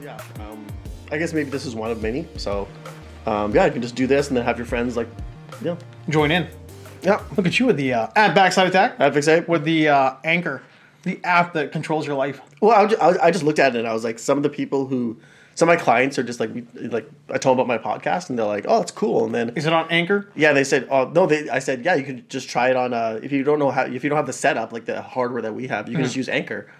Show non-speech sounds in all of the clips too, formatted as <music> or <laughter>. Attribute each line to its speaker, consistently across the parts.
Speaker 1: yeah, um, I guess maybe this is one of many. So, um, yeah, you can just do this and then have your friends like, yeah,
Speaker 2: Join in.
Speaker 1: yeah.
Speaker 2: Look at you with the uh, at backside attack
Speaker 1: I fixate.
Speaker 2: with the uh, anchor, the app that controls your life.
Speaker 1: Well, I, ju- I, I just looked at it and I was like, some of the people who, some of my clients are just like, we- like I told them about my podcast and they're like, oh, that's cool. And then
Speaker 2: Is it on Anchor?
Speaker 1: yeah, they said, oh no, they I said, yeah, you could just try it on. Uh, if you don't know how, if you don't have the setup like the hardware that we have, you can just use Anchor.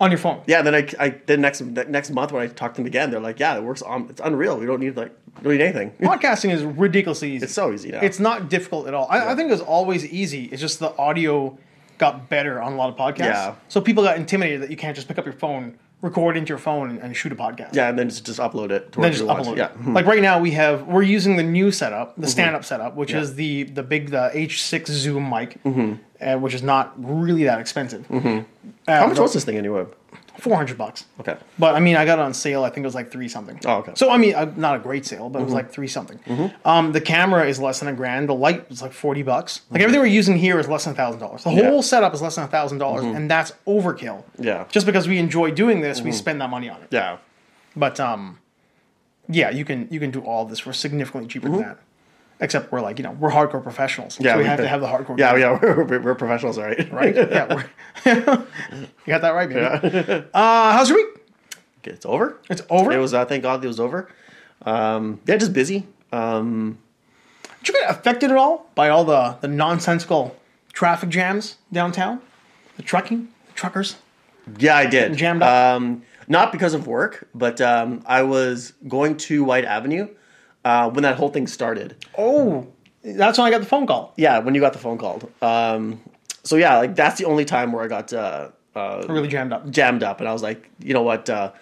Speaker 2: On your phone?
Speaker 1: Yeah, and then I, I then next ne- next month when I talked to them again, they're like, yeah, it works. On, it's unreal. We don't need like we don't need anything. <laughs>
Speaker 2: Podcasting is ridiculously easy.
Speaker 1: It's so easy now.
Speaker 2: It's not difficult at all. I, I think it was always easy. It's just the audio got better on a lot of podcasts.
Speaker 1: Yeah.
Speaker 2: So people got intimidated that you can't just pick up your phone, record into your phone, and, and shoot a podcast.
Speaker 1: yeah, and then just, just upload it. To wherever
Speaker 2: Then just
Speaker 1: you want.
Speaker 2: upload. it. Hmm.
Speaker 1: Yeah, Mhm.
Speaker 2: Like right now, we have we're using the new setup, the stand-up setup, which is the the big the H6 Zoom mic, uh, which is not really that expensive. Uh,
Speaker 1: how much was this thing anyway?
Speaker 2: Four hundred bucks.
Speaker 1: Okay.
Speaker 2: But I mean, I got it on sale. I think it was like three something.
Speaker 1: Oh, okay. Mm-hmm.
Speaker 2: So I mean, uh, not a great sale, but it was like three something. Um, the camera is less than a grand. The light is like forty bucks. Like everything we're using here is less than thousand dollars. The
Speaker 1: Yeah. Mm-hmm.
Speaker 2: whole setup is less than thousand dollars, and that's overkill.
Speaker 1: Yeah. Mm-hmm.
Speaker 2: Just because we enjoy doing this, we spend that money on it.
Speaker 1: Yeah,
Speaker 2: But um, yeah, you can you can do all this for significantly cheaper than that. Except we're like you know we're hardcore professionals,
Speaker 1: Mm-hmm. yeah.
Speaker 2: so we
Speaker 1: we've
Speaker 2: have to
Speaker 1: been-
Speaker 2: have the hardcore.
Speaker 1: Yeah, yeah, <laughs> we're, we're, we're professionals, all right?
Speaker 2: Right? yeah. We're,
Speaker 1: <laughs>
Speaker 2: <laughs> you got that right, baby. Uh, how's your week?
Speaker 1: Okay, it's over.
Speaker 2: It's over.
Speaker 1: It was. Uh, thank God it was over. Um, yeah, just busy.
Speaker 2: Did you get affected at all by all the, the nonsensical traffic jams downtown? The trucking, the truckers?
Speaker 1: Yeah, I did.
Speaker 2: Jammed up?
Speaker 1: Um, not because of work, but um, I was going to White Avenue uh, when that whole thing started.
Speaker 2: Oh, that's when I got the phone call.
Speaker 1: Yeah, when you got the phone called. Um, so yeah, like that's the only time where I got uh, uh,
Speaker 2: I really jammed up.
Speaker 1: jammed up, and I was like, you know what, uh,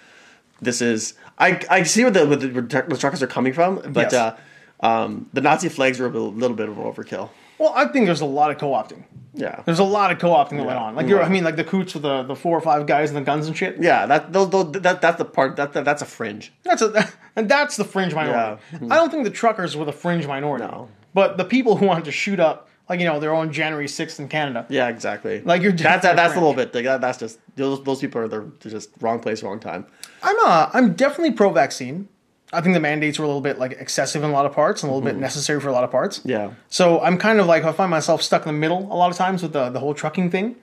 Speaker 1: this is. I I see where the where the, where the truckers are coming from, but
Speaker 2: Yes.
Speaker 1: uh, um, the Nazi flags were a little, little bit of an overkill.
Speaker 2: Well, I think there's a lot of co opting.
Speaker 1: Yeah,
Speaker 2: There's a lot of co opting that went on. Like, you're, I mean, like the coots with the, the four or five guys and the guns and shit.
Speaker 1: yeah. That those, those, that that's the part that, that that's a fringe.
Speaker 2: That's a, <laughs> and that's the fringe minority. I don't think the truckers were the fringe minority.
Speaker 1: No.
Speaker 2: But the people who wanted to shoot up, like, you know, their own January 6th in Canada.
Speaker 1: Yeah, exactly.
Speaker 2: Like, you're
Speaker 1: that's that,
Speaker 2: definitely
Speaker 1: that's a
Speaker 2: fringe.
Speaker 1: little bit. Like, that, that's just those those people are they're just wrong place, wrong time.
Speaker 2: I'm uh, I'm definitely pro vaccine. I think the mandates were a little bit like excessive in a lot of parts and a little bit necessary for a lot of parts.
Speaker 1: Mm-hmm. Yeah.
Speaker 2: So I'm kind of like I find myself stuck in the middle a lot of times with the the whole trucking thing,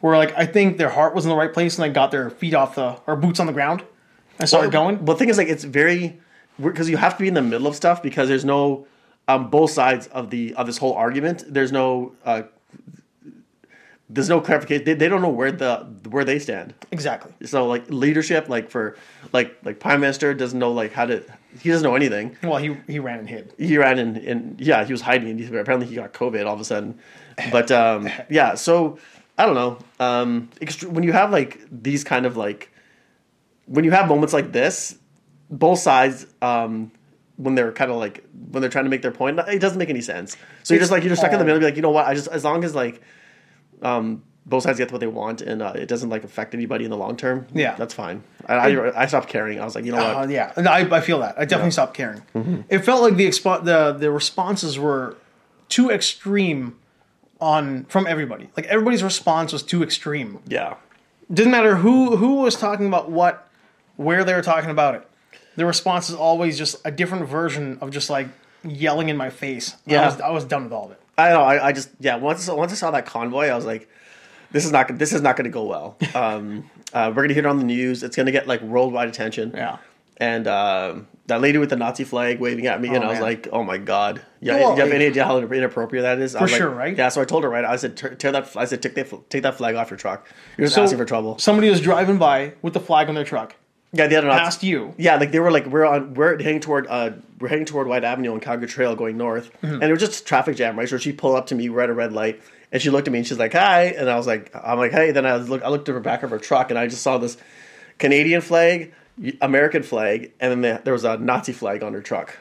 Speaker 2: where like I think their heart was in the right place and they got their feet off the or boots on the ground and started going.
Speaker 1: Well, the thing is, like, it's very because you have to be in the middle of stuff because there's no um, both sides of the of this whole argument. There's no uh, there's no clarification. They, they don't know where the where they stand.
Speaker 2: Exactly.
Speaker 1: So like leadership, like for like like prime minister doesn't know like how to. He doesn't know anything.
Speaker 2: Well, he he ran and hid.
Speaker 1: He ran and, and yeah, he was hiding. And he, apparently, he got COVID all of a
Speaker 2: <laughs>
Speaker 1: sudden. But um, yeah, so I don't know. Um, extr when you have like these kind of like when you have moments like this, both sides um, when they're kind of like when they're trying to make their point, it doesn't make any sense. So you're just like you're just stuck in the middle. Be like, you know what? I just as long as like um, both sides get what they want and uh, it doesn't like affect anybody in the long term.
Speaker 2: Yeah.
Speaker 1: that's fine. And I I stopped caring. I was like, you know what?
Speaker 2: Uh, yeah, and I, I feel that. I definitely stopped caring.
Speaker 1: Mm-hmm.
Speaker 2: It felt like the, expo- the the responses were too extreme on from everybody. Like everybody's response was too extreme.
Speaker 1: yeah.
Speaker 2: Didn't matter who who was talking about what, where they were talking about it. The response is always just a different version of just like yelling in my face. I
Speaker 1: Yeah.
Speaker 2: was, I was done with all of it.
Speaker 1: I don't know. I, I just yeah. Once once I saw that convoy, I was like, this is not this is not going to go
Speaker 2: <laughs>
Speaker 1: well. Um, uh, we're going to hear it on the news. It's going to get like worldwide attention.
Speaker 2: Yeah.
Speaker 1: And um that lady with the Nazi flag waving at me, and I was
Speaker 2: man.
Speaker 1: like, oh my god. Yeah.
Speaker 2: Well,
Speaker 1: you have any
Speaker 2: like-
Speaker 1: idea how inappropriate that is? For
Speaker 2: sure, right?
Speaker 1: Yeah. So I told her right. I said tear, tear that. I said take that fl- take that flag off your truck. You're just asking for trouble.
Speaker 2: Somebody was driving by with the flag on their truck.
Speaker 1: Yeah. The other Nazi,
Speaker 2: Asked you.
Speaker 1: yeah, like they were like we're on we're heading toward uh we're heading toward White Avenue on Calgary Trail going north,
Speaker 2: Mm-hmm.
Speaker 1: and it was just a traffic jam, right? So she pulled up to me, we're at a red light, and she looked at me and she's like hi, and I was like I'm like hey, then I was look I looked at her back of her truck and I just saw this Canadian flag, American flag, and then there- there was a Nazi flag on her truck.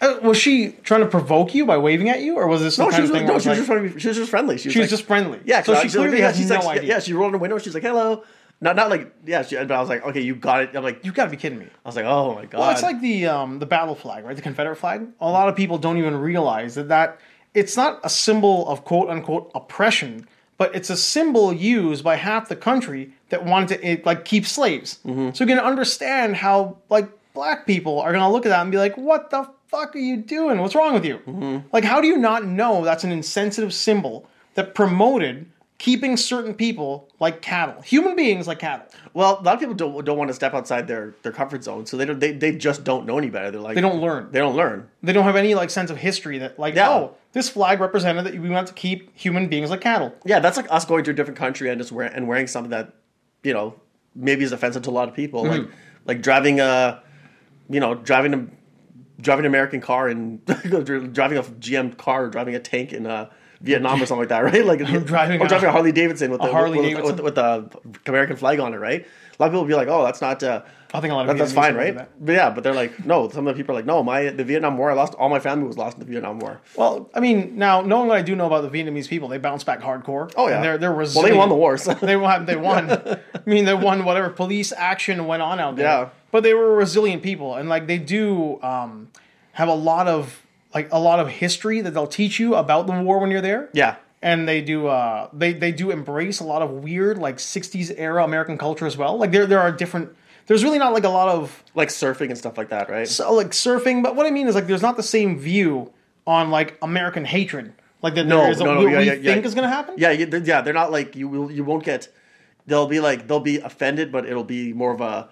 Speaker 2: Uh, was she trying to provoke you by waving at you, or was this the
Speaker 1: No, Oh, she
Speaker 2: kind of
Speaker 1: was,
Speaker 2: thing?
Speaker 1: no,
Speaker 2: where
Speaker 1: she was just
Speaker 2: it's like-
Speaker 1: trying to be, she was just friendly. She was,
Speaker 2: she was
Speaker 1: like-
Speaker 2: just friendly.
Speaker 1: Yeah,
Speaker 2: so she
Speaker 1: like,
Speaker 2: clearly
Speaker 1: yeah,
Speaker 2: has
Speaker 1: she's
Speaker 2: no
Speaker 1: like,
Speaker 2: idea.
Speaker 1: Yeah, she rolled her window. She's like, "Hello," not not like yeah. She, but I was like, "Okay, you got it." I'm like,
Speaker 2: You gotta be kidding me.
Speaker 1: I was like, "Oh my god!"
Speaker 2: Well, it's like the um, the battle flag, right? The Confederate flag. A lot of people don't even realize that that it's not a symbol of quote unquote oppression, but it's a symbol used by half the country that wanted to it, like keep slaves. So you can understand how like black people are gonna look at that and be like, "What the fuck are you doing? What's wrong with you?" Like, how do you not know that's an insensitive symbol that promoted keeping certain people like cattle, human beings like cattle?
Speaker 1: Well, a lot of people don't don't want to step outside their, their comfort zone, so they don't they, they just don't know any better. They're like
Speaker 2: They don't learn.
Speaker 1: They don't learn.
Speaker 2: They don't have any like sense of history that like,
Speaker 1: Yeah.
Speaker 2: oh, this flag represented that we want to keep human beings like cattle.
Speaker 1: Yeah, that's like us going to a different country and just wear, and wearing something that, you know, maybe is offensive to a lot of people. Like
Speaker 2: Mm-hmm.
Speaker 1: like driving a, you know, driving a driving an American car and <laughs> driving a GM car or driving a tank in uh, Vietnam or something like that, <laughs> right? Like
Speaker 2: <laughs> driving
Speaker 1: or
Speaker 2: a-
Speaker 1: driving a Harley Davidson with the
Speaker 2: Harley
Speaker 1: with,
Speaker 2: Davidson?
Speaker 1: With, with the American flag on it, right? A lot of people be like, "Oh, that's not." Uh,
Speaker 2: I think a lot of
Speaker 1: that- that's
Speaker 2: Vietnamese
Speaker 1: fine,
Speaker 2: would do
Speaker 1: right?
Speaker 2: that.
Speaker 1: But yeah, but they're like, no. Some of the people are like, no. My the Vietnam War, I lost all my family was lost in the Vietnam War.
Speaker 2: Well, I mean, now knowing what I do know about the Vietnamese people, they bounce back hardcore.
Speaker 1: Oh yeah,
Speaker 2: and they're they're
Speaker 1: Well,
Speaker 2: resilient.
Speaker 1: they won the war. So.
Speaker 2: They won. They won. I mean, they won whatever police action went on out there.
Speaker 1: Yeah.
Speaker 2: But they were resilient people, and like they do um, have a lot of like a lot of history that they'll teach you about the war when you're there.
Speaker 1: <laughs> yeah,
Speaker 2: And they do. Uh, they they do embrace a lot of weird like '60s era American culture as well. Like there there are different. There's really not like a lot of
Speaker 1: like surfing and stuff like that, right?
Speaker 2: so like surfing, but what I mean is like there's not the same view on like American hatred. Like that
Speaker 1: No,
Speaker 2: there is a,
Speaker 1: no, no,
Speaker 2: what
Speaker 1: yeah,
Speaker 2: we
Speaker 1: yeah, yeah.
Speaker 2: think is gonna happen.
Speaker 1: Yeah, you- they're- yeah, they're not like you will. You won't get. They'll be like they'll be offended, but it'll be more of a.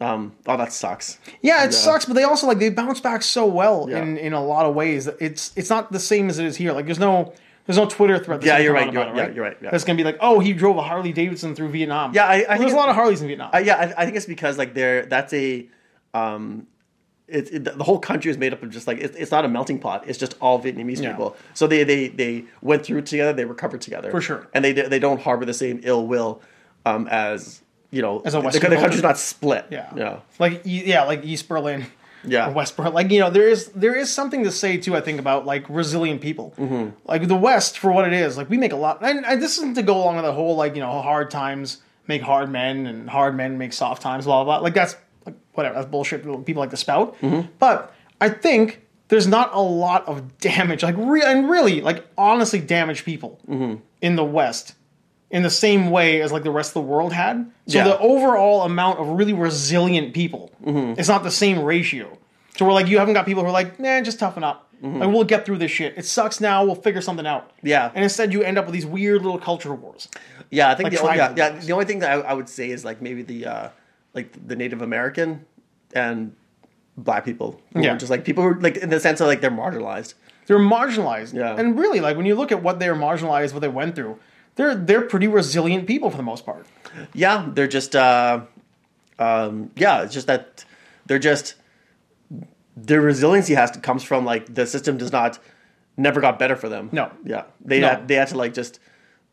Speaker 1: Um, oh, that sucks.
Speaker 2: Yeah, it sucks, but they also like they bounce back so well
Speaker 1: Yeah.
Speaker 2: in in a lot of ways. that It's it's not the same as it is here. Like there's no there's no Twitter thread. That's
Speaker 1: Yeah,
Speaker 2: gonna
Speaker 1: you're
Speaker 2: come
Speaker 1: right,
Speaker 2: out
Speaker 1: you're-
Speaker 2: about it,
Speaker 1: yeah, you're right, yeah.
Speaker 2: That's gonna be like, oh, he drove a Harley Davidson through Vietnam.
Speaker 1: Yeah, I- I
Speaker 2: Well,
Speaker 1: think
Speaker 2: there's a
Speaker 1: it-
Speaker 2: lot of Harleys in Vietnam.
Speaker 1: Uh, yeah, I, I think it's because like they're that's a. Um, it's it, the whole country is made up of just like it's it's not a melting pot. It's just all Vietnamese
Speaker 2: Yeah.
Speaker 1: people. So they they they went through it together. They recovered together
Speaker 2: For sure.
Speaker 1: and they they don't harbor the same ill will, um, as you know,
Speaker 2: As a
Speaker 1: the, the
Speaker 2: Western
Speaker 1: country's
Speaker 2: culture.
Speaker 1: not split.
Speaker 2: yeah,
Speaker 1: yeah,
Speaker 2: like e- yeah, like East Berlin.
Speaker 1: Yeah.
Speaker 2: or West Berlin. Like you know, there is there is something to say too. I think about like resilient people,
Speaker 1: Mm-hmm.
Speaker 2: like the West for what it is. Like we make a lot, and, and this isn't to go along with the whole like you know hard times make hard men and hard men make soft times, blah blah. blah. Like that's like whatever. That's bullshit. People like to spout,
Speaker 1: Mm-hmm.
Speaker 2: but I think. There's not a lot of damage, like re- and really, like honestly, damaged people
Speaker 1: Mm-hmm.
Speaker 2: in the West in the same way as like the rest of the world had. So
Speaker 1: Yeah.
Speaker 2: the overall amount of really resilient people
Speaker 1: Mm-hmm.
Speaker 2: it's not the same ratio. So we're like, you haven't got people who are like, nah, just toughen up. Like we'll get through this shit. It sucks now. We'll figure something out.
Speaker 1: Mm-hmm. Yeah.
Speaker 2: And instead, you end up with these weird little culture wars.
Speaker 1: Yeah, I think the only, yeah,
Speaker 2: tribal
Speaker 1: yeah,
Speaker 2: wars.
Speaker 1: the only thing that I, I would say is like maybe the uh, like the Native American and black people. who
Speaker 2: Yeah.
Speaker 1: are just like people who are, like in the sense of like they're marginalized.
Speaker 2: They're marginalized.
Speaker 1: Yeah.
Speaker 2: And really, like when you look at what they were marginalized, what they went through, they're they're pretty resilient people for the most part.
Speaker 1: Yeah, they're just uh, um, yeah, it's just that they're just their resiliency has to comes from like the system does not never got better for them.
Speaker 2: No.
Speaker 1: Yeah. They
Speaker 2: No.
Speaker 1: Have, they have to like just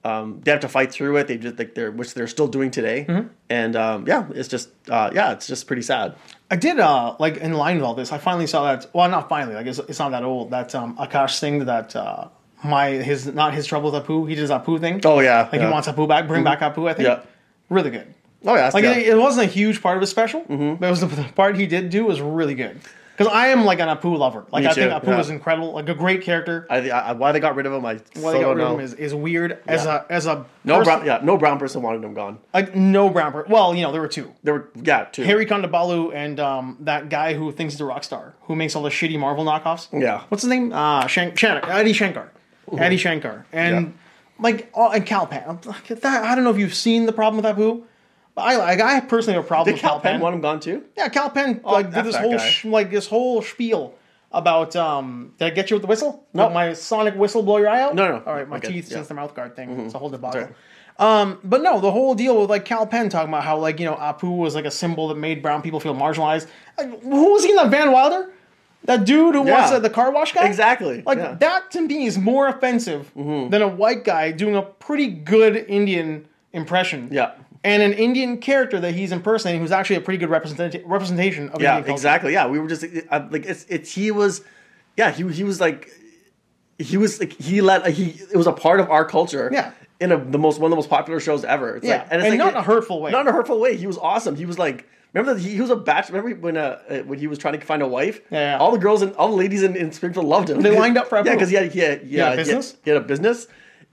Speaker 1: um, they have to fight through it. They just like they're which they're still doing today.
Speaker 2: Mm-hmm.
Speaker 1: And um, yeah, it's just uh, yeah, it's just pretty sad.
Speaker 2: I did uh like in line with all this. I finally saw that. Well, not finally. Like it's, it's not that old. That um Akash Singh. That uh my his not his trouble with Apu. He did his Apu thing.
Speaker 1: Oh, yeah,
Speaker 2: Like
Speaker 1: yeah. Mm-hmm.
Speaker 2: he wants Apu back. Bring back Apu. I think.
Speaker 1: Yeah.
Speaker 2: Really good.
Speaker 1: Oh yeah, it's-
Speaker 2: Like
Speaker 1: yeah. Mm-hmm.
Speaker 2: it, it wasn't a huge part of his special, but it was the, the part he did do was really good. Because I am like an Apu lover. Like
Speaker 1: Me
Speaker 2: I think
Speaker 1: too,
Speaker 2: Apu
Speaker 1: yeah.
Speaker 2: is incredible, like a great character.
Speaker 1: I, I, why they got rid of him, I
Speaker 2: Why
Speaker 1: so
Speaker 2: they got
Speaker 1: don't
Speaker 2: rid
Speaker 1: know.
Speaker 2: of him is, is weird as
Speaker 1: Yeah.
Speaker 2: a as a
Speaker 1: no
Speaker 2: person-
Speaker 1: brown, yeah, no brown person wanted him gone.
Speaker 2: like no brown person. Well, you know there were two,
Speaker 1: There were yeah, two.
Speaker 2: Harry Kondabalu and um, that guy who thinks he's a rock star who makes all the shitty Marvel knockoffs.
Speaker 1: Yeah.
Speaker 2: what's his name? Uh, Shank, Shank, Adi Shankar, Adi Shankar, and
Speaker 1: Yeah.
Speaker 2: like all, and Calpan. I'm like, that, I don't know if you've seen the problem with Apu, but I like I personally have a
Speaker 1: Did
Speaker 2: problem with
Speaker 1: Cal Penn want him gone too?
Speaker 2: Yeah, Cal Penn like did
Speaker 1: that's
Speaker 2: this
Speaker 1: Oh, that
Speaker 2: whole
Speaker 1: guy.
Speaker 2: sh- like this whole spiel about um did I get you with the whistle? No, my sonic whistle blow your eye out.
Speaker 1: No, no.
Speaker 2: All right, my
Speaker 1: Okay,
Speaker 2: teeth
Speaker 1: yeah. Mm-hmm.
Speaker 2: since the mouth guard thing. It's a whole
Speaker 1: It's
Speaker 2: debacle. Um, but no, the whole deal with like Cal Penn talking about how like you know Apu was like a symbol that made brown people feel marginalized. Like, who was he in that Van Wilder? That dude who
Speaker 1: Yeah.
Speaker 2: wants uh, the car wash guy?
Speaker 1: Exactly,
Speaker 2: Like
Speaker 1: yeah. Mm-hmm.
Speaker 2: that to me is more offensive than a white guy doing a pretty good Indian impression
Speaker 1: Yeah.
Speaker 2: and an Indian character that he's impersonating, who's actually a pretty good representation representation of
Speaker 1: Yeah,
Speaker 2: Indian culture.
Speaker 1: exactly. Yeah, we were just uh, like it's it's he was, yeah, he he was like, he was like he let he it was a part of our culture.
Speaker 2: Yeah.
Speaker 1: in a, the most one of the most popular shows ever. It's
Speaker 2: Yeah,
Speaker 1: like,
Speaker 2: and,
Speaker 1: it's like-
Speaker 2: not in a hurtful way.
Speaker 1: Not in a hurtful way. He was awesome. He was like, remember that he, he was a bachelor. Remember when uh, uh, when he was trying to find a wife?
Speaker 2: Yeah, yeah.
Speaker 1: All the girls and all the ladies in, in Springfield loved him.
Speaker 2: They lined up for
Speaker 1: yeah,
Speaker 2: Apu.
Speaker 1: because he had, he had, yeah, he had
Speaker 2: business?
Speaker 1: He had, a business,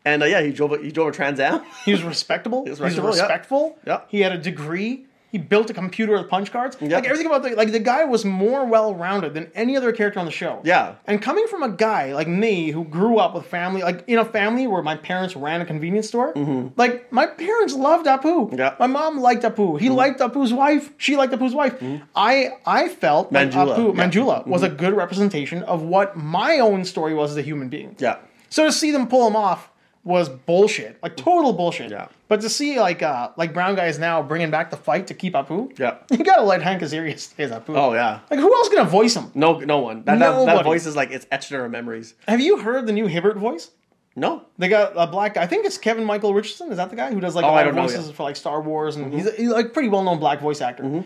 Speaker 1: And uh, yeah, he drove a, he drove a Trans
Speaker 2: <laughs>
Speaker 1: Am.
Speaker 2: He was
Speaker 1: <laughs>
Speaker 2: respectable. He was
Speaker 1: respectable,
Speaker 2: respectful.
Speaker 1: yeah. Yeah.
Speaker 2: He had a degree. He built a computer with punch cards.
Speaker 1: Yeah.
Speaker 2: Like everything about the like the guy was more well rounded than any other character on the show.
Speaker 1: Yeah.
Speaker 2: And coming from a guy like me who grew up with family like in a family where my parents ran a convenience store, like my parents loved Apu.
Speaker 1: Mm-hmm. Yeah. Mm-hmm.
Speaker 2: My mom liked Apu. He liked Apu's wife. She liked Apu's wife. I I felt like
Speaker 1: Manjula,
Speaker 2: Apu
Speaker 1: Mm-hmm. yeah. Mm-hmm.
Speaker 2: Manjula was a good representation of what my own story was as a human being.
Speaker 1: yeah,
Speaker 2: So to see them pull him off was bullshit, like total bullshit.
Speaker 1: Yeah.
Speaker 2: But to see like uh like brown guys now bringing back the fight to keep Apu,
Speaker 1: yeah.
Speaker 2: you gotta let Hank Azaria stay as Apu.
Speaker 1: Oh yeah.
Speaker 2: Like who else gonna voice him?
Speaker 1: No, no one. That, that, that
Speaker 2: Nobody.
Speaker 1: voice is like it's etched in our memories.
Speaker 2: Have you heard the new Hibbert voice?
Speaker 1: No,
Speaker 2: They got a black guy. I think it's Kevin Michael Richardson. Is that the guy who does like
Speaker 1: Oh,
Speaker 2: all
Speaker 1: I
Speaker 2: the
Speaker 1: don't know
Speaker 2: voices
Speaker 1: yet. Mm-hmm.
Speaker 2: for like Star Wars? And he's, a, he's like pretty well known black voice actor.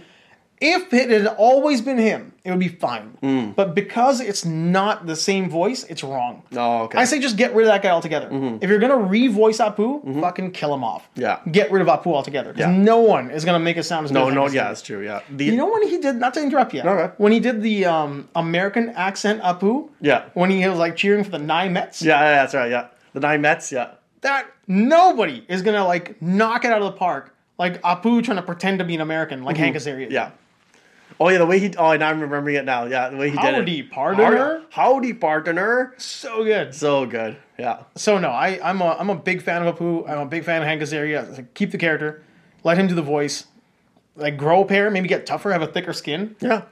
Speaker 2: If it had always been him, it would be fine.
Speaker 1: Mm.
Speaker 2: But because it's not the same voice, it's wrong.
Speaker 1: Oh, okay. Mm-hmm.
Speaker 2: I say just get rid of that guy altogether. If you're gonna re-voice Apu, fucking kill him off.
Speaker 1: Yeah.
Speaker 2: Get rid of Apu altogether. 'cause
Speaker 1: Yeah.
Speaker 2: No one is gonna make it sound as good
Speaker 1: no,
Speaker 2: as
Speaker 1: no.
Speaker 2: Hank
Speaker 1: Yeah,
Speaker 2: Azaria.
Speaker 1: it's true. Yeah. The,
Speaker 2: You know when he did not to interrupt you.
Speaker 1: Okay.
Speaker 2: When he did the um, American accent Apu.
Speaker 1: Yeah.
Speaker 2: When he was like cheering for the nine Mets
Speaker 1: Yeah, yeah, that's right. Yeah, the nine Mets. Yeah.
Speaker 2: that nobody is gonna like knock it out of the park. Like Apu trying to pretend to be an American, like Hank Azaria.
Speaker 1: Mm-hmm. Yeah. Oh yeah, the way he. Oh, and I'm remembering it now. Yeah, the way he
Speaker 2: Howdy,
Speaker 1: did it.
Speaker 2: partner.
Speaker 1: Howdy, howdy, partner.
Speaker 2: so good.
Speaker 1: So good. Yeah.
Speaker 2: So no, I I'm a I'm a big fan of Apu. I'm a big fan of Hank Azaria. Like, keep the character, let him do the voice. Like grow a pair, maybe get tougher, have a thicker skin.
Speaker 1: Yeah.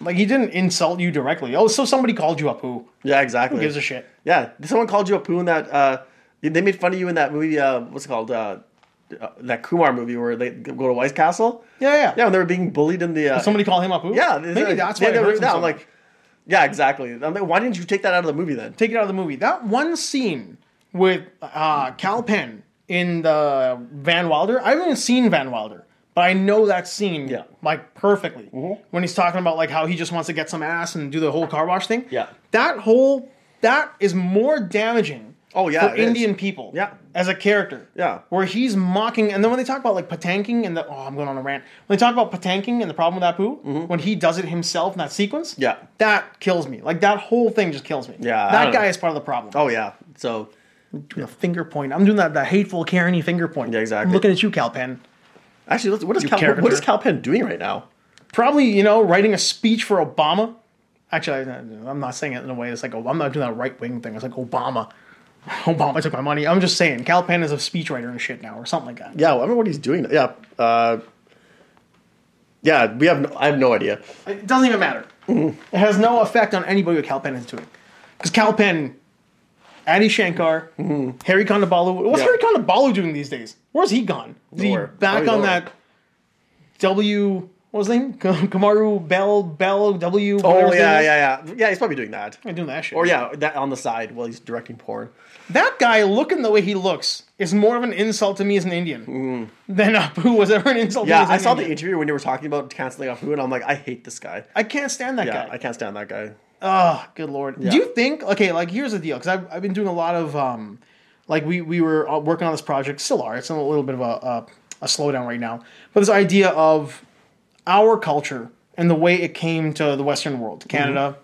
Speaker 2: Like he didn't insult you directly. Oh, so somebody called you Apu.
Speaker 1: Yeah. Exactly.
Speaker 2: Who gives a shit?
Speaker 1: Yeah, someone called you a poo in that. Uh, they made fun of you in that movie. Uh, what's it called? Uh, uh, that Kumar movie where they go to White Castle.
Speaker 2: Yeah, yeah.
Speaker 1: Yeah, when they were being bullied in the. Uh,
Speaker 2: Somebody call him Apu.
Speaker 1: yeah,
Speaker 2: maybe that's
Speaker 1: yeah,
Speaker 2: why. it
Speaker 1: they were-
Speaker 2: hurts him
Speaker 1: yeah,
Speaker 2: so
Speaker 1: I'm
Speaker 2: much.
Speaker 1: like, yeah, exactly. I'm like, why didn't you take that out of the movie then?
Speaker 2: take it out of the movie. That one scene with uh, Cal Penn in the Van Wilder, I haven't even seen Van Wilder, but I know that scene
Speaker 1: Yeah. Mm-hmm.
Speaker 2: like perfectly when he's talking about like how he just wants to get some ass and do the whole car wash thing.
Speaker 1: Yeah.
Speaker 2: that whole that is more damaging.
Speaker 1: Oh, yeah,
Speaker 2: for
Speaker 1: it is.
Speaker 2: Indian people.
Speaker 1: Yeah.
Speaker 2: as a character.
Speaker 1: Yeah.
Speaker 2: where he's mocking, and then when they talk about like Patanking and the oh, I'm going on a rant. When they talk about Patanking and the problem with Apu, when he does it himself in that sequence.
Speaker 1: Mm-hmm. Yeah.
Speaker 2: that kills me. Like that whole thing just kills me.
Speaker 1: Yeah, I
Speaker 2: that
Speaker 1: don't know.
Speaker 2: guy is part of the problem.
Speaker 1: Oh yeah, so
Speaker 2: Doing a finger point. I'm doing that, that hateful Kareny finger point.
Speaker 1: Yeah, exactly.
Speaker 2: I'm looking at you, Calpen.
Speaker 1: actually, let's, what is Cal,
Speaker 2: caricature.
Speaker 1: what is Cal Penn doing right now?
Speaker 2: Probably, you know, writing a speech for Obama. Actually, I, I'm not saying it in a way. It's like, oh, I'm not doing that right wing thing. It's like Obama. <laughs> Obama took my money. I'm just saying, Calpen is a speechwriter and shit now, or something like that.
Speaker 1: Yeah, I wonder what he's doing. Yeah, uh, yeah, we have. No, I have no idea.
Speaker 2: It doesn't even matter.
Speaker 1: Mm-hmm.
Speaker 2: It has no effect on anybody what Calpen is doing. Because Calpen, Adi Shankar, Harry Kondabalu.
Speaker 1: Mm-hmm.
Speaker 2: What's
Speaker 1: Yeah.
Speaker 2: Harry Kondabalu doing these days? Where's he gone? Is he
Speaker 1: Nowhere.
Speaker 2: back
Speaker 1: Probably
Speaker 2: on
Speaker 1: nowhere.
Speaker 2: that W. What was his name? K- Kamaru Bell Bell W.
Speaker 1: Oh yeah, yeah, yeah, yeah. He's probably doing that.
Speaker 2: I'm doing that shit.
Speaker 1: Or yeah, that on the side while he's directing porn.
Speaker 2: That guy looking the way he looks is more of an insult to me as an Indian than Apu was ever an insult.
Speaker 1: Mm-hmm. Yeah,
Speaker 2: to me
Speaker 1: I
Speaker 2: as an
Speaker 1: saw the
Speaker 2: Indian.
Speaker 1: interview when you were talking about canceling Apu, and I'm like, I hate this guy.
Speaker 2: I can't stand that
Speaker 1: Yeah,
Speaker 2: guy.
Speaker 1: I can't stand that guy.
Speaker 2: Oh, good lord. Do you think, okay, like here's the deal, because I've, I've been doing a lot of, um, like we, we were uh, working on this project, still are, it's in a little bit of a, a, a slowdown right now, but this idea of our culture and the way it came to the Western world, Canada,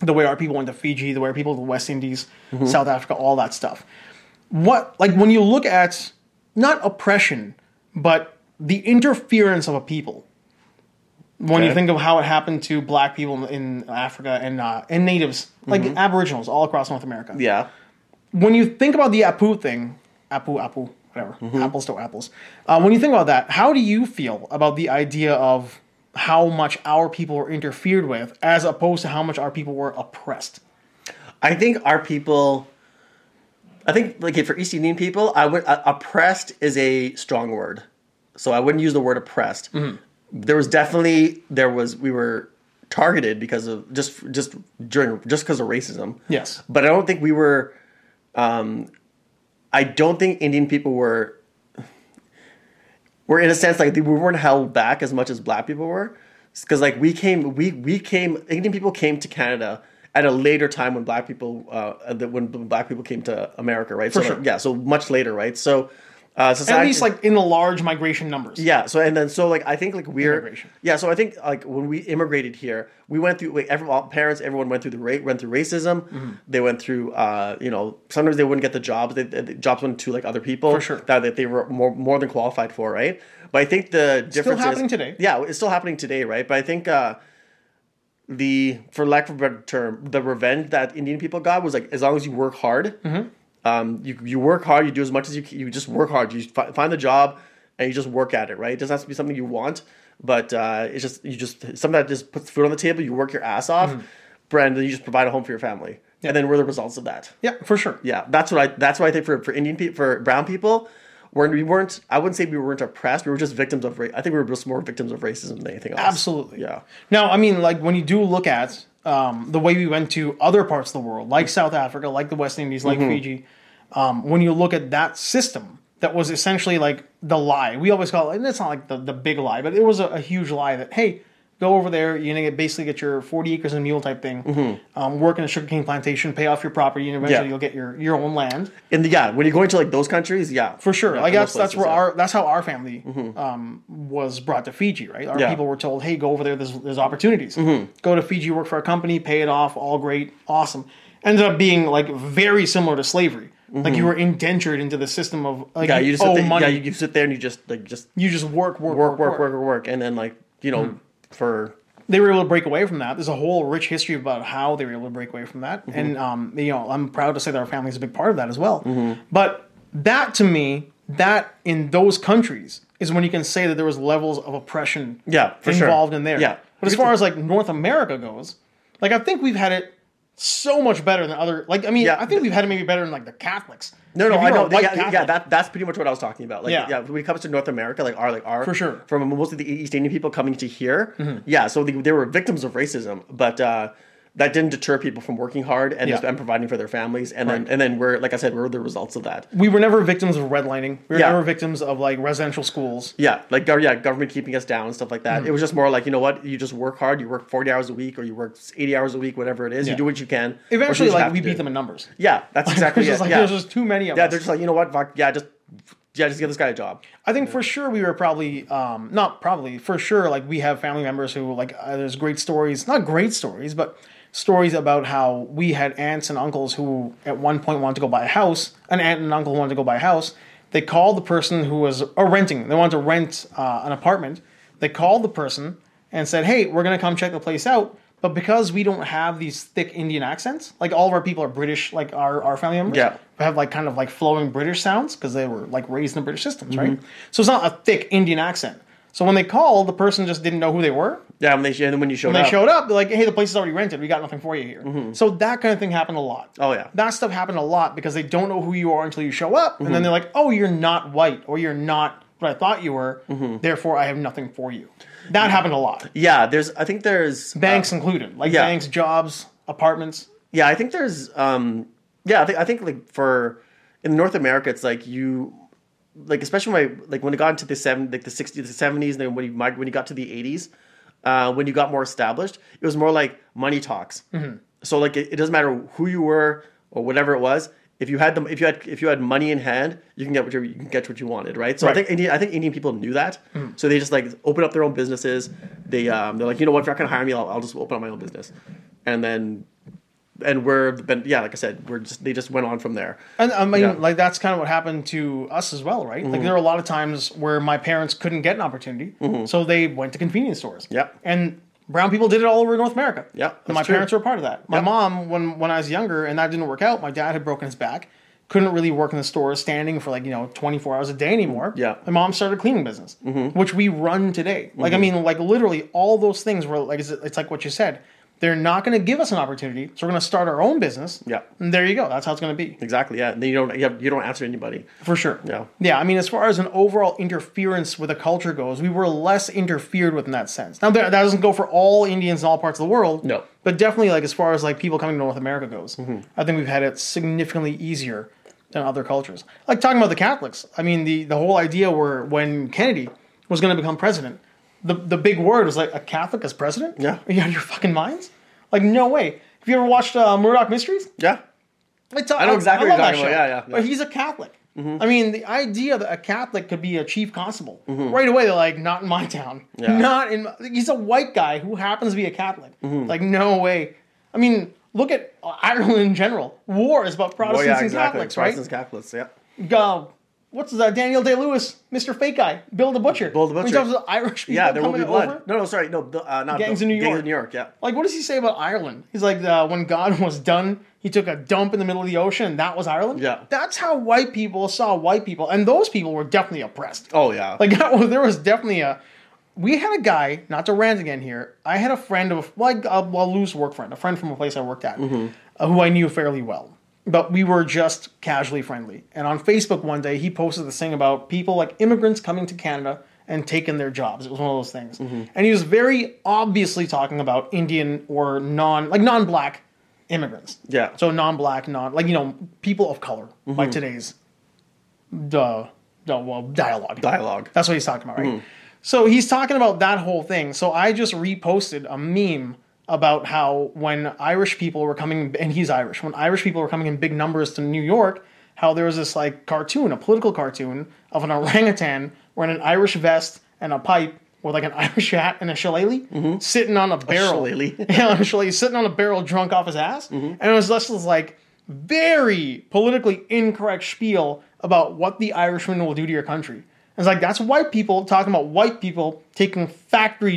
Speaker 2: the way our people went to Fiji, the way our people to the West Indies, South Africa, all that stuff. What, like when you look at not oppression, but the interference of a people, when you
Speaker 1: Okay.
Speaker 2: think of how it happened to black people in Africa and uh, and natives, like aboriginals all across North America.
Speaker 1: Mm-hmm. Yeah,
Speaker 2: When you think about the Apu thing, Apu, Apu, whatever,
Speaker 1: Mm-hmm.
Speaker 2: apples to apples. Uh, when you think about that, how do you feel about the idea of how much our people were interfered with as opposed to how much our people were oppressed?
Speaker 1: I think our people. I think like for East Indian people, I would uh, oppressed is a strong word, so I wouldn't use the word oppressed. There was definitely there was we were targeted because of just just during just because of racism.
Speaker 2: Yes.
Speaker 1: but I don't think we were. Um, I don't think Indian people were. Were in a sense like they- we weren't held back as much as black people were, because like we came, we we came. Indian people came to Canada at a later time when black people, uh, that when black people came to America, right? For so like,
Speaker 2: sure.
Speaker 1: yeah, so much later, right? So Uh, so it's
Speaker 2: At
Speaker 1: act-
Speaker 2: least like in the large migration numbers.
Speaker 1: yeah. So and then so like I think like we're
Speaker 2: Immigration.
Speaker 1: yeah. So I think like when we immigrated here, we went through like every all parents, everyone went through the rate, went through racism.
Speaker 2: Mm-hmm.
Speaker 1: They went through uh, you know sometimes they wouldn't get the jobs. They, the jobs went to like other people
Speaker 2: For sure.
Speaker 1: that, that they were more more than qualified for, right? But I think the difference is-
Speaker 2: happening today.
Speaker 1: Yeah, it's still happening today, right? But I think. uh the for lack of a better term, the revenge that Indian people got was like as long as you work hard,
Speaker 2: Mm-hmm.
Speaker 1: um, you you work hard, you do as much as you can, you just work hard, you fi- find the job, and you just work at it, right? It doesn't have to be something you want, but uh, it's just you just something that just puts food on the table, you work your ass off,
Speaker 2: Mm.
Speaker 1: and then you just provide a home for your family, and then we're the results of that.
Speaker 2: Yeah, for sure.
Speaker 1: Yeah, that's what I that's what I think for for Indian people for brown people. We're, we weren't. I wouldn't say we weren't oppressed. We were just victims of. Ra- I think we were just more victims of racism than anything else.
Speaker 2: Absolutely.
Speaker 1: Yeah.
Speaker 2: Now, I mean, like when you do look at um, the way we went to other parts of the world, like South Africa, like the West Indies, like Fiji, um, when you look at that system that was essentially like the lie, we always call it, and it's not like the, the big lie, but it was a, a huge lie that, hey, go over there, you're going to basically get your 40 acres and a mule type thing, um, work in a sugarcane plantation, pay off your property, and eventually
Speaker 1: Yeah.
Speaker 2: you'll get your, your own land.
Speaker 1: And the, yeah, when you're going to like those countries, yeah,
Speaker 2: For sure, like
Speaker 1: in
Speaker 2: that's
Speaker 1: those
Speaker 2: that's where
Speaker 1: places, Mm-hmm.
Speaker 2: our that's how our family um, was brought to Fiji, right? Our
Speaker 1: Yeah. Mm-hmm.
Speaker 2: people were told, "Hey, go over there. There's there's opportunities. Go to Fiji, work for a company, pay it off. All great, awesome." Ended up being like very similar to slavery. Like you were indentured into the system of
Speaker 1: Mm-hmm.
Speaker 2: like
Speaker 1: yeah.
Speaker 2: you,
Speaker 1: You just
Speaker 2: owe
Speaker 1: sit there,
Speaker 2: money.
Speaker 1: yeah,
Speaker 2: you,
Speaker 1: you, you sit there and you just like just
Speaker 2: just work, work, Mm-hmm.
Speaker 1: work, work, work, work, work, and then like you know for
Speaker 2: they were able to break away from that. There's a whole rich history about how they were able to break away from that,
Speaker 1: Mm-hmm.
Speaker 2: and um, you know, I'm proud to say that our family is a big part of that as well.
Speaker 1: Mm-hmm.
Speaker 2: But that, to me, that in those countries is when you can say that there was levels of oppression
Speaker 1: yeah for sure.
Speaker 2: involved in there.
Speaker 1: Yeah,
Speaker 2: But as far as like North America goes, like I think we've had it so much better than other. Like I mean,
Speaker 1: Yeah.
Speaker 2: I think we've had it maybe better than like the Catholics.
Speaker 1: no, no,
Speaker 2: If you
Speaker 1: I
Speaker 2: were a
Speaker 1: know.
Speaker 2: white
Speaker 1: Yeah, yeah,
Speaker 2: Catholic-
Speaker 1: that that's pretty much what I was talking about. Like,
Speaker 2: Yeah.
Speaker 1: yeah. when it comes to North America, like our like our
Speaker 2: For sure. Mm-hmm.
Speaker 1: from most of the East Indian people coming to here, yeah. So they, they were victims of racism, but uh, that didn't deter people from working hard and,
Speaker 2: Yeah.
Speaker 1: and providing for their families. And then and then we're like I said, we're the results of that.
Speaker 2: we were never victims of redlining. We were
Speaker 1: Yeah.
Speaker 2: never victims of like residential schools.
Speaker 1: Yeah, like gov- yeah, government keeping us down and stuff like that.
Speaker 2: Mm-hmm.
Speaker 1: It was just more like you know what, you just work hard. You work forty hours a week, or you work eighty hours a week, whatever it is.
Speaker 2: Yeah.
Speaker 1: You do what you can. or do what
Speaker 2: Eventually,
Speaker 1: you
Speaker 2: like
Speaker 1: have
Speaker 2: we
Speaker 1: to
Speaker 2: beat
Speaker 1: do.
Speaker 2: them in numbers.
Speaker 1: Yeah,
Speaker 2: <laughs>
Speaker 1: that's exactly
Speaker 2: There's
Speaker 1: it.
Speaker 2: just, like,
Speaker 1: yeah.
Speaker 2: there's just too many of
Speaker 1: yeah,
Speaker 2: us.
Speaker 1: they're just like you know what, fuck, yeah, just yeah, just give this guy a job.
Speaker 2: I think for sure we were probably um, not probably for sure like we have family members who like uh, there's great stories, not great stories, but stories about how we had aunts and uncles who at one point wanted to go buy a house. An aunt and uncle wanted to go buy a house. They called the person who was or renting. They wanted to rent uh, an apartment. They called the person and said, "Hey, we're gonna come check the place out." But because we don't have these thick Indian accents, like all of our people are British, like our, our family members,
Speaker 1: Yeah.
Speaker 2: have like kind of like flowing British sounds because they were like raised in the British systems, right?
Speaker 1: Mm-hmm.
Speaker 2: So it's not a thick Indian accent. So when they called, the person just didn't know who they were.
Speaker 1: Yeah, when they and then when you showed
Speaker 2: When
Speaker 1: up,
Speaker 2: they showed up, they're like, hey, the place is already rented. We got nothing for you here. So that kind of thing happened a lot.
Speaker 1: Oh, yeah.
Speaker 2: That stuff happened a lot because they don't know who you are until you show up. And
Speaker 1: Mm-hmm.
Speaker 2: then they're like, oh, you're not white or you're not what I thought you were. Therefore, I have nothing for you. That happened a lot.
Speaker 1: Mm-hmm. yeah, there's I think there's
Speaker 2: Banks included, like
Speaker 1: yeah.
Speaker 2: banks, jobs, apartments.
Speaker 1: yeah, I think there's um yeah, I think I think like for in North America it's like you like especially when I, like when it got into the seven like the sixties the seventies and then when you mig- when you got to the eighties, uh, when you got more established, it was more like money talks. So like it, it doesn't matter who you were or whatever it was. If you had them, if you had if you had money in hand, you can get what you, you can get what you wanted, right? So I
Speaker 2: Right.
Speaker 1: think Indian, I think Indian people knew that, so they just like opened up their own businesses. They um, they're like, you know what, if you're not gonna hire me, I'll, I'll just open up my own business, and then and we're been yeah, like I said, we're just they just went on from there.
Speaker 2: And I mean,
Speaker 1: Yeah. Mm-hmm.
Speaker 2: like that's kind of what happened to us as well, right? Like there were a lot of times where my parents couldn't get an opportunity, so they went to convenience stores.
Speaker 1: Yep.
Speaker 2: And brown people did it all over North America.
Speaker 1: Yep,
Speaker 2: And my
Speaker 1: that's true.
Speaker 2: parents were a part of that. My
Speaker 1: Yep.
Speaker 2: mom, when when I was younger, and that didn't work out. My dad had broken his back, couldn't really work in the store, standing for like you know twenty four hours a day anymore.
Speaker 1: Yeah. Mm-hmm.
Speaker 2: My mom started a cleaning business, which we run today. Like I mean, like literally all those things were like it's, it's like what you said. They're not going to give us an opportunity, so we're going to start our own business.
Speaker 1: Yeah.
Speaker 2: And there you go. That's how it's going to be.
Speaker 1: Exactly, yeah. And then you don't you, have, you don't answer anybody.
Speaker 2: For sure.
Speaker 1: Yeah.
Speaker 2: Yeah. I mean, as far as an overall interference with a culture goes, we were less interfered with in that sense. Now, that, that doesn't go for all Indians in all parts of the world.
Speaker 1: No. Mm-hmm.
Speaker 2: But definitely, like, as far as like people coming to North America goes, I think we've had it significantly easier than other cultures. Like talking about the Catholics, I mean, the, the whole idea where when Kennedy was going to become president, the, the big word was like, a Catholic as president?
Speaker 1: Yeah.
Speaker 2: Are you out of your fucking minds? Like, no way. Have you ever watched uh, Murdoch Mysteries?
Speaker 1: Yeah.
Speaker 2: I, tell,
Speaker 1: know exactly
Speaker 2: love
Speaker 1: what you're talking
Speaker 2: that
Speaker 1: about.
Speaker 2: show.
Speaker 1: Yeah, Mm-hmm. yeah, yeah.
Speaker 2: But he's a Catholic. I mean, the idea that a Catholic could be a chief constable right away, they're like, not in my town.
Speaker 1: Mm-hmm. Yeah.
Speaker 2: Not in. My, he's a white guy who happens to be a Catholic.
Speaker 1: Mm-hmm.
Speaker 2: Like, no way. I mean, look at Ireland in general. War is about Protestants and Catholics,
Speaker 1: Protestants, Catholics, yeah.
Speaker 2: right? Go. What's his, uh, Daniel Day Lewis, Mr. Fake Guy, Bill the Butcher?
Speaker 1: Bill the
Speaker 2: When he
Speaker 1: Butcher.
Speaker 2: talks about Irish people
Speaker 1: Yeah, there will be
Speaker 2: coming
Speaker 1: blood.
Speaker 2: over.
Speaker 1: No, no, sorry, no, Bill- uh, not
Speaker 2: Gangs
Speaker 1: Bill.
Speaker 2: in New
Speaker 1: Gangs
Speaker 2: York.
Speaker 1: in New York, yeah.
Speaker 2: Like, what does he say about Ireland? He's like, uh, when God <laughs> was done, he took a dump in the middle of the ocean, and that was Ireland.
Speaker 1: Yeah.
Speaker 2: that's how white people saw white people, and those people were definitely oppressed.
Speaker 1: Oh yeah,
Speaker 2: Like, <laughs> that was, there was definitely a. We had a guy, not to rant again here. I had a friend of like a, a loose work friend, a friend from a place I worked at, uh, who I knew fairly well. But we were just casually friendly. And on Facebook one day, he posted this thing about people like immigrants coming to Canada and taking their jobs. It was one of those things. And he was very obviously talking about Indian or non, like non black immigrants.
Speaker 1: Yeah.
Speaker 2: So non black, non, like, you know, people of color by today's duh, duh, well, dialogue.
Speaker 1: dialogue.
Speaker 2: That's what he's talking about, right? So he's talking about that whole thing. So I just reposted a meme about how when Irish people were coming, and he's Irish, when Irish people were coming in big numbers to New York, how there was this like cartoon, a political cartoon of an orangutan wearing an Irish vest and a pipe with like an <laughs> Irish hat and a shillelagh sitting on a barrel.
Speaker 1: shillelagh.
Speaker 2: <laughs> yeah, on a shillelagh, sitting on a barrel drunk off his ass. And it was just this like very politically incorrect spiel about what the Irishman will do to your country. It's like that's white people talking about white people taking factory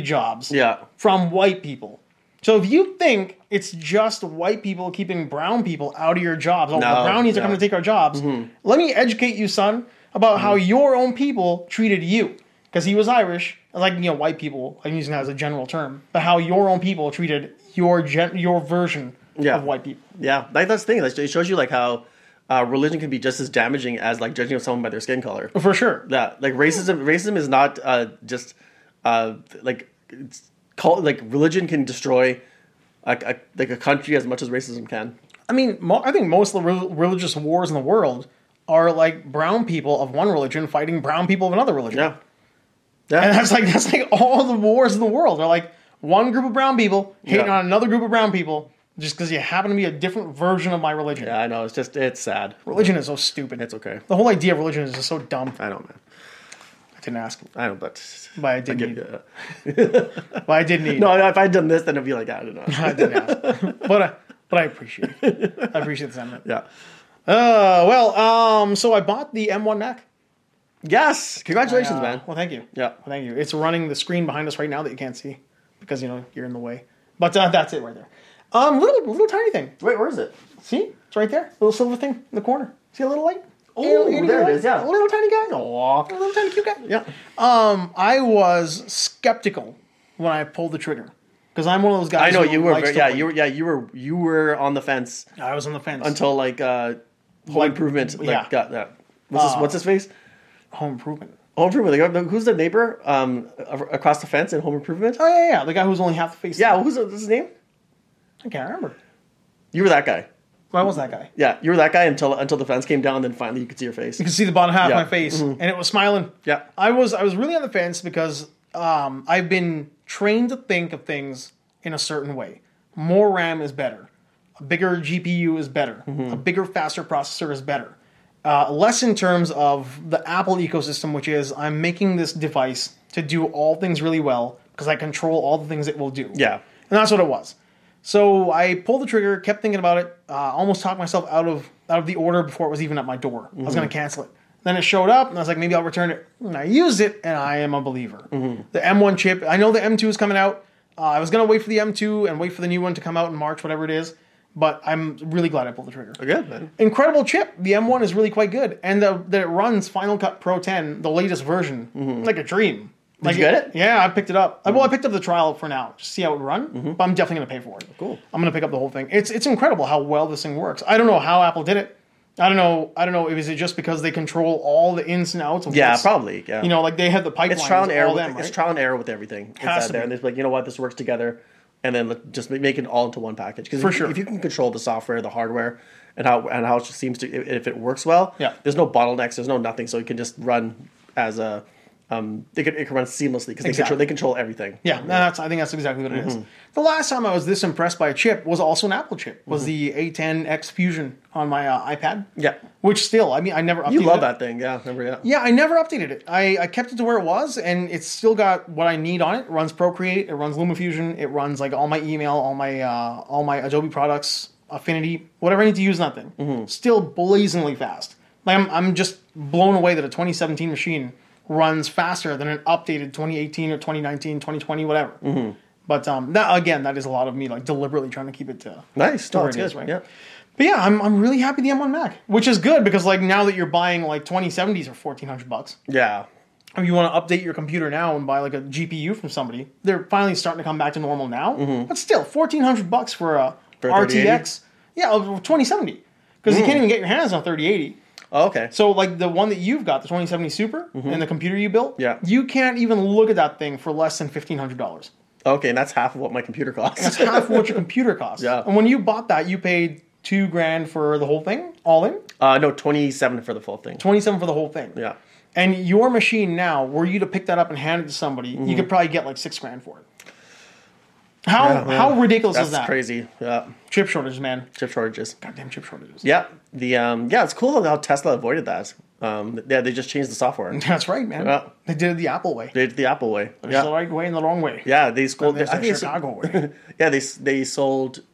Speaker 1: <laughs>
Speaker 2: jobs
Speaker 1: Yeah.
Speaker 2: from white people. So if you think it's just white people keeping brown people out of your jobs, oh, the
Speaker 1: No,
Speaker 2: brownies are
Speaker 1: no. Mm-hmm.
Speaker 2: coming to take our jobs, let me educate you, son, about how your own people treated you. Because he was Irish, and like you know, white people. I'm using that as a general term, but how your own people treated your gen- your version
Speaker 1: Yeah.
Speaker 2: of white people.
Speaker 1: Yeah, like that's the thing. Like, it shows you like how uh, religion can be just as damaging as like judging someone by their skin color.
Speaker 2: For sure.
Speaker 1: Yeah, like racism. Racism is not uh, just uh, like it's called like religion can destroy a, a, like a country as much as racism can.
Speaker 2: I mean, mo- I think most of the rel- religious wars in the world are like brown people of one religion fighting brown people of another religion.
Speaker 1: Yeah,
Speaker 2: And
Speaker 1: yeah,
Speaker 2: that's like <laughs> that's like all the wars in the world are like one group of brown people hating
Speaker 1: Yeah.
Speaker 2: on another group of brown people just because you happen to be a different version of my religion.
Speaker 1: yeah. I know. It's just it's sad.
Speaker 2: Religion is so stupid.
Speaker 1: It's okay.
Speaker 2: the whole idea of religion is just so dumb.
Speaker 1: I know, man.
Speaker 2: I didn't ask,
Speaker 1: I know, but
Speaker 2: but I did
Speaker 1: yeah,
Speaker 2: need.
Speaker 1: yeah.
Speaker 2: But I did need.
Speaker 1: <laughs> no, no, if I'd done this, then it'd be like I don't know.
Speaker 2: <laughs> I didn't ask. but I, but I appreciate. It. I appreciate the sentiment.
Speaker 1: <laughs> Yeah.
Speaker 2: Uh, well, um, so I bought the M1 Mac.
Speaker 1: Yes. Congratulations,
Speaker 2: Uh,
Speaker 1: man.
Speaker 2: Well, thank you.
Speaker 1: Yeah.
Speaker 2: Well, thank you. It's running the screen behind us right now that you can't see because you know you're in the way. But uh, that's it right there. Um, little little tiny thing.
Speaker 1: Wait, where is it?
Speaker 2: See, it's right there. Little silver thing in the corner. See a little light?
Speaker 1: Oh,
Speaker 2: Any little- any
Speaker 1: there it
Speaker 2: light?
Speaker 1: is, yeah.
Speaker 2: A little tiny guy. Aww. A little tiny cute guy.
Speaker 1: Yeah.
Speaker 2: Um, I was skeptical when I pulled the trigger because I'm one of those guys.
Speaker 1: I know
Speaker 2: who
Speaker 1: you were.
Speaker 2: likes
Speaker 1: Very,
Speaker 2: to
Speaker 1: yeah,
Speaker 2: wait.
Speaker 1: you were. Yeah, you were. You were on the fence
Speaker 2: I was on the fence.
Speaker 1: until like uh, Home
Speaker 2: Like,
Speaker 1: Improvement. Like, Uh.
Speaker 2: yeah.
Speaker 1: Got that. What's his, what's his face?
Speaker 2: Home Improvement.
Speaker 1: Home Improvement. Like, uh, who's the neighbor um, a- across the fence in Home Improvement?
Speaker 2: Oh yeah, yeah, yeah, the guy who's only half the face.
Speaker 1: Yeah, who's his name?
Speaker 2: I can't remember.
Speaker 1: You were that guy.
Speaker 2: Why was that guy?
Speaker 1: Yeah, you were that guy until until the fence came down. Then finally, you could see your face.
Speaker 2: You could see the bottom half
Speaker 1: Yeah. Mm-hmm.
Speaker 2: of my face, and it was smiling.
Speaker 1: Yeah.
Speaker 2: I was I was really on the fence because um, I've been trained to think of things in a certain way. More RAM is better. A bigger GPU is better.
Speaker 1: Mm-hmm.
Speaker 2: A bigger, faster processor is better. Uh, less in terms of the Apple ecosystem, which is I'm making this device to do all things really well because I control all the things it will do.
Speaker 1: Yeah.
Speaker 2: And that's what it was. So I pulled the trigger, kept thinking about it, uh, almost talked myself out of out of the order before it was even at my door. I was going to cancel it. Then it showed up, and I was like, maybe I'll return it. And I used it, and I am a believer. The M1 chip, I know the M2 is coming out. Uh, I was going to wait for the M2 and wait for the new one to come out in March, whatever it is. But I'm really glad I pulled the trigger
Speaker 1: Good man.
Speaker 2: incredible chip. The M1 is really quite good, and the, that it runs Final Cut Pro 10, the latest version, like a dream. Did like,
Speaker 1: Mm-hmm. you get it? Mm-hmm.
Speaker 2: Yeah, I picked it up. I Well, I picked up the trial for now to see how it would run, but I'm definitely gonna pay for it.
Speaker 1: Cool.
Speaker 2: I'm gonna pick up the whole thing. It's it's incredible how well this thing works. I don't know how Apple did it. I don't know. I don't know. Is it just because they control all the ins and outs? Of
Speaker 1: Yeah,
Speaker 2: what's-
Speaker 1: probably. Yeah.
Speaker 2: You know, like they had the pipeline.
Speaker 1: it's trial and error.
Speaker 2: All
Speaker 1: With,
Speaker 2: them,
Speaker 1: It's
Speaker 2: right?
Speaker 1: trial and error with everything. It's
Speaker 2: Has
Speaker 1: out
Speaker 2: to
Speaker 1: there,
Speaker 2: be.
Speaker 1: and it's like you know what, this works together, and then let- just ma- make it all into one package. Because
Speaker 2: For
Speaker 1: if,
Speaker 2: sure.
Speaker 1: if you can control the software, the hardware, and how and how it seems to, if if it works well,
Speaker 2: Yeah.
Speaker 1: there's no bottlenecks, there's no nothing, so you can just run as a um, they could, it can run seamlessly because they
Speaker 2: Exactly.
Speaker 1: control they control everything.
Speaker 2: Yeah, no, that's. I think that's exactly what
Speaker 1: Mm-hmm.
Speaker 2: it is. The last time I was this impressed by a chip was also an Apple chip. Was
Speaker 1: Mm-hmm.
Speaker 2: the A10X Fusion on my uh, iPad?
Speaker 1: Yeah.
Speaker 2: Which still, I mean, I never. Updated
Speaker 1: You love
Speaker 2: it.
Speaker 1: that thing, yeah. Remember, yeah.
Speaker 2: Yeah, I never updated it. I, I kept it to where it was, and it's still got what I need on it. It runs Procreate, it runs LumaFusion, it runs like all my email, all my uh, all my Adobe products, Affinity, whatever I need to use. Nothing.
Speaker 1: Mm-hmm.
Speaker 2: Still blazingly fast. Like I'm, I'm just blown away that a 2017 machine runs faster than an updated 2018 or 2019, 2020, whatever.
Speaker 1: Mm-hmm.
Speaker 2: But um, that again, that is a lot of me like deliberately trying to keep it to
Speaker 1: Nice. No,
Speaker 2: where
Speaker 1: it's
Speaker 2: it
Speaker 1: good.
Speaker 2: is, right?
Speaker 1: Yeah.
Speaker 2: But yeah, I'm, I'm really happy the M1 Mac, which is good because like now that you're buying like 2070s for 1400 bucks,
Speaker 1: Yeah.
Speaker 2: if you want to update your computer now and buy like a GPU from somebody, they're finally starting to come back to normal now. But still, 1400 bucks for a
Speaker 1: Mm-hmm. For a Mm. 3080?
Speaker 2: RTX, yeah, of 2070 because you can't even get your hands on 3080.
Speaker 1: Oh, okay.
Speaker 2: So like the one that you've got, the 2070 Super, and the computer you built,
Speaker 1: Mm-hmm. Yeah.
Speaker 2: you can't even look at that thing for less than $1500.
Speaker 1: Okay, and that's half of what my computer costs.
Speaker 2: That's <laughs> half of what your computer
Speaker 1: <laughs>
Speaker 2: costs.
Speaker 1: Yeah.
Speaker 2: And when you bought that, you paid two grand for the whole thing, all in.
Speaker 1: uh, no, twenty seven for the full thing.
Speaker 2: 27 for the whole thing.
Speaker 1: Yeah.
Speaker 2: And your machine now, were you to pick that up and hand it to somebody,
Speaker 1: Mm-hmm.
Speaker 2: you could probably get like six grand for it. How
Speaker 1: man.
Speaker 2: how ridiculous
Speaker 1: That's
Speaker 2: is that?
Speaker 1: crazy. Yeah.
Speaker 2: Chip shortages, man.
Speaker 1: Chip shortages.
Speaker 2: Goddamn chip shortages.
Speaker 1: Yeah. The um yeah, it's cool how- how Tesla avoided that. Um yeah, they just changed the
Speaker 2: <laughs>
Speaker 1: software.
Speaker 2: That's right, man.
Speaker 1: Yeah.
Speaker 2: They did it the Apple way.
Speaker 1: They did the Apple way.
Speaker 2: There's
Speaker 1: Yeah.
Speaker 2: the right way and the wrong way.
Speaker 1: yeah, they sold.
Speaker 2: There's
Speaker 1: I
Speaker 2: the
Speaker 1: think
Speaker 2: Chicago
Speaker 1: it's,
Speaker 2: way.
Speaker 1: yeah, they s- they sold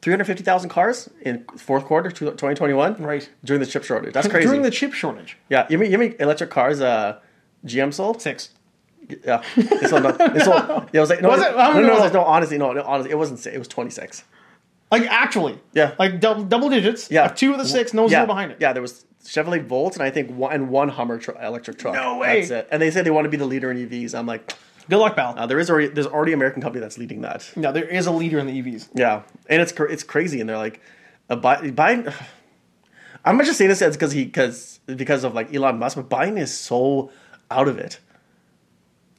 Speaker 1: three hundred fifty thousand cars in fourth quarter twenty twenty one.
Speaker 2: Right.
Speaker 1: during the chip shortage. <laughs> That's crazy.
Speaker 2: <laughs> During the chip shortage.
Speaker 1: yeah, you mean you mean electric cars? Uh, GM sold.
Speaker 2: Six.
Speaker 1: Yeah, they
Speaker 2: <laughs>
Speaker 1: sold. no- They sold. Yeah, it was like no,
Speaker 2: Was it? How
Speaker 1: no,
Speaker 2: many
Speaker 1: no,
Speaker 2: was
Speaker 1: no,
Speaker 2: it?
Speaker 1: no, Honestly, no, no, honestly, it wasn't. six, It was twenty six.
Speaker 2: Like actually.
Speaker 1: Yeah.
Speaker 2: Like double double digits.
Speaker 1: Yeah,
Speaker 2: Two of the six, no
Speaker 1: yeah.
Speaker 2: zero behind it.
Speaker 1: Yeah, there was Chevrolet Volt and I think one and one Hummer tr- electric truck.
Speaker 2: No way.
Speaker 1: That's it. And they said they want to be the leader in EVs. I'm like,
Speaker 2: Good luck, pal.
Speaker 1: uh, there is already there's already an American company that's leading that.
Speaker 2: no, there is a leader in the E EVs.
Speaker 1: Yeah, and it's cr- it's crazy, and they're like, uh, buy, buying. <sighs> I'm not just saying this as because he because because of like Elon Musk, but Biden is so out of it.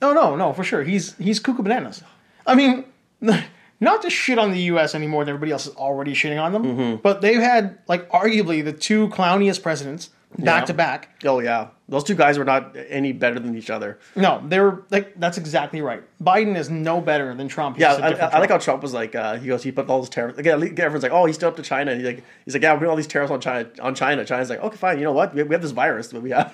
Speaker 2: No, no, no, for sure. He's he's cuckoo bananas. I mean, <laughs> not to shit on the U.S. anymore than everybody else is already shitting on them,
Speaker 1: Mm-hmm.
Speaker 2: but they've had like arguably the two clowniest presidents back to back.
Speaker 1: Oh yeah, those two guys were not any better than each other.
Speaker 2: No, they were like that's exactly right. Biden is no better than Trump. He's
Speaker 1: Yeah,
Speaker 2: just a
Speaker 1: I, I,
Speaker 2: different
Speaker 1: I like
Speaker 2: Trump.
Speaker 1: how Trump was like uh, he goes he put all those tariffs. Again, everyone's like, oh, he's still up to China. And he's like he's like yeah, we're putting all these tariffs on China. On China, China's like okay, fine. You know what? We, we have this virus that we have.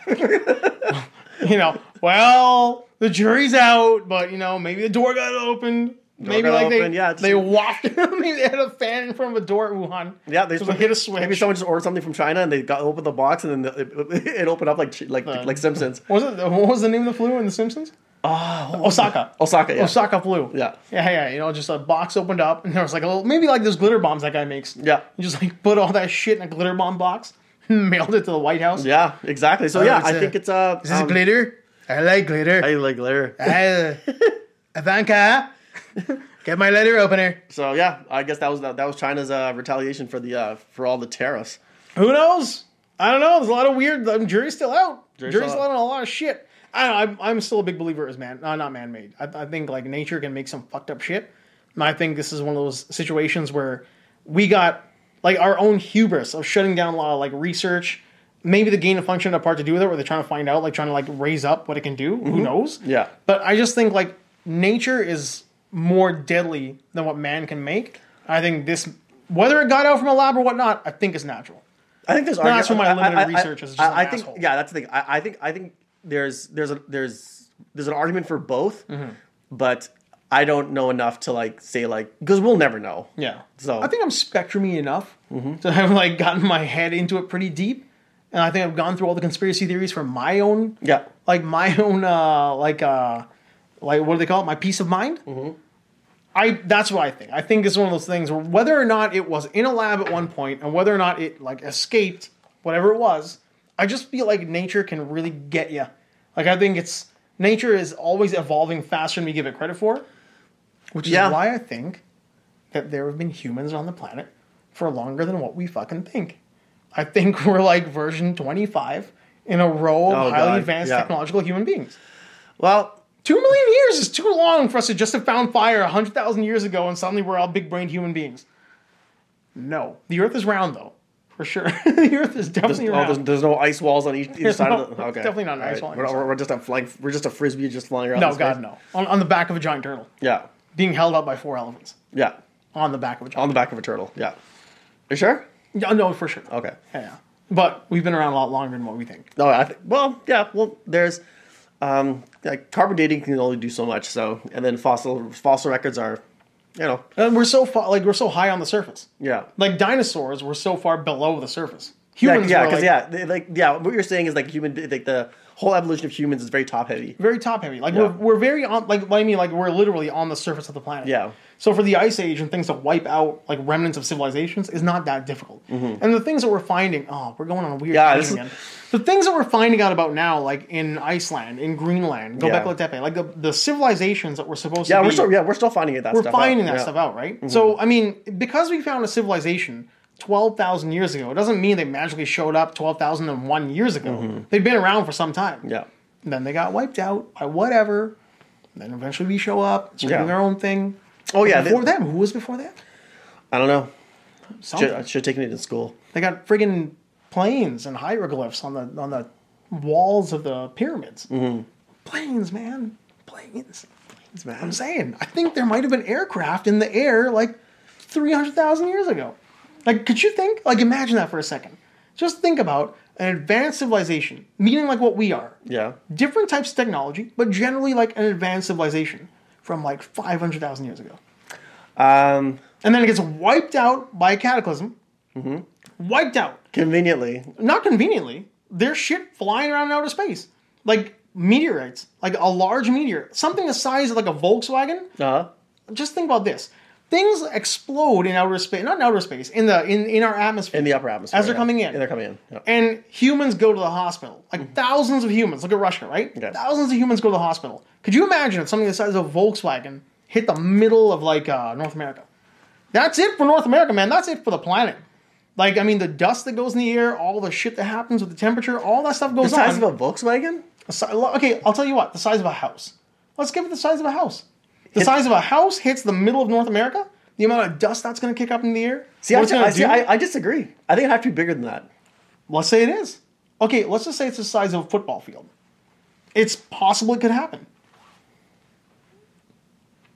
Speaker 1: <laughs>
Speaker 2: you know. Well, the jury's out, but you know maybe the door got opened. Maybe
Speaker 1: got
Speaker 2: like
Speaker 1: opened,
Speaker 2: they
Speaker 1: yeah, it's-
Speaker 2: they <laughs> wafted. maybe they had a fan in front of a door at Wuhan.
Speaker 1: yeah, they
Speaker 2: just
Speaker 1: put-
Speaker 2: hit a switch.
Speaker 1: Maybe someone just ordered something from China and they got opened the box and then the, it, it opened up like like like Simpsons.
Speaker 2: was it what was the name of the flu in The Simpsons?
Speaker 1: Ah,
Speaker 2: Oh, Osaka.
Speaker 1: Osaka, yeah.
Speaker 2: Osaka flu.
Speaker 1: Yeah.
Speaker 2: Yeah, yeah. You know, just a box opened up, and there was like a little, maybe like those glitter bombs that guy makes.
Speaker 1: Yeah.
Speaker 2: You just like put all that shit in a glitter bomb box, <laughs> mailed it to the White House.
Speaker 1: Yeah, exactly. So yeah,
Speaker 2: it's
Speaker 1: I
Speaker 2: a-
Speaker 1: think it's uh,
Speaker 2: Is this
Speaker 1: um,
Speaker 2: glitter? I like glitter.
Speaker 1: I like glitter.
Speaker 2: I, uh, Ivanka, get my letter opener.
Speaker 1: <laughs> So yeah, I guess that was that was China's uh, retaliation for the uh, for all the tariffs.
Speaker 2: Who knows? I don't know. There's a lot of weird. The jury's still out.
Speaker 1: Jury's
Speaker 2: Jury's,
Speaker 1: still
Speaker 2: still out on a lot of shit. I don't know. I'm, I'm still a big believer is man, uh, not man made. I, I think like nature can make some fucked up shit. And I think this is one of those situations where we got like our own hubris of shutting down a lot of like research. Maybe the gain of function had a part to do with it, where they're trying to find out, like trying to like raise up what it can do. Who knows?
Speaker 1: Yeah.
Speaker 2: But I just think like nature is more deadly than what man can make. I think this, whether it got out from a lab or whatnot, I think is natural.
Speaker 1: I think there's
Speaker 2: that's what my
Speaker 1: I- I-
Speaker 2: limited
Speaker 1: I- I-
Speaker 2: research is, just
Speaker 1: I, I
Speaker 2: an
Speaker 1: think
Speaker 2: asshole.
Speaker 1: yeah, that's the thing. I, I think I think there's there's a there's there's an argument for both,
Speaker 2: Mm-hmm.
Speaker 1: but I don't know enough to like say like because we'll never know.
Speaker 2: Yeah.
Speaker 1: So-
Speaker 2: I think I'm spectrumy enough to <laughs> have like gotten my head into it pretty deep, and I think I've gone through all the conspiracy theories for my own,
Speaker 1: Yeah.
Speaker 2: like my <laughs> own, uh, like uh, like what do they call it? My peace of mind. I that's what I think. I think it's one of those things where whether or not it was in a lab at one point and whether or not it like escaped whatever it was, I just feel like nature can really get you. Like I think it's nature is always evolving faster than we give it credit for, which is
Speaker 1: Yeah.
Speaker 2: why I think that there have been humans on the planet for longer than what we fucking think. I think <laughs> we're like version 25 in a row of
Speaker 1: Oh,
Speaker 2: highly
Speaker 1: God.
Speaker 2: advanced
Speaker 1: Yeah.
Speaker 2: technological human beings.
Speaker 1: Well,
Speaker 2: Two million years is too long for us to just have found fire a hundred thousand years ago, and suddenly we're all big-brained human beings. No, the Earth is round, though. for sure. <laughs> the Earth is
Speaker 1: There's,
Speaker 2: definitely
Speaker 1: oh,
Speaker 2: around.
Speaker 1: there's, there's no ice walls on each, either side
Speaker 2: <laughs> no-
Speaker 1: of the.
Speaker 2: it's
Speaker 1: Okay.
Speaker 2: definitely not an
Speaker 1: All
Speaker 2: ice wall on
Speaker 1: We're,
Speaker 2: each
Speaker 1: not- we're just a flying. We're just a frisbee just flying around.
Speaker 2: no,
Speaker 1: in
Speaker 2: God,
Speaker 1: space.
Speaker 2: no. On, on the back of a giant turtle,
Speaker 1: Yeah,
Speaker 2: being held up by four elephants
Speaker 1: yeah.
Speaker 2: on the back of a giant.
Speaker 1: On the back of a turtle. Yeah. You sure?
Speaker 2: Yeah, no, for sure.
Speaker 1: Um, Okay.
Speaker 2: Yeah, yeah. But we've been around a lot longer than what we think.
Speaker 1: No, I think. Well, yeah. Well, there's um, like carbon dating can only do so much. So, and then fossil fossil records are, you know,
Speaker 2: And we're so far, like we're so high on the surface.
Speaker 1: yeah.
Speaker 2: Like dinosaurs were so far below the surface.
Speaker 1: Yeah,
Speaker 2: Humans,
Speaker 1: yeah,
Speaker 2: were,
Speaker 1: because
Speaker 2: like,
Speaker 1: yeah, they- like yeah, what you're saying is like human, like the whole evolution of humans is very top heavy.
Speaker 2: very top heavy. Like
Speaker 1: Yeah.
Speaker 2: we're, we're very on like what I mean like we're literally on the surface of the planet.
Speaker 1: Yeah.
Speaker 2: So for the ice age and things to wipe out like remnants of civilizations is not that difficult. And the things that we're finding, oh, we're going on a
Speaker 1: Mm-hmm.
Speaker 2: weird
Speaker 1: Yeah,
Speaker 2: tangent
Speaker 1: this is-
Speaker 2: again. The things that we're finding out about now, like in Iceland, in Greenland,
Speaker 1: Yeah.
Speaker 2: Göbekli Tepe, like the, the civilizations that we're supposed
Speaker 1: Yeah,
Speaker 2: to be,
Speaker 1: we're still yeah, we're still finding that
Speaker 2: we're
Speaker 1: stuff.
Speaker 2: finding
Speaker 1: out. yeah.
Speaker 2: that
Speaker 1: Mm-hmm.
Speaker 2: stuff out, right? So I mean, because we found a civilization twelve thousand years ago, it doesn't mean they magically showed up twelve thousand and one years ago. They've been around for some time.
Speaker 1: Mm-hmm. Yeah,
Speaker 2: Then they got wiped out by whatever. Then eventually we show up, start
Speaker 1: Yeah.
Speaker 2: doing our own thing.
Speaker 1: Oh, yeah,
Speaker 2: Before
Speaker 1: they-
Speaker 2: them, who was before that?
Speaker 1: I don't know.
Speaker 2: Something.
Speaker 1: Should, I should have taken it in school.
Speaker 2: They got friggin' planes and hieroglyphs on the on the walls of the pyramids. Planes, man, planes.
Speaker 1: It's mad.
Speaker 2: I'm saying, I think there might have been aircraft in the air like 300,000 years ago. Like, could you think? Like, imagine that for a second. Just think about an advanced civilization, meaning like what we are.
Speaker 1: Yeah,
Speaker 2: different types of technology, but generally like an advanced civilization from like 500,000 years ago.
Speaker 1: um,
Speaker 2: And then it gets wiped out by a cataclysm. Wiped out.
Speaker 1: conveniently,
Speaker 2: Not conveniently. There's shit flying around in outer space. Like meteorites. Like a large meteor. Something the size of like a Volkswagen.
Speaker 1: uh,
Speaker 2: Just think about this. Things explode in outer space. Not in outer space. In the in, in our atmosphere.
Speaker 1: in the upper atmosphere
Speaker 2: As they're
Speaker 1: yeah.
Speaker 2: coming in.
Speaker 1: And they're coming in. Yeah.
Speaker 2: and humans go to the hospital. Like
Speaker 1: Mm-hmm.
Speaker 2: thousands of humans. Look at Russia, right?
Speaker 1: Yeah.
Speaker 2: Thousands of humans go to the hospital. Could you imagine if something the size of a Volkswagen hit the middle of like uh, North America? That's it for North America, man. That's it for the planet. Like, I mean, the dust that goes in the air, all the shit that happens with the temperature, all that stuff
Speaker 1: The
Speaker 2: goes
Speaker 1: size
Speaker 2: on.
Speaker 1: of a Volkswagen?
Speaker 2: A si- lo- okay, I'll tell you what. The size of a house. Let's give it the size of a house. The size of a house hits the middle of North America. The amount of dust that's going to kick up in the air.
Speaker 1: See,
Speaker 2: what
Speaker 1: I,
Speaker 2: it's gonna
Speaker 1: I, see
Speaker 2: do-
Speaker 1: I, I disagree. I think it'd have to be bigger than that.
Speaker 2: Let's say it is. Okay, let's just say it's the size of a football field. It's possible it could happen.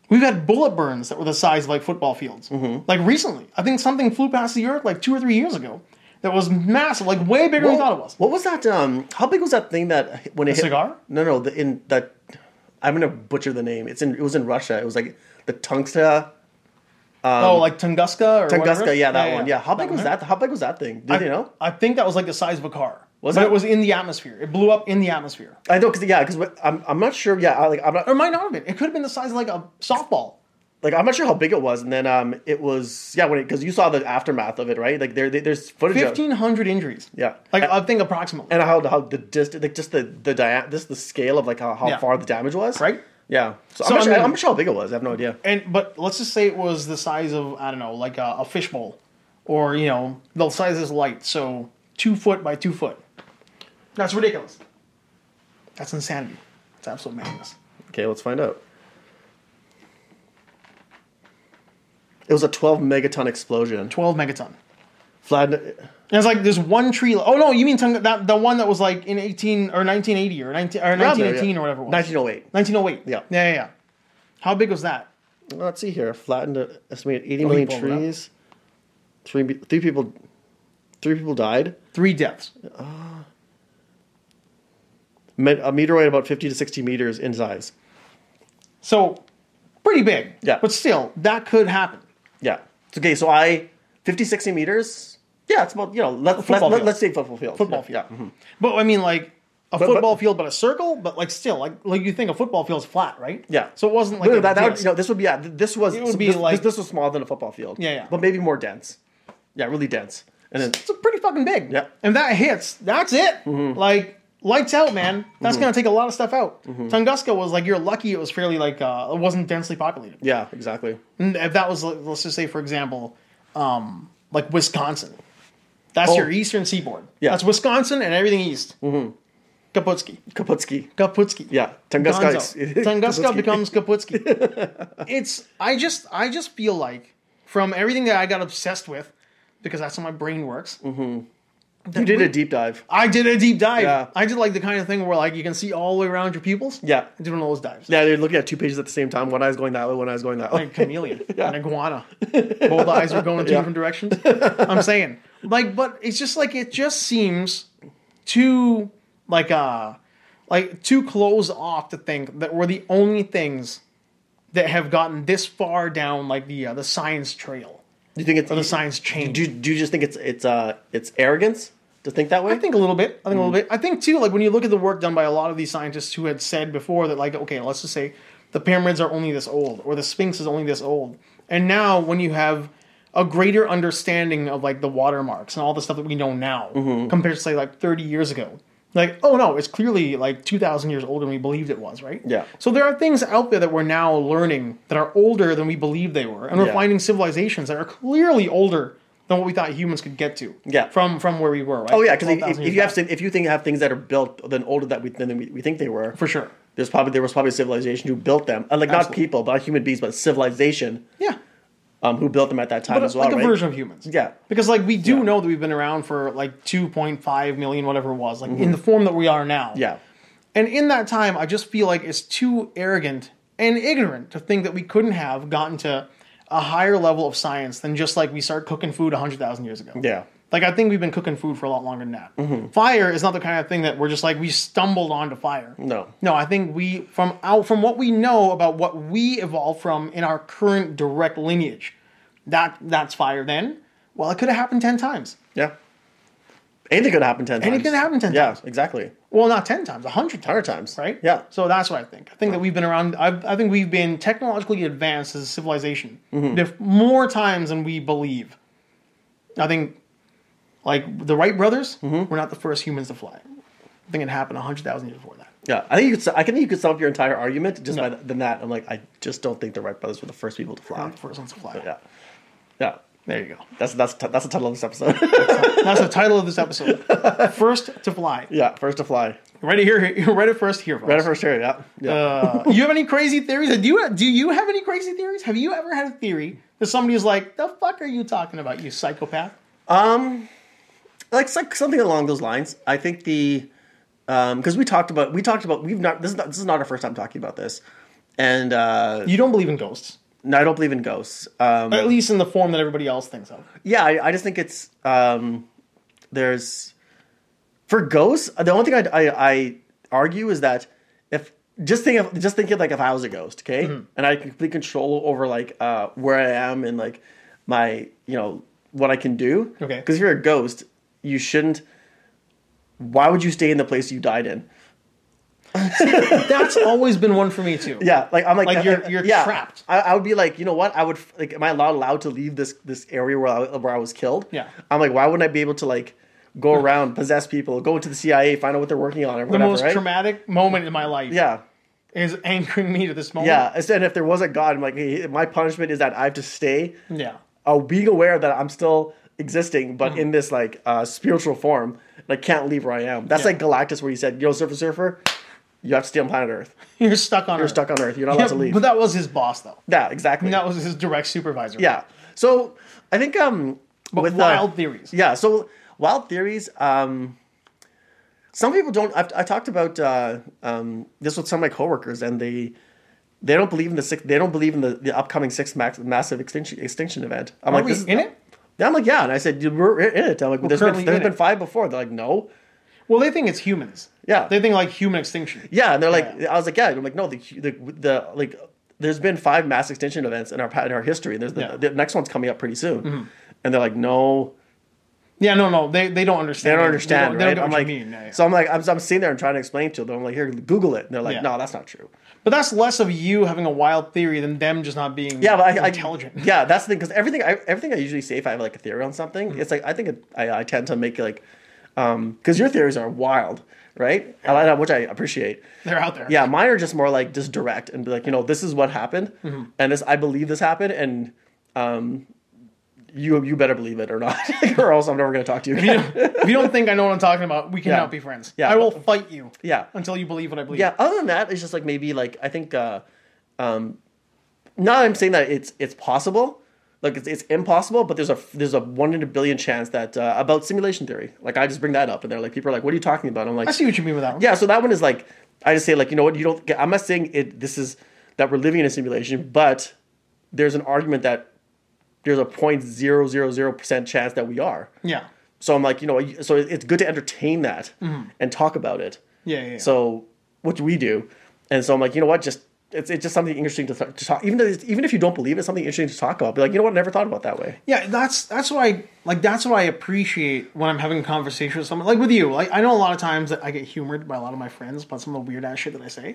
Speaker 2: We've had bullet burns that were the size of like football fields.
Speaker 1: Mm-hmm.
Speaker 2: Like recently, I think something flew past the Earth like two or three years ago that was massive, like way bigger than we thought it was.
Speaker 1: What was that? Um, how big was that thing that when it hit,
Speaker 2: cigar?
Speaker 1: No, no. The, in that, I'm gonna butcher the name. It's in. It was in Russia. It was like the tungsta,
Speaker 2: oh, like Tunguska or whatever.
Speaker 1: tunguska. Yeah, that one. Yeah. How big
Speaker 2: one
Speaker 1: was
Speaker 2: there.
Speaker 1: that? How big was that thing? Did you know?
Speaker 2: I think that was like the size of a car.
Speaker 1: Was
Speaker 2: but
Speaker 1: it?
Speaker 2: it was in the atmosphere. It blew up in the atmosphere.
Speaker 1: I know, cause yeah, cause what- I'm, I'm not sure. Yeah, I, like I'm
Speaker 2: Or it
Speaker 1: not
Speaker 2: might not have been. It could have been the size of like a softball.
Speaker 1: like I'm not sure how big it was. And then um, it was yeah when it because you saw the aftermath of it, right? Like there, there- there's footage. of
Speaker 2: Fifteen hundred injuries.
Speaker 1: Yeah.
Speaker 2: Like I think approximately.
Speaker 1: and how how the distance, like just the the dia- this the scale of like how, how
Speaker 2: Yeah.
Speaker 1: far the damage was,
Speaker 2: Right?
Speaker 1: Yeah. So,
Speaker 2: So,
Speaker 1: I'm, not
Speaker 2: I
Speaker 1: sure,
Speaker 2: mean-
Speaker 1: I'm not sure how big it was. I have no idea.
Speaker 2: and but let's just say it was the size of I don't know, like a, a fishbowl, or you know, the size is light, so two foot by two foot. That's ridiculous. That's insanity. It's absolute madness.
Speaker 1: Okay, let's find out. It was a 12 megaton explosion.
Speaker 2: Twelve megaton.
Speaker 1: Vlad,
Speaker 2: And it's like there's one tree. Oh no, you mean Tung- that the one that was like in eighteen or nineteen eighty or nineteen or
Speaker 1: Around
Speaker 2: nineteen
Speaker 1: there,
Speaker 2: eighteen
Speaker 1: yeah.
Speaker 2: or whatever it was.
Speaker 1: 1908.
Speaker 2: Nineteen oh eight.
Speaker 1: Yeah.
Speaker 2: Yeah, yeah, yeah. How big was that?
Speaker 1: Let's see here. Flattened an estimated 80
Speaker 2: Oh,
Speaker 1: million
Speaker 2: he pulled it up.
Speaker 1: trees. Three be- three people three people died.
Speaker 2: Three deaths.
Speaker 1: Met- a meteorite about 50 to 60 meters in size.
Speaker 2: So pretty big.
Speaker 1: Yeah.
Speaker 2: But still, that could happen.
Speaker 1: Yeah. It's okay, so I 50 60 meters. Yeah, it's about, you know, let, let,
Speaker 2: Football
Speaker 1: let,
Speaker 2: field.
Speaker 1: let's say football field.
Speaker 2: football
Speaker 1: yeah, Mm-hmm.
Speaker 2: field.
Speaker 1: Yeah.
Speaker 2: But I mean, like a
Speaker 1: But- but-
Speaker 2: football field, but a circle. But like still, like like you think a football field's flat, right?
Speaker 1: Yeah.
Speaker 2: So it wasn't like
Speaker 1: No,
Speaker 2: a
Speaker 1: no, that, that would,
Speaker 2: disc.
Speaker 1: you know, this would be yeah, th- this was
Speaker 2: It would
Speaker 1: so
Speaker 2: be
Speaker 1: this,
Speaker 2: like-
Speaker 1: this, this was smaller than a football field.
Speaker 2: Yeah, yeah.
Speaker 1: But maybe more dense. Yeah, really dense. And then
Speaker 2: it's pretty fucking big.
Speaker 1: Yeah.
Speaker 2: And that hits. That's it.
Speaker 1: Mm-hmm.
Speaker 2: Like lights out, man. That's gonna take a lot of stuff out.
Speaker 1: Mm-hmm.
Speaker 2: Tunguska was like you're lucky it was fairly like uh, it wasn't densely populated.
Speaker 1: yeah, exactly.
Speaker 2: And if that was like, let's just say for example, um, like Wisconsin, that's
Speaker 1: Oh.
Speaker 2: your eastern seaboard.
Speaker 1: Yeah.
Speaker 2: That's Wisconsin and everything east. Mm-hmm. Kaputski.
Speaker 1: Kaputsky.
Speaker 2: Kaputski.
Speaker 1: Yeah, Tunguska.
Speaker 2: Gonzo.
Speaker 1: is-
Speaker 2: Tunguska
Speaker 1: <laughs> Kaputski.
Speaker 2: becomes Kaputski.
Speaker 1: <laughs>
Speaker 2: it's I just I just feel like from everything that I got obsessed with, because that's how my brain works.
Speaker 1: Mm-hmm. You did a deep dive.
Speaker 2: I did a deep dive.
Speaker 1: Yeah.
Speaker 2: I did like the kind of thing where like you can see all the way around your pupils.
Speaker 1: Yeah.
Speaker 2: I did one of those dives.
Speaker 1: Yeah, they're looking at two pages at the same time. One eye's going that way, one eye's going that way.
Speaker 2: Like a chameleon, an iguana. Both eyes are going in two different directions. I'm saying, like, but it's just like it just seems too like uh like too closed off to think that we're the only things that have gotten this far down like the uh, the science trail
Speaker 1: Do you think it's
Speaker 2: or the science chain.
Speaker 1: do you, do you just think it's it's uh it's arrogance to think that way? Mm-hmm.
Speaker 2: I think a little bit. I think a little bit. I think too, like when you look at the work done by a lot of these scientists who had said before that, like, okay, let's just say the pyramids are only this old, or the Sphinx is only this old, and now when you have a greater understanding of like the watermarks and all the stuff that we know now
Speaker 1: Mm-hmm.
Speaker 2: compared to say like 30 years ago. Like, oh no, it's clearly like 2,000 years older than we believed it was, right?
Speaker 1: Yeah.
Speaker 2: So there are things out there that we're now learning that are older than we believed they were, and we're
Speaker 1: Yeah.
Speaker 2: finding civilizations that are clearly older than what we thought humans could get to.
Speaker 1: Yeah.
Speaker 2: From from where we were, right?
Speaker 1: oh yeah, because if,
Speaker 2: 12,000
Speaker 1: if
Speaker 2: years
Speaker 1: you have
Speaker 2: back.
Speaker 1: if you think have things that are built then older that we than we, we think they were,
Speaker 2: for sure.
Speaker 1: there's probably there was probably a civilization who built them, and like not
Speaker 2: Absolutely.
Speaker 1: people, but not human beings, but civilization
Speaker 2: Yeah,
Speaker 1: um, who built them at that time
Speaker 2: but
Speaker 1: as well,
Speaker 2: like
Speaker 1: right?
Speaker 2: a version of humans.
Speaker 1: Yeah.
Speaker 2: because like we do
Speaker 1: Yeah.
Speaker 2: know that we've been around for like 2.5 million, whatever it was, like in the form that we are now.
Speaker 1: Mm-hmm. yeah,
Speaker 2: and in that time, I just feel like it's too arrogant and ignorant to think that we couldn't have gotten to a higher level of science than just like we start cooking food 100,000 years ago.
Speaker 1: yeah, Mm-hmm.
Speaker 2: Like I think we've been cooking food for a lot longer than that. Fire is not the kind of thing that we're just like we stumbled onto fire.
Speaker 1: No.
Speaker 2: no. I think we from out from what we know about what we evolved from in our current direct lineage, that that's fire. Then, well, it could have happened ten times.
Speaker 1: yeah. Anything could happen ten times.
Speaker 2: Anything could happen 10
Speaker 1: yeah,
Speaker 2: times.
Speaker 1: exactly.
Speaker 2: Well, not ten times, a hundred times.
Speaker 1: Hundred times.
Speaker 2: Right.
Speaker 1: Yeah.
Speaker 2: So that's what I think. I think that we've been around. I, I think we've been technologically advanced as a civilization
Speaker 1: Mm-hmm.
Speaker 2: dif- more times than we believe. I think, like the Wright brothers,
Speaker 1: Mm-hmm.
Speaker 2: were not the first humans to fly. I think it happened hundred thousand years before that.
Speaker 1: Yeah, I think you could. I think you could sum up your entire argument just by th- than that. I'm like, I just don't think the Wright brothers were the first people to
Speaker 2: Not
Speaker 1: fly.
Speaker 2: the first ones to fly.
Speaker 1: Yeah, yeah.
Speaker 2: There you go.
Speaker 1: That's that's t- that's the title of this episode. <laughs>
Speaker 2: That's the title of this episode. First to fly.
Speaker 1: yeah, first to fly.
Speaker 2: Right here. here- <laughs> Right at first here. Folks.
Speaker 1: Right at first here. Yeah, yeah.
Speaker 2: Uh, you have any crazy theories? Do you do you have any crazy theories? Have you ever had a theory that somebody's like, "The fuck are you talking about, you psychopath?"
Speaker 1: like, it's like something along those lines. I think the because we talked about we talked about we've not this is not this is not our first time talking about this, and uh,
Speaker 2: You don't believe in ghosts,
Speaker 1: no, I don't believe in ghosts. Um,
Speaker 2: at least in the form that everybody else thinks of.
Speaker 1: yeah, I, I just think it's um, there's for ghosts. The only thing I, I, I argue is that if just think of just think of like if I was a ghost, okay, and I had complete control over like uh, where I am and like my you know what I can do.
Speaker 2: Okay.
Speaker 1: because if you're a ghost, you shouldn't. Why would you stay in the place you died in? <laughs>
Speaker 2: That's always been one for me too.
Speaker 1: Yeah, like I'm like, uh,
Speaker 2: Like, you're- you're
Speaker 1: yeah.
Speaker 2: trapped.
Speaker 1: I, I would be like, you know what? I would f- like, am I allowed allowed to leave this this area where I, where I was killed?
Speaker 2: Yeah.
Speaker 1: I'm like, why wouldn't I be able to like go around, possess people, go into the CIA, find out what they're working on, or
Speaker 2: the
Speaker 1: whatever?
Speaker 2: most
Speaker 1: right?
Speaker 2: traumatic moment in my life
Speaker 1: yeah.
Speaker 2: is anchoring me to this moment.
Speaker 1: Yeah, and so- and if there was a God, I'm like, hey, my punishment is that I have to stay,
Speaker 2: yeah.
Speaker 1: uh, being aware that I'm still existing,
Speaker 2: Mm-hmm.
Speaker 1: but in this like uh, spiritual form, and I can't leave where I am. That's
Speaker 2: Yeah.
Speaker 1: like Galactus, where he said, "Yo, Surfer Surfer, you have to stay on planet Earth.
Speaker 2: You're stuck on. You're
Speaker 1: Stuck on Earth. You're not
Speaker 2: Yeah,
Speaker 1: allowed to leave."
Speaker 2: but that was his boss, though.
Speaker 1: yeah, exactly.
Speaker 2: That was his direct supervisor.
Speaker 1: Yeah. So I think um with uh,
Speaker 2: wild theories.
Speaker 1: Yeah. So wild theories. Um, some people don't. I've, I talked about uh, um, this with some of my coworkers, and they they don't believe in the six. They don't believe in the, the upcoming sixth max, massive extinction extinction event. I'm
Speaker 2: Are
Speaker 1: like,
Speaker 2: we
Speaker 1: this is,
Speaker 2: in it?
Speaker 1: Yeah, I'm like, yeah, and I said, "You- we're in it. I'm like, there's
Speaker 2: currently
Speaker 1: been, there's
Speaker 2: in
Speaker 1: been
Speaker 2: it.
Speaker 1: five before. They're like, no.
Speaker 2: Well, they think it's humans.
Speaker 1: Yeah.
Speaker 2: They think like human extinction.
Speaker 1: Yeah, and they're like,
Speaker 2: Yeah.
Speaker 1: I was like, yeah. I'm like, no, the, the, the like, there's been five mass extinction events in our in our history. There's the,
Speaker 2: Yeah. Mm-hmm.
Speaker 1: the next one's coming up pretty soon, and they're like, no,
Speaker 2: Yeah. No. No. They they don't understand.
Speaker 1: They don't understand,
Speaker 2: They don't,
Speaker 1: right?
Speaker 2: get
Speaker 1: I'm
Speaker 2: what
Speaker 1: like,
Speaker 2: you mean. Yeah, yeah.
Speaker 1: so I'm like, I'm, I'm sitting there and trying to explain to them. I'm like, here, Google it. And they're like,
Speaker 2: Yeah.
Speaker 1: no, that's not true.
Speaker 2: But that's less of you having a wild theory than them just not being
Speaker 1: Yeah, but I, I-
Speaker 2: intelligent. <laughs>
Speaker 1: yeah, that's the thing because everything, I, everything I usually say if I have like a theory on something,
Speaker 2: Mm-hmm.
Speaker 1: it's like I think it, I, I tend to make it like, um, because your theories are wild, right? I like that, which I appreciate.
Speaker 2: They're out there.
Speaker 1: Yeah, mine are just more like just direct and be like, you know, this is what happened,
Speaker 2: Mm-hmm.
Speaker 1: and this I believe this happened, and um, you you better believe it or not, <laughs> or else I'm never going to talk to you. Again.
Speaker 2: <laughs> if you don't think I know what I'm talking about, we cannot
Speaker 1: Yeah.
Speaker 2: be friends.
Speaker 1: Yeah.
Speaker 2: I will fight you
Speaker 1: Yeah.
Speaker 2: until you believe what I believe.
Speaker 1: yeah other than that it's just like maybe like i think uh um not i'm saying that it's it's possible Like it's, it's impossible, but there's a there's a one in a billion chance that uh, about simulation theory. Like I just bring that up, and they're like, people are like, "What are you talking about?"
Speaker 2: <laughs>
Speaker 1: I'm like,
Speaker 2: I see what you mean with that one.
Speaker 1: yeah, so that one is like I just say like you know what you don't. get- I'm not saying it. This is that we're living in a simulation, but there's an argument that there's a point zero zero zero percent chance that we are.
Speaker 2: Yeah.
Speaker 1: So I'm like you know so it's good to entertain that and talk about it.
Speaker 2: Yeah, yeah, yeah.
Speaker 1: So what do we do? And so I'm like you know what just. It's, it's just something interesting to, th- to talk. Even though it's, even if you don't believe it, it's something interesting to talk about. Be like, you know what? I never thought about that way.
Speaker 2: Yeah, that's that's what I like. That's what I appreciate when I'm having a conversation with someone, like with you. Like I know a lot of times that I get humored by a lot of my friends about some of the weird ass shit that I say.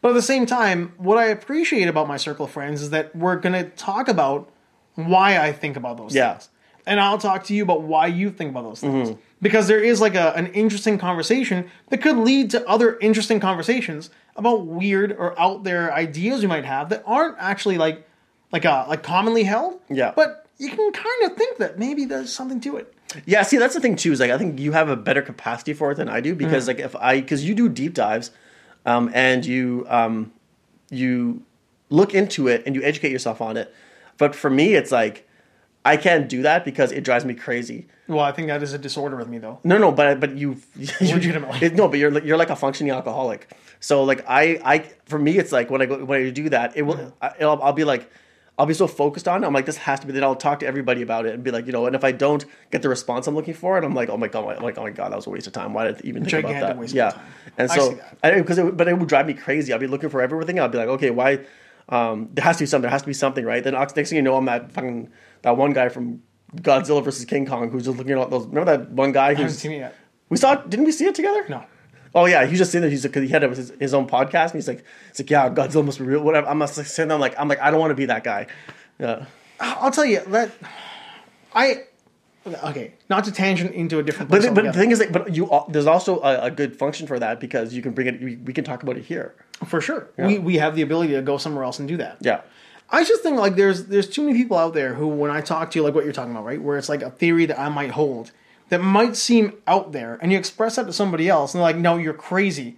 Speaker 2: But at the same time, what I appreciate about my circle of friends is that we're gonna talk about why I think about those
Speaker 1: Yeah.
Speaker 2: things, and I'll talk to you about why you think about those things
Speaker 1: Mm-hmm.
Speaker 2: because there is like a, an interesting conversation that could lead to other interesting conversations about weird or out there ideas you might have that aren't actually like like uh like commonly held.
Speaker 1: Yeah.
Speaker 2: But you can kind of think that maybe there's something to it.
Speaker 1: Yeah, see, that's the thing too. Is like I think you have a better capacity for it than I do because like if I because you do deep dives, um, and you um, you look into it and you educate yourself on it. But for me, it's like I can't do that because it drives me crazy.
Speaker 2: Well, I think that is a disorder with me though.
Speaker 1: No, no, but but you, <laughs> you
Speaker 2: Legitimately.
Speaker 1: it- no, but you're like- you're like a functioning alcoholic. So like I I for me it's like when I go when I do that it will
Speaker 2: Mm-hmm.
Speaker 1: I, will I'll be like I'll be so focused on it, I'm like this has to be then I'll talk to everybody about it and be like you know and if I don't get the response I'm looking for and I'm like oh my god I'm like oh my god that was a waste of time why did I even think about
Speaker 2: Gigantic
Speaker 1: that
Speaker 2: waste of
Speaker 1: yeah
Speaker 2: time.
Speaker 1: and
Speaker 2: I
Speaker 1: so
Speaker 2: see that.
Speaker 1: I because it, but it would drive me crazy I'll be looking for everything I'll be like okay why um there has to be something there has to be something right then next thing you know I'm that fucking that one guy from Godzilla versus King Kong who's just looking at all those remember that one guy
Speaker 2: I haven't
Speaker 1: who's
Speaker 2: seen it yet.
Speaker 1: we saw. Didn't we see it together?
Speaker 2: No.
Speaker 1: Oh yeah, he was just sitting there. He's like, 'cause he had his, his own podcast, and he's like, it's like, yeah, Godzilla must be real. Whatever. I'm just like, sitting there. I'm like, I'm like, I don't want to be that guy. Yeah.
Speaker 2: I'll tell you that I okay, not to tangent into a different
Speaker 1: But,
Speaker 2: place
Speaker 1: the- but the
Speaker 2: altogether.
Speaker 1: thing is, like, but you al- there's also a, a good function for that because you can bring it. We, we can talk about it here.
Speaker 2: for sure. We we have the ability to go somewhere else and do that.
Speaker 1: Yeah.
Speaker 2: I just think like there's there's too many people out there who when I talk to you like what you're talking about, right? Where it's like a theory that I might hold that might seem out there and you express that to somebody else and they're like, "No, you're crazy."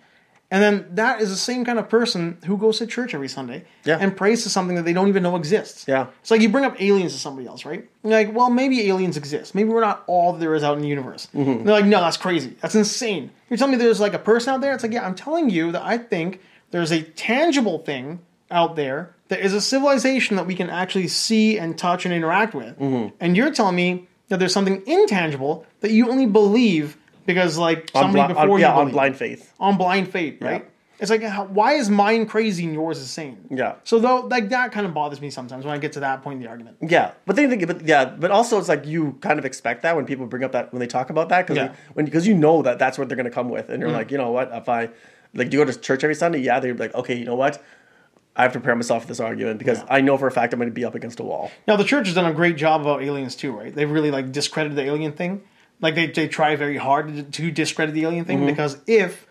Speaker 2: And then that is the same kind of person who goes to church every Sunday
Speaker 1: Yeah.
Speaker 2: and prays to something that they don't even know exists.
Speaker 1: Yeah.
Speaker 2: It's like you bring up aliens to somebody else, right? And you're like, well, maybe aliens exist. Maybe we're not all there is out in the universe.
Speaker 1: Mm-hmm.
Speaker 2: And they're like, no, that's crazy. That's insane. You're telling me there's like a person out there? It's like, yeah, I'm telling you that I think there's a tangible thing out there that is a civilization that we can actually see and touch and interact with.
Speaker 1: Mm-hmm.
Speaker 2: And you're telling me that there's something intangible that you only believe because like
Speaker 1: On
Speaker 2: somebody
Speaker 1: bli-
Speaker 2: before
Speaker 1: on,
Speaker 2: you
Speaker 1: yeah, on
Speaker 2: believed
Speaker 1: blind faith.
Speaker 2: on blind faith, right? It's like, how, why is mine crazy and yours is sane?
Speaker 1: Yeah.
Speaker 2: So though, like that kind of bothers me sometimes when I get to that point in the argument.
Speaker 1: Yeah, but then you think, but yeah, but also it's like you kind of expect that when people bring up that when they talk about that because
Speaker 2: Yeah. Mm-hmm.
Speaker 1: when because you know that that's what they're gonna come with, and you're like, you know what, if I like, do you go to church every Sunday? Yeah, they're like, okay, you know what, I have to prepare myself for this argument because I know for a fact I'm gonna be up against a wall.
Speaker 2: Now the church has done a great job about aliens too, right? They've really like discredited the alien thing. Like they they try very hard to, to discredit the alien thing because if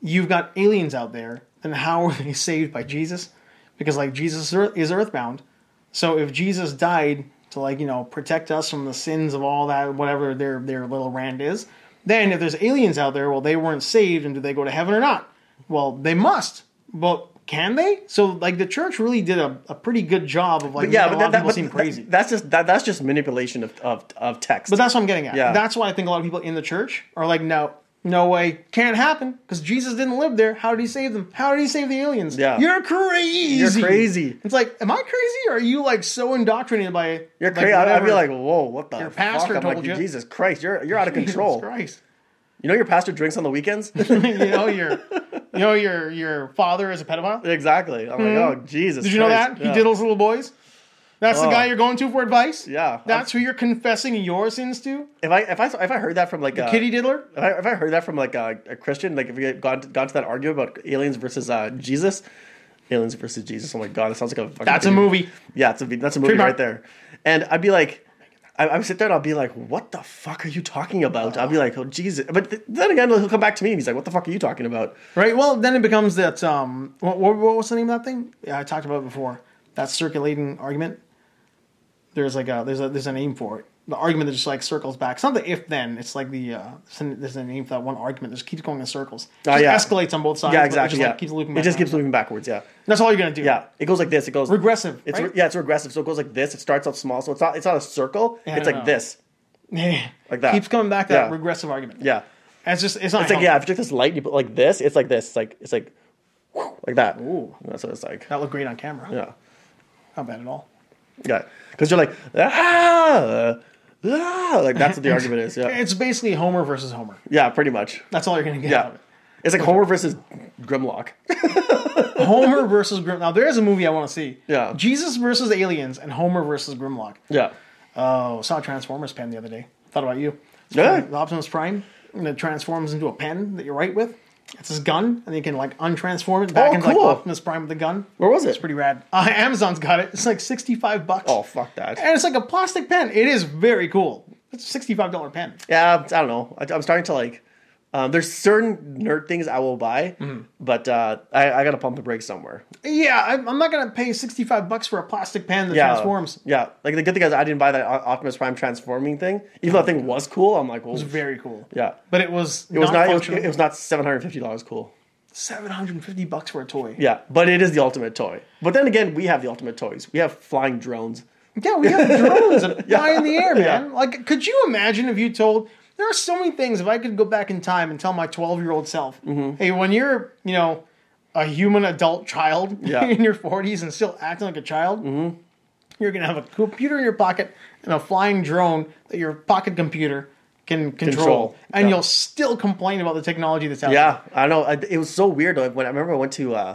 Speaker 2: you've got aliens out there, then how are they saved by Jesus? Because like Jesus ear- is earthbound, so if Jesus died to like you know protect us from the sins of all that whatever their their little rand is, then if there's aliens out there, well they weren't saved, and do they go to heaven or not? Well, they must, but. Can they? So, like, the church really did a, a pretty good job of like,
Speaker 1: Yeah, but
Speaker 2: making a lot
Speaker 1: that,
Speaker 2: of
Speaker 1: that
Speaker 2: people
Speaker 1: but
Speaker 2: seem
Speaker 1: th-
Speaker 2: crazy.
Speaker 1: that's just that, that's just manipulation of of, of text.
Speaker 2: But that's what I'm getting at.
Speaker 1: Yeah.
Speaker 2: That's why I think a lot of people in the church are like, no, no way, can't happen because Jesus didn't live there. How did he save them? How did he save the aliens?
Speaker 1: Yeah.
Speaker 2: You're crazy.
Speaker 1: You're crazy.
Speaker 2: It's like, am I crazy or are you like so indoctrinated by
Speaker 1: you're
Speaker 2: like,
Speaker 1: crazy. I'd
Speaker 2: whatever-
Speaker 1: be like, whoa, what the fuck?
Speaker 2: pastor
Speaker 1: I'm like,
Speaker 2: told you.
Speaker 1: Jesus Christ, you're you're out of
Speaker 2: <laughs> Jesus
Speaker 1: control.
Speaker 2: Christ.
Speaker 1: You know your pastor drinks on the
Speaker 2: <laughs>
Speaker 1: weekends.
Speaker 2: you know your you know your your father is a pedophile?
Speaker 1: exactly. I'm like, oh Jesus.
Speaker 2: Mm-hmm. Did you know that? He diddles little boys? That's the
Speaker 1: Oh.
Speaker 2: guy you're going to for advice?
Speaker 1: Yeah.
Speaker 2: That's who you're confessing your sins to?
Speaker 1: If I if I if I heard that from like a
Speaker 2: Kitty diddler?
Speaker 1: If I, if I heard that from like uh, a, a Christian, like if we had gone to, gone to that argument about aliens versus uh, Jesus, aliens versus Jesus. Oh my god, that sounds like a fucking
Speaker 2: That's a
Speaker 1: video.
Speaker 2: movie.
Speaker 1: Yeah, it's a that's a movie
Speaker 2: Trademark.
Speaker 1: right there. And I'd be like, I, I would sit there and I'll be like, what the fuck are you talking about? I'll be like, oh Jesus. But th- then again, he'll come back to me and he's like, what the fuck are you talking about?
Speaker 2: Right. Well, then it becomes that. Um, what, what, what was the name of that thing? Yeah, I talked about it before. That circulating argument. There's like a there's a there's a name for it. the argument that just like circles back. It's not the if then. It's like the uh, there's a name for that one argument that just keeps going in circles.
Speaker 1: Ah,
Speaker 2: Just
Speaker 1: yeah.
Speaker 2: escalates on both sides.
Speaker 1: yeah,
Speaker 2: but it
Speaker 1: exactly.
Speaker 2: just,
Speaker 1: yeah,
Speaker 2: like, keeps looping.
Speaker 1: it
Speaker 2: back
Speaker 1: just
Speaker 2: around.
Speaker 1: keeps looping backwards. Yeah,
Speaker 2: That's all you're gonna do.
Speaker 1: yeah. It goes like this. It goes
Speaker 2: Regressive.
Speaker 1: It's
Speaker 2: right?
Speaker 1: re- yeah, it's regressive. So it goes like this. It starts out small, so it's not it's not a circle.
Speaker 2: Yeah, I
Speaker 1: it's
Speaker 2: don't
Speaker 1: like
Speaker 2: know.
Speaker 1: this.
Speaker 2: <laughs> Yeah.
Speaker 1: Like that.
Speaker 2: Keeps coming back to that
Speaker 1: Yeah.
Speaker 2: regressive argument.
Speaker 1: Yeah,
Speaker 2: And It's just it's not
Speaker 1: it's like yeah. If you took this light, and you put like this. It's like this. It's like it's like whew, like that.
Speaker 2: Ooh.
Speaker 1: That's what it's like.
Speaker 2: That looked great on camera.
Speaker 1: Yeah,
Speaker 2: Not bad at all.
Speaker 1: yeah. Because you're like ah, ah, like that's
Speaker 2: <laughs>
Speaker 1: what the argument is. Yeah,
Speaker 2: It's basically Homer versus Homer.
Speaker 1: yeah, pretty much.
Speaker 2: That's all you're gonna get out
Speaker 1: Yeah,
Speaker 2: of it.
Speaker 1: it's like Homer versus
Speaker 2: <laughs>
Speaker 1: Grimlock.
Speaker 2: Homer versus Grim. Now there is a movie I want to see.
Speaker 1: Yeah.
Speaker 2: Jesus versus aliens and Homer versus Grimlock.
Speaker 1: Yeah,
Speaker 2: Oh, saw a Transformers pen the other day. Thought about you. It's
Speaker 1: Yeah.
Speaker 2: from The Optimus Prime and it transforms into a pen that you write with. It's his gun, and you can like untransform it back
Speaker 1: Oh,
Speaker 2: into
Speaker 1: cool.
Speaker 2: like Optimus Prime with the gun.
Speaker 1: where was it?
Speaker 2: It's pretty rad. Uh, <laughs> Amazon's got it. It's like sixty-five bucks.
Speaker 1: oh fuck that.
Speaker 2: And it's like a plastic pen. It is very cool. It's a sixty-five dollar pen.
Speaker 1: Yeah, I don't know. I, I'm starting to like. Um, there's certain nerd things I will buy,
Speaker 2: Mm-hmm.
Speaker 1: but uh, I, I gotta pump the brakes somewhere.
Speaker 2: Yeah, I'm, I'm not gonna pay sixty-five bucks for a plastic pen that transforms.
Speaker 1: Yeah, like the good thing is I didn't buy that O- Optimus Prime transforming thing. Even though that thing was cool, I'm like, well,
Speaker 2: Mm-hmm. It's very cool.
Speaker 1: yeah,
Speaker 2: But it was
Speaker 1: it was not. It was,
Speaker 2: functional.
Speaker 1: it was not seven hundred fifty dollars cool.
Speaker 2: 750 bucks for a toy.
Speaker 1: Yeah, but it is the ultimate toy. But then again, we have the ultimate toys. We have flying drones.
Speaker 2: Yeah, we
Speaker 1: <laughs>
Speaker 2: have drones that fly in the air, man. Like, could you imagine if you told? There are so many things. If I could go back in time and tell my twelve-year-old self,
Speaker 1: Mm-hmm.
Speaker 2: "Hey, when you're, you know, a human adult child <laughs>
Speaker 1: Yeah. Mm-hmm.
Speaker 2: in your forties and still acting like a child, you're gonna have a computer in your pocket and a flying drone that your pocket computer can control,
Speaker 1: Control.
Speaker 2: and
Speaker 1: Yeah.
Speaker 2: you'll still complain about the technology that's out
Speaker 1: Yeah, I know. I, it was so weird. Like when I remember I went to, uh,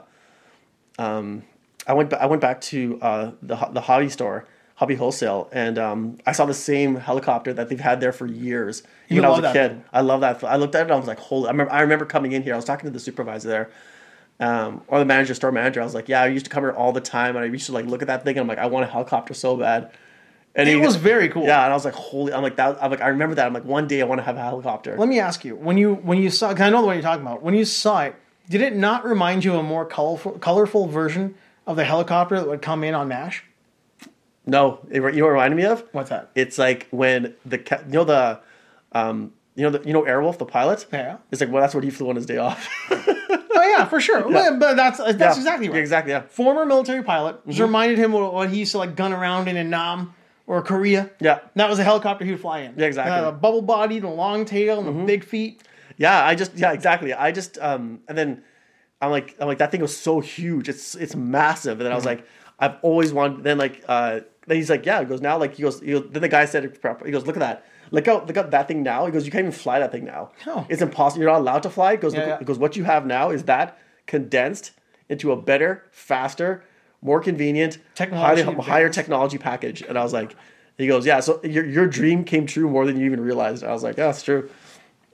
Speaker 1: um, I went ba- I went back to uh, the ho- the hobby store, hobby wholesale, and um, I saw the same helicopter that they've had there for years. Even when I was
Speaker 2: love
Speaker 1: a
Speaker 2: that.
Speaker 1: kid, I love that. I looked at it, and I was like, holy! I remember, I remember coming in here. I was talking to the supervisor there. Um, or the manager, store manager, I was like, "Yeah, I used to come here all the time, and I used to like look at that thing, and I'm like, I want a helicopter so bad." And
Speaker 2: there. It
Speaker 1: he-
Speaker 2: was very cool.
Speaker 1: yeah, and I was like, "Holy!" I'm like, "That." I'm like, I remember that. I'm like, one day I want to have a helicopter.
Speaker 2: Let me ask you: when you when you saw, cause I know the one you're talking about. When you saw it, did it not remind you of a more colorful, colorful version of the helicopter that would come in on Mash?
Speaker 1: No, it, you know what it reminded me of?
Speaker 2: What's that?
Speaker 1: It's like when the ca- you know the um you know the, you know Airwolf the pilot.
Speaker 2: Yeah.
Speaker 1: It's like well that's what he flew on his day off.
Speaker 2: oh yeah, for sure. Well, But that's that's
Speaker 1: Yeah. <laughs> Mm-hmm.
Speaker 2: exactly right.
Speaker 1: Yeah, exactly. Yeah.
Speaker 2: Former military pilot just reminded him what, what he used to like gun around in Vietnam or Korea.
Speaker 1: Yeah.
Speaker 2: That was a helicopter he would fly in.
Speaker 1: Yeah, exactly. Mm-hmm.
Speaker 2: It had a bubble body, and a long tail, and the big feet.
Speaker 1: Yeah. I just yeah exactly. I just um and then I'm like I'm like that thing was so huge. It's it's massive. And then I was
Speaker 2: Mm-hmm.
Speaker 1: like I've always wanted. Then like uh then he's like yeah. He goes now like he goes, he goes then the guy said it proper. He goes look at that. Look out! Look up that thing now. He goes. You can't even fly that thing now.
Speaker 2: No.
Speaker 1: It's impossible. You're not allowed to fly. It goes.
Speaker 2: Yeah,
Speaker 1: look-
Speaker 2: yeah.
Speaker 1: It goes. What you have now is that condensed into a better, faster, more convenient, highly,
Speaker 2: Technology advanced.
Speaker 1: higher technology package. And I was like, he goes, yeah. So your your dream came true more than you even realized. I was like, yeah, that's true.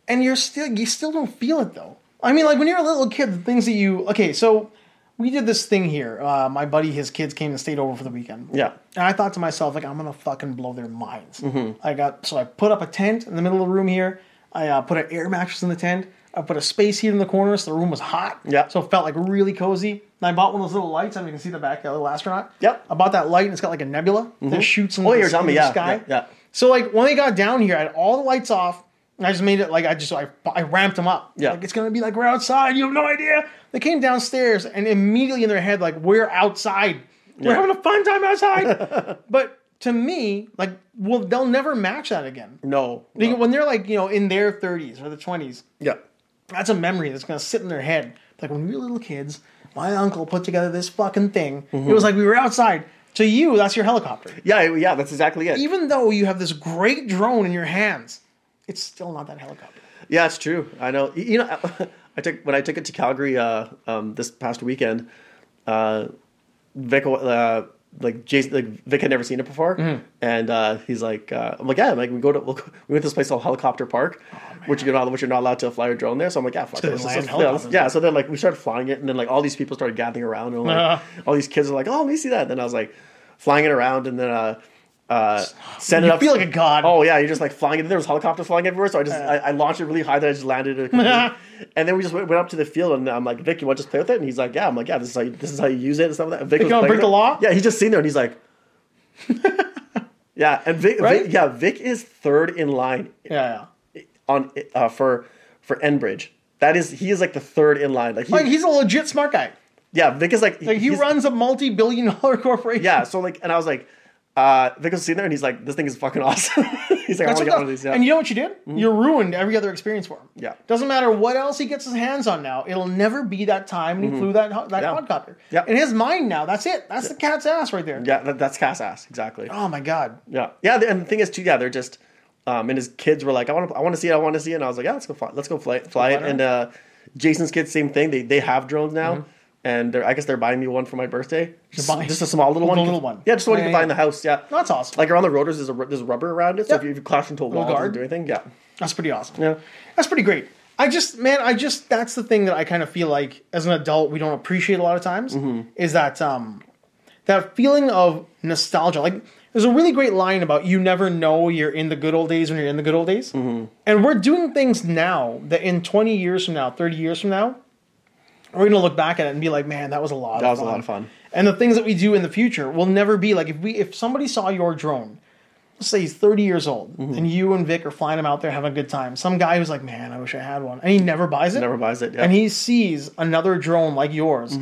Speaker 2: and you're still you still don't feel it though. I mean, like when you're a little kid, the things that you okay. So we did this thing here. Uh, my buddy, his kids came and stayed over for the weekend.
Speaker 1: Yeah.
Speaker 2: And I thought to myself, like, I'm gonna fucking blow their minds.
Speaker 1: Mm-hmm.
Speaker 2: I got so I put up a tent in the middle of the room here. I uh, put an air mattress in the tent. I put a space heater in the corner, so the room was hot.
Speaker 1: Yeah.
Speaker 2: So it felt like really cozy. And I bought one of those little lights, and you can see the back, the little astronaut.
Speaker 1: Yep.
Speaker 2: I bought that light, and it's got like a nebula that shoots in
Speaker 1: Oh,
Speaker 2: the,
Speaker 1: you were telling me,
Speaker 2: in the
Speaker 1: yeah,
Speaker 2: sky.
Speaker 1: yeah, yeah.
Speaker 2: So like when they got down here, I had all the lights off, and I just made it like I just I, I ramped them up.
Speaker 1: Yeah.
Speaker 2: like it's gonna be like we're outside. You have no idea. They came downstairs and immediately in their head like we're outside. We're
Speaker 1: Yeah.
Speaker 2: having a fun time <laughs> outside. but to me, like, well, they'll never match that again.
Speaker 1: No.
Speaker 2: They-
Speaker 1: no.
Speaker 2: When they're like you know in their thirties or the twenties,
Speaker 1: Yeah.
Speaker 2: that's a memory that's gonna sit in their head. Like when we were little kids, my uncle put together this fucking thing. It was like we were outside. To you, that's your helicopter
Speaker 1: Yeah. Yeah. That's exactly it.
Speaker 2: even though you have this great drone in your hands, it's still not that helicopter.
Speaker 1: Yeah, it's true. I know. You you know, <laughs> I took when I took it to Calgary uh, um, this past weekend. Uh, Vic, uh, like Jason, like Vic had never seen it before,
Speaker 2: Mm-hmm.
Speaker 1: and uh, he's like, uh, I'm like, yeah, like we go to <laughs> we'll, go- we went to this place called Helicopter Park, which you're not which you're not allowed to fly your drone there. So I'm like, yeah, fuck,
Speaker 2: they
Speaker 1: this is-
Speaker 2: Oh, land
Speaker 1: yeah,
Speaker 2: helicopters.
Speaker 1: yeah. So then like we started flying it, and then like all these people started gathering around, and like
Speaker 2: Uh-huh.
Speaker 1: all these kids are like, oh, let me see that. And then I was like, flying it around, and then. Uh, uh, send it
Speaker 2: You
Speaker 1: up.
Speaker 2: feel like a god.
Speaker 1: Oh yeah, you're just like flying. There was helicopters flying everywhere, so I just I, I launched it really high, then I just landed it.
Speaker 2: <laughs>
Speaker 1: and then we just went, went up to the field, and I'm like, Vic, you want to just play with it? And he's like, Yeah. I'm like, Yeah, this is how you, this is how you use it and stuff like that. And Vic
Speaker 2: You
Speaker 1: was
Speaker 2: gonna
Speaker 1: playing
Speaker 2: break
Speaker 1: with
Speaker 2: <laughs> the
Speaker 1: it.
Speaker 2: law?
Speaker 1: Yeah, he's just sitting there, and he's like, Yeah, and Vic,
Speaker 2: Right?
Speaker 1: Vic- yeah, Vic is third in line
Speaker 2: Yeah, yeah.
Speaker 1: on uh, for for Enbridge. That is, he is like the third in line. Like, he,
Speaker 2: Like he's a legit smart guy.
Speaker 1: yeah, Vic is like,
Speaker 2: Like he
Speaker 1: he's-
Speaker 2: runs a multi-billion-dollar <laughs> corporation.
Speaker 1: Yeah, so like, and I was like, uh, Vic was sitting there, and he's like, "This thing is fucking <laughs> awesome." Oh he's like, "I want to
Speaker 2: That's what
Speaker 1: get
Speaker 2: does-
Speaker 1: one of these." Yeah. Mm-hmm.
Speaker 2: And you know what you did? You ruined every other experience for him.
Speaker 1: Yeah.
Speaker 2: Doesn't matter what else he gets his hands on now. It'll never be that time when he flew that ho- that
Speaker 1: Mm-hmm. Yeah.
Speaker 2: quadcopter.
Speaker 1: Yeah.
Speaker 2: In his mind now, that's it. That's the cat's ass right there.
Speaker 1: yeah, that, that's Cass ass exactly.
Speaker 2: Oh my god.
Speaker 1: Yeah, yeah, and the thing is too, yeah, they're just, um, and his kids were like, "I want to, I want to see it, I want to see it," and I was like, "Yeah, let's go fly, let's go fly, fly it."
Speaker 2: fly it.
Speaker 1: And uh, Jason's kids, same thing. They they have drones now, and they're I guess they're buying me one for my birthday. Just,
Speaker 2: buy-
Speaker 1: just a small little
Speaker 2: A
Speaker 1: one,
Speaker 2: little one.
Speaker 1: Yeah, just one you
Speaker 2: Yeah,
Speaker 1: can buy in the
Speaker 2: yeah.
Speaker 1: house. Yeah,
Speaker 2: That's awesome.
Speaker 1: like around the rotors, there's a ru- there's rubber around it, so if
Speaker 2: Yeah.
Speaker 1: you, if you clash into a wall, it
Speaker 2: guard.
Speaker 1: doesn't do anything. Yeah,
Speaker 2: That's pretty awesome.
Speaker 1: yeah,
Speaker 2: That's pretty great. I just, man, I just, that's the thing that I kind of feel like as an adult, we don't appreciate a lot of times
Speaker 1: Mm-hmm.
Speaker 2: is that, um, that feeling of nostalgia. Like, there's a really great line about you never know you're in the good old days when you're in the good old days.
Speaker 1: Mm-hmm.
Speaker 2: And we're doing things now that in 20 years from now, 30 years from now, we're gonna look back at it and be like, man, that was a lot.
Speaker 1: That was a lot of fun.
Speaker 2: And the things that we do in the future will never be like if we if somebody saw your drone, let's say he's 30 years old,
Speaker 1: Mm-hmm.
Speaker 2: and you and Vic are flying him out there having a good time. Some guy who's like, man, I wish I had one, and he never buys it.
Speaker 1: never buys it. Yeah, Mm-hmm.
Speaker 2: And he sees another drone like yours,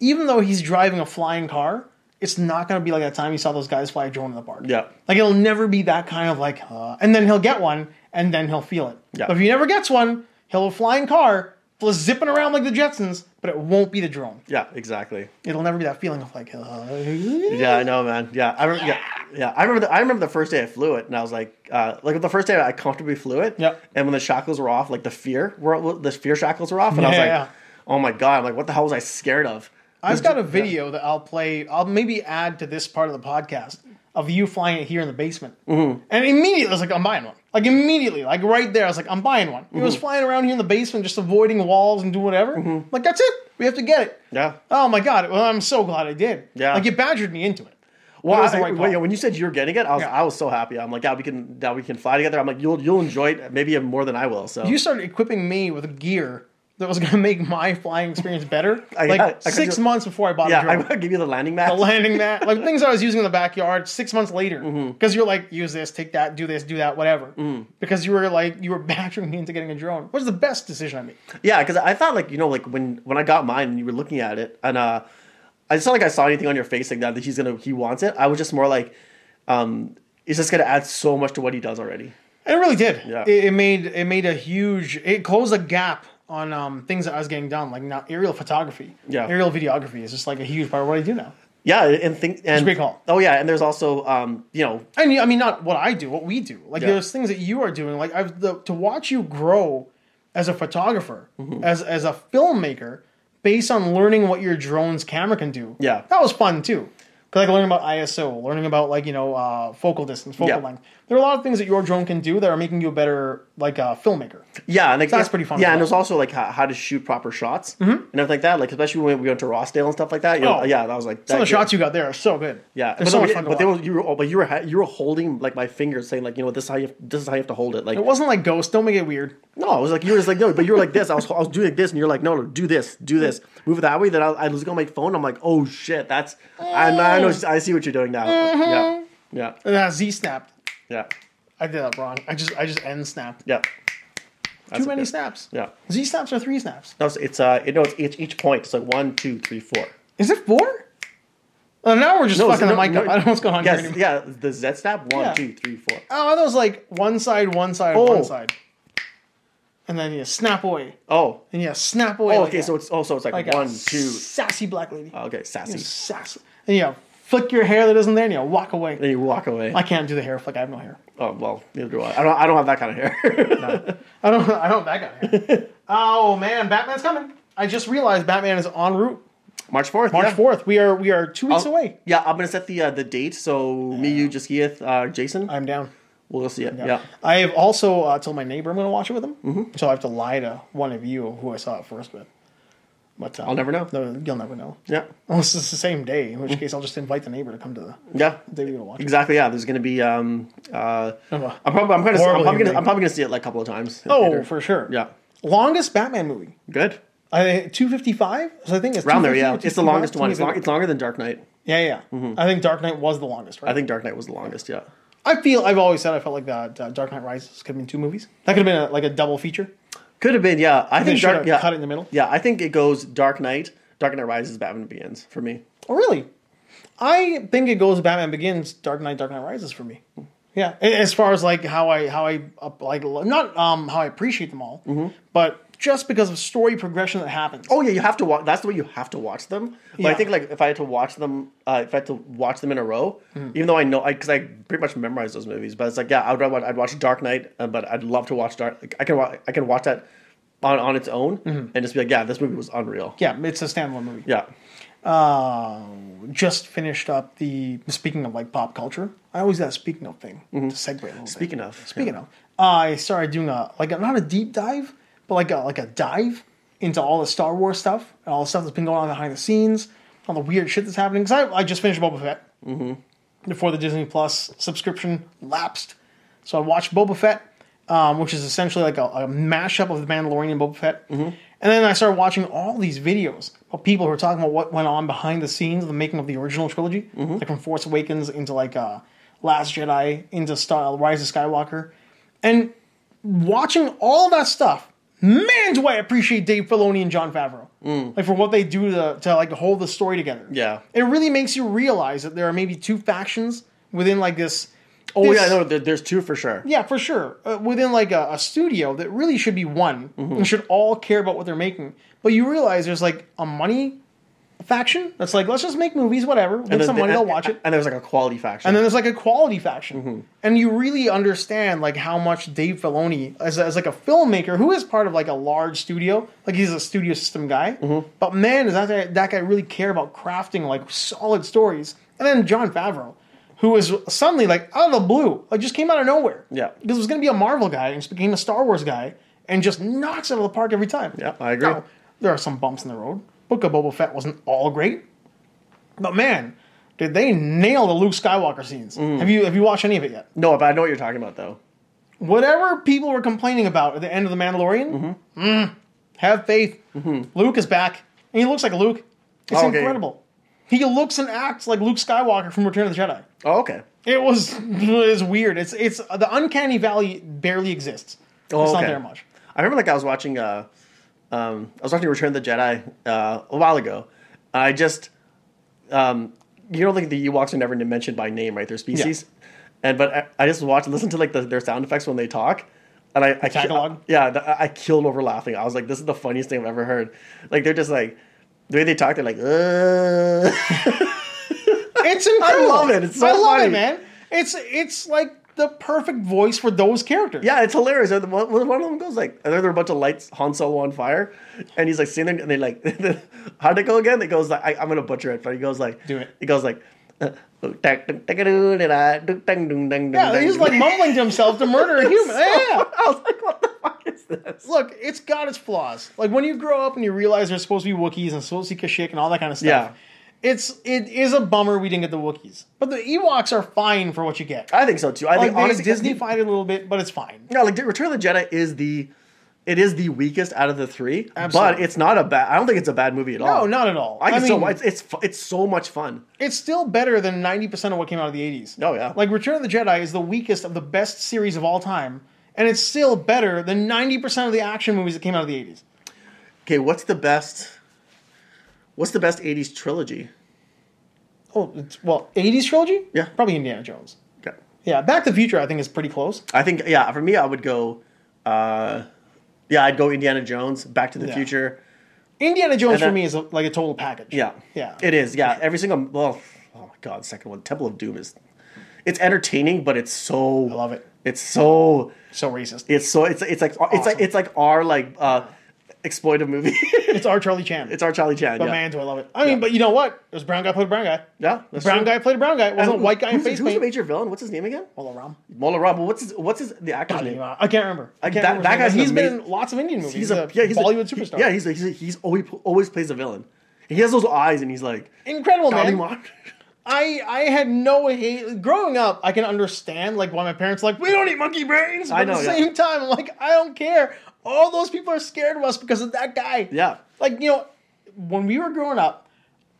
Speaker 2: even though he's driving a flying car. It's not going to be like that time you saw those guys fly a drone in the park.
Speaker 1: Yeah.
Speaker 2: Like it'll never be that kind of like, uh, and then he'll get one and then he'll feel it.
Speaker 1: Yeah.
Speaker 2: But if he never gets one, he'll have a flying car, fl- zipping around like the Jetsons, but it won't be the drone.
Speaker 1: yeah, exactly.
Speaker 2: It'll never be that feeling of like, uh,
Speaker 1: Yeah, I know, man. Yeah, I remember. Yeah, yeah. I remember. The, I remember the first day I flew it, and I was like, uh, like the first day I comfortably flew it.
Speaker 2: Yep.
Speaker 1: And when the shackles were off, like the fear, were the fear shackles were off, and I was
Speaker 2: Yeah,
Speaker 1: like,
Speaker 2: yeah.
Speaker 1: oh my god, I'm like, what the hell was I scared of?
Speaker 2: I've got a video that I'll play. I'll maybe add to this part of the podcast of you flying it here in the basement.
Speaker 1: Mm-hmm.
Speaker 2: And immediately, I was like, I'm buying one. Like immediately, like right there, I was like, I'm buying one. It was
Speaker 1: Mm-hmm.
Speaker 2: flying around here in the basement, just avoiding walls and doing whatever. Like that's it. We have to get it.
Speaker 1: Yeah.
Speaker 2: Oh my god. Well, I'm so glad I did.
Speaker 1: Yeah.
Speaker 2: Like you badgered me into it.
Speaker 1: Well,
Speaker 2: That was the
Speaker 1: I-
Speaker 2: right
Speaker 1: when,
Speaker 2: call.
Speaker 1: when you said you were getting it, I was
Speaker 2: Yeah.
Speaker 1: I was so happy. I'm like, yeah, we can now we can fly together. I'm like, you'll you'll enjoy it maybe even more than I will. So
Speaker 2: You started equipping me with gear that was going to <laughs> make my flying experience better.
Speaker 1: I-
Speaker 2: like
Speaker 1: I- I could
Speaker 2: six
Speaker 1: do-
Speaker 2: months before I bought a
Speaker 1: yeah,
Speaker 2: drone.
Speaker 1: I'm gonna give you the landing mat.
Speaker 2: a landing mat, like things I was using in the backyard six months later. Because you're like, use this, take that, do this, do that, whatever. Because you were like, you were badgering me into getting a drone. What's the best decision I made?
Speaker 1: Yeah, because I thought like you know like when when I got mine and you were looking at it and uh, it's not like I saw anything on your face like that that he's gonna he wants it. I was just more like, um, it's just gonna add so much to what he does already.
Speaker 2: And it really did.
Speaker 1: Yeah.
Speaker 2: It, it made it made a huge. It closed a gap on um, things that I was getting done, like not aerial photography.
Speaker 1: Yeah.
Speaker 2: Aerial videography is just like a huge part of what I do now.
Speaker 1: Yeah, and think and
Speaker 2: great call.
Speaker 1: Oh yeah, and there's also um, you know
Speaker 2: And you- I mean, not what I do, what we do. Like
Speaker 1: Yeah.
Speaker 2: there's things that you are doing. Like I've the, to watch you grow as a photographer,
Speaker 1: Mm-hmm.
Speaker 2: as as a filmmaker, based on learning what your drone's camera can do.
Speaker 1: Yeah.
Speaker 2: that was fun too. 'Cause, Like learning about ISO, learning about like you know uh, focal distance, focal
Speaker 1: Yeah.
Speaker 2: length. There are a lot of things that your drone can do that are making you a better like uh, filmmaker.
Speaker 1: yeah, and like,
Speaker 2: That's pretty fun as
Speaker 1: Yeah, and
Speaker 2: well.
Speaker 1: there's
Speaker 2: Mm-hmm.
Speaker 1: also like how, how to shoot proper shots and everything like that. Like especially when we went to Rossdale and stuff like that. You know,
Speaker 2: Oh.
Speaker 1: yeah, that was like
Speaker 2: Some
Speaker 1: that
Speaker 2: of the shots you got there are so good.
Speaker 1: Yeah,
Speaker 2: they're
Speaker 1: but
Speaker 2: so
Speaker 1: no,
Speaker 2: much
Speaker 1: yeah,
Speaker 2: fun to
Speaker 1: but they
Speaker 2: watch.
Speaker 1: were, you were but you were ha- you were holding like my fingers saying like you know this is how you this is how you have to hold it like
Speaker 2: It wasn't like Ghost. Don't make it weird. <laughs>
Speaker 1: No, I was like, you were just like, no, but you were like this. I was, I was doing like this, and you're like, no, no, do this, do this, move it that way. Then I, I was looking at my phone. I'm like, oh shit, that's, I, I know, I see what you're doing now.
Speaker 2: Mm-hmm.
Speaker 1: Yeah, yeah,
Speaker 2: And then Z snapped.
Speaker 1: yeah,
Speaker 2: I did that wrong. I just I just end snapped.
Speaker 1: yeah.
Speaker 2: Too
Speaker 1: That's
Speaker 2: many
Speaker 1: okay.
Speaker 2: snaps.
Speaker 1: Yeah,
Speaker 2: Z snaps are three snaps.
Speaker 1: no, it's, it's uh, it, no, it's, it's each point. It's like one, two, three, four.
Speaker 2: Is it four? Uh, now we're just
Speaker 1: No,
Speaker 2: fucking
Speaker 1: no,
Speaker 2: the mic
Speaker 1: no.
Speaker 2: up. I don't know what's going on here
Speaker 1: Yes,
Speaker 2: anymore.
Speaker 1: yeah, the Z snap.
Speaker 2: Yeah.
Speaker 1: One, two, three, four.
Speaker 2: Oh, that was like one side, one side,
Speaker 1: Oh.
Speaker 2: one side. And then you snap away.
Speaker 1: Oh,
Speaker 2: And you snap away.
Speaker 1: oh,
Speaker 2: like
Speaker 1: okay.
Speaker 2: a-
Speaker 1: So it's also it's like,
Speaker 2: like a
Speaker 1: one, two.
Speaker 2: Sassy black lady.
Speaker 1: Okay, sassy.
Speaker 2: Sassy. And you flick your hair that isn't there and you walk away.
Speaker 1: Then you walk away.
Speaker 2: I can't do the hair flick. I have no hair.
Speaker 1: oh well, neither do I. I don't, I don't have that kind of
Speaker 2: <laughs>
Speaker 1: hair.
Speaker 2: I don't <laughs> I don't have that kind of
Speaker 1: <laughs>
Speaker 2: hair. oh, man. Batman's coming. I just realized Batman is en route.
Speaker 1: March fourth.
Speaker 2: March 4th. We are we are two weeks
Speaker 1: I'll-
Speaker 2: away.
Speaker 1: Oh, Yeah, I'm gonna set the uh, the date. So me, you, Jaskieth, uh, Jason,
Speaker 2: I'm down.
Speaker 1: we'll go see it. Yeah. Mm-hmm.
Speaker 2: I have also uh, told my neighbor I'm going to watch it with him, so I have to lie to one of you who I saw it first with. But uh, I'll
Speaker 1: never know. Mm.
Speaker 2: No, you'll never know.
Speaker 1: yeah,
Speaker 2: Unless it's the same day, in which case I'll just invite the neighbor to come to the
Speaker 1: yeah,
Speaker 2: day we're going to watch. it.
Speaker 1: exactly. Yeah, there's gonna be. Um, uh, I'm
Speaker 2: a
Speaker 1: probably I'm gonna I'm
Speaker 2: horrible
Speaker 1: probably
Speaker 2: human
Speaker 1: gonna, I'm probably gonna see it like a couple of times. in the
Speaker 2: Oh,
Speaker 1: theater.
Speaker 2: for sure.
Speaker 1: yeah,
Speaker 2: Longest Batman movie.
Speaker 1: good.
Speaker 2: I two fifty five. So I think it's
Speaker 1: Around there,
Speaker 2: 250
Speaker 1: yeah.
Speaker 2: or
Speaker 1: It's the longest
Speaker 2: 255,
Speaker 1: one. It's, long, Mm-hmm.
Speaker 2: 255.
Speaker 1: it's longer than Dark Knight.
Speaker 2: Yeah, yeah. I think Dark Knight was the longest, right?
Speaker 1: I think Dark Knight was the longest. Yeah,
Speaker 2: I feel I've always said I felt like that uh, Dark Knight Rises could have been two movies. That could have been a, like a double feature.
Speaker 1: Could have been, yeah. I
Speaker 2: They
Speaker 1: think
Speaker 2: should
Speaker 1: Dark,
Speaker 2: have
Speaker 1: yeah,
Speaker 2: cut it in the middle.
Speaker 1: yeah. I think it goes Dark Knight, Dark Knight Rises, Batman Begins for me.
Speaker 2: Oh, really? I think it goes Batman Begins, Dark Knight, Dark Knight Rises for me. Yeah, a- as far as like how I how I uh, like lo- not um how I appreciate them all, but just because of story progression that happens.
Speaker 1: Mm-hmm. Oh yeah, you have to watch. That's the way you have to watch them. But I
Speaker 2: Yeah.
Speaker 1: think like if I had to watch them, uh, if I had to watch them in a row,
Speaker 2: Mm-hmm.
Speaker 1: even though I know because I pretty much memorize those movies. But it's like yeah, I would watch, I'd watch Dark Knight, uh, but I'd love to watch Dark. Like, I can wa- I can watch that on on its own
Speaker 2: Mm-hmm.
Speaker 1: and just be like yeah, this movie was unreal.
Speaker 2: yeah, it's a standalone movie.
Speaker 1: Yeah,
Speaker 2: Uh, just finished up the speaking of like pop culture. I always do that speaking of thing
Speaker 1: Mm-hmm.
Speaker 2: to segue a little bit.
Speaker 1: speaking of
Speaker 2: Speaking of, I started doing a like a, not a deep dive, but like a, like a dive into all the Star Wars stuff and all the stuff that's been going on behind the scenes, all the weird shit that's happening. Because I, I just finished Boba Fett before the Disney Plus subscription lapsed, so I watched Boba Fett, um, which is essentially like a, a mashup of The Mandalorian and Boba Fett. And then I started watching all these videos of people who are talking about what went on behind the scenes of the making of the original trilogy, like from Force Awakens into like uh, Last Jedi into Star Rise of Skywalker, and watching all that stuff, man, do I appreciate Dave Filoni and John Favreau, like for what they do to, to like hold the story together.
Speaker 1: Yeah.
Speaker 2: it really makes you realize that there are maybe two factions within like this.
Speaker 1: Oh
Speaker 2: this-
Speaker 1: yeah, no, there, there's two for sure.
Speaker 2: yeah, for sure. Uh, within like a, a studio that really should be one
Speaker 1: Mm-hmm.
Speaker 2: and should all care about what they're making. But you realize there's like a money faction that's like, let's just make movies, whatever. Make some money, they'll watch it.
Speaker 1: And there's like a quality faction.
Speaker 2: And then there's like a quality faction. And you really understand like how much Dave Filoni, as, as like a filmmaker who is part of like a large studio, like he's a studio system guy. But man, does that guy, that guy really care about crafting like solid stories? And then John Favreau, who was suddenly like out of the blue, like just came out of nowhere.
Speaker 1: Yeah.
Speaker 2: because it was going to be a Marvel guy and just became a Star Wars guy and just knocks it out of the park every time.
Speaker 1: Yeah, I agree.
Speaker 2: Now, there are some bumps in the road. Book of Boba Fett wasn't all great. But man, did they nail the Luke Skywalker scenes?
Speaker 1: Mm.
Speaker 2: Have you have you watched any of it yet?
Speaker 1: no, but I know what you're talking about though.
Speaker 2: Whatever people were complaining about at the end of the Mandalorian,
Speaker 1: Mm-hmm.
Speaker 2: mm, have faith. Luke is back, and he looks like Luke. It's
Speaker 1: Okay.
Speaker 2: incredible. He looks and acts like Luke Skywalker from Return of the Jedi.
Speaker 1: Oh okay.
Speaker 2: It was <laughs> it's weird. It's it's the uncanny valley barely exists.
Speaker 1: Oh,
Speaker 2: it's not
Speaker 1: okay.
Speaker 2: there much.
Speaker 1: I remember like I was watching uh um I was watching Return of the Jedi uh a while ago. And I just um you know like the Ewoks are never mentioned by name, right? Their species. And but I, I just watched listen to like the, their sound effects when they talk. And I, I
Speaker 2: Tagalog?
Speaker 1: yeah, th- I I killed over laughing. I was like, this is the funniest thing I've ever heard. Like they're just like the way they talk, they're like, <laughs> uh
Speaker 2: It's incredible.
Speaker 1: love it. It's so
Speaker 2: I love
Speaker 1: funny.
Speaker 2: it, man. It's it's like the perfect voice for those characters.
Speaker 1: Yeah, it's hilarious. And the One one of them goes like, and there were a bunch of lights, Han Solo on fire, and he's like sitting there, and they like, <laughs> how'd it go again? It goes like, I, I'm gonna butcher it, but he goes like,
Speaker 2: Do it.
Speaker 1: He goes like, uh, yeah,
Speaker 2: Yeah, he's like mumbling to himself to murder a human. yeah.
Speaker 1: <laughs> I was like, what the fuck is this?
Speaker 2: Look, it's got its flaws. Like when you grow up and you realize there's supposed to be Wookiees and supposed to be Kashyyyk and all that kind of stuff. It's it is a bummer we didn't get the Wookiees. But the Ewoks are fine for what you get.
Speaker 1: I think so too. I
Speaker 2: Like
Speaker 1: think
Speaker 2: they
Speaker 1: honestly,
Speaker 2: Disney fight it a little bit, but it's fine.
Speaker 1: No, like Return of the Jedi is the, it is the weakest out of the three. But
Speaker 2: Absolutely.
Speaker 1: it's not a bad. I don't think it's a bad movie at all.
Speaker 2: No, not at all.
Speaker 1: Oh. I,
Speaker 2: I
Speaker 1: can so
Speaker 2: mean-
Speaker 1: it's it's fu- it's so much fun.
Speaker 2: It's still better than 90% of what came out of the 80s.
Speaker 1: Oh, yeah.
Speaker 2: Like Return of the Jedi is the weakest of the best series of all time, and it's still better than 90% of the action movies that came out of the 80s.
Speaker 1: Okay, what's the best? What's the best '80s trilogy?
Speaker 2: Oh, it's, well, 80s trilogy?
Speaker 1: Yeah.
Speaker 2: Probably Indiana Jones.
Speaker 1: Okay.
Speaker 2: Yeah, Back to the Future I think is pretty close.
Speaker 1: I think yeah, for me I would go uh yeah, I'd go Indiana Jones, Back to the
Speaker 2: Yeah.
Speaker 1: Future.
Speaker 2: Indiana Jones
Speaker 1: And that-
Speaker 2: for me is a, like a total package.
Speaker 1: Yeah.
Speaker 2: Yeah.
Speaker 1: It is. Yeah, every single well, oh my god, second one Temple of Doom is it's entertaining, but it's so I
Speaker 2: love it.
Speaker 1: It's so
Speaker 2: so racist.
Speaker 1: it's so it's it's like it's like
Speaker 2: Awesome.
Speaker 1: it's like our like uh exploitive movie. <laughs>
Speaker 2: It's our Charlie Chan.
Speaker 1: it's our Charlie Chan.
Speaker 2: but
Speaker 1: yeah.
Speaker 2: man, do I love it. I mean, but you know what? It was brown guy played brown guy.
Speaker 1: yeah, that's
Speaker 2: brown
Speaker 1: true.
Speaker 2: guy played brown guy. It wasn't
Speaker 1: Who-
Speaker 2: white guy in
Speaker 1: who's,
Speaker 2: face
Speaker 1: Who's the
Speaker 2: paint.
Speaker 1: major villain? What's his name again?
Speaker 2: All around.
Speaker 1: Mola Rama. What's his what's his the actor's name?
Speaker 2: I can't remember. I can't
Speaker 1: that-
Speaker 2: remember his
Speaker 1: that
Speaker 2: name.
Speaker 1: guy's an
Speaker 2: He's been
Speaker 1: amazing-
Speaker 2: in lots of Indian movies.
Speaker 1: He's
Speaker 2: He's,
Speaker 1: a
Speaker 2: a,
Speaker 1: yeah, he's a-
Speaker 2: Bollywood
Speaker 1: he-
Speaker 2: superstar.
Speaker 1: Yeah, he's a, he's a, he's always always plays a villain. He has those eyes, and he's like,
Speaker 2: incredible
Speaker 1: Dolly
Speaker 2: man.
Speaker 1: Mon-
Speaker 2: I I had no hate growing up. I can understand like why my parents are like we don't eat monkey brains. But
Speaker 1: I know,
Speaker 2: At the
Speaker 1: yeah.
Speaker 2: same time, I'm like I don't care. All those people are scared of us because of that guy.
Speaker 1: <laughs> Yeah.
Speaker 2: Like you know, when we were growing up,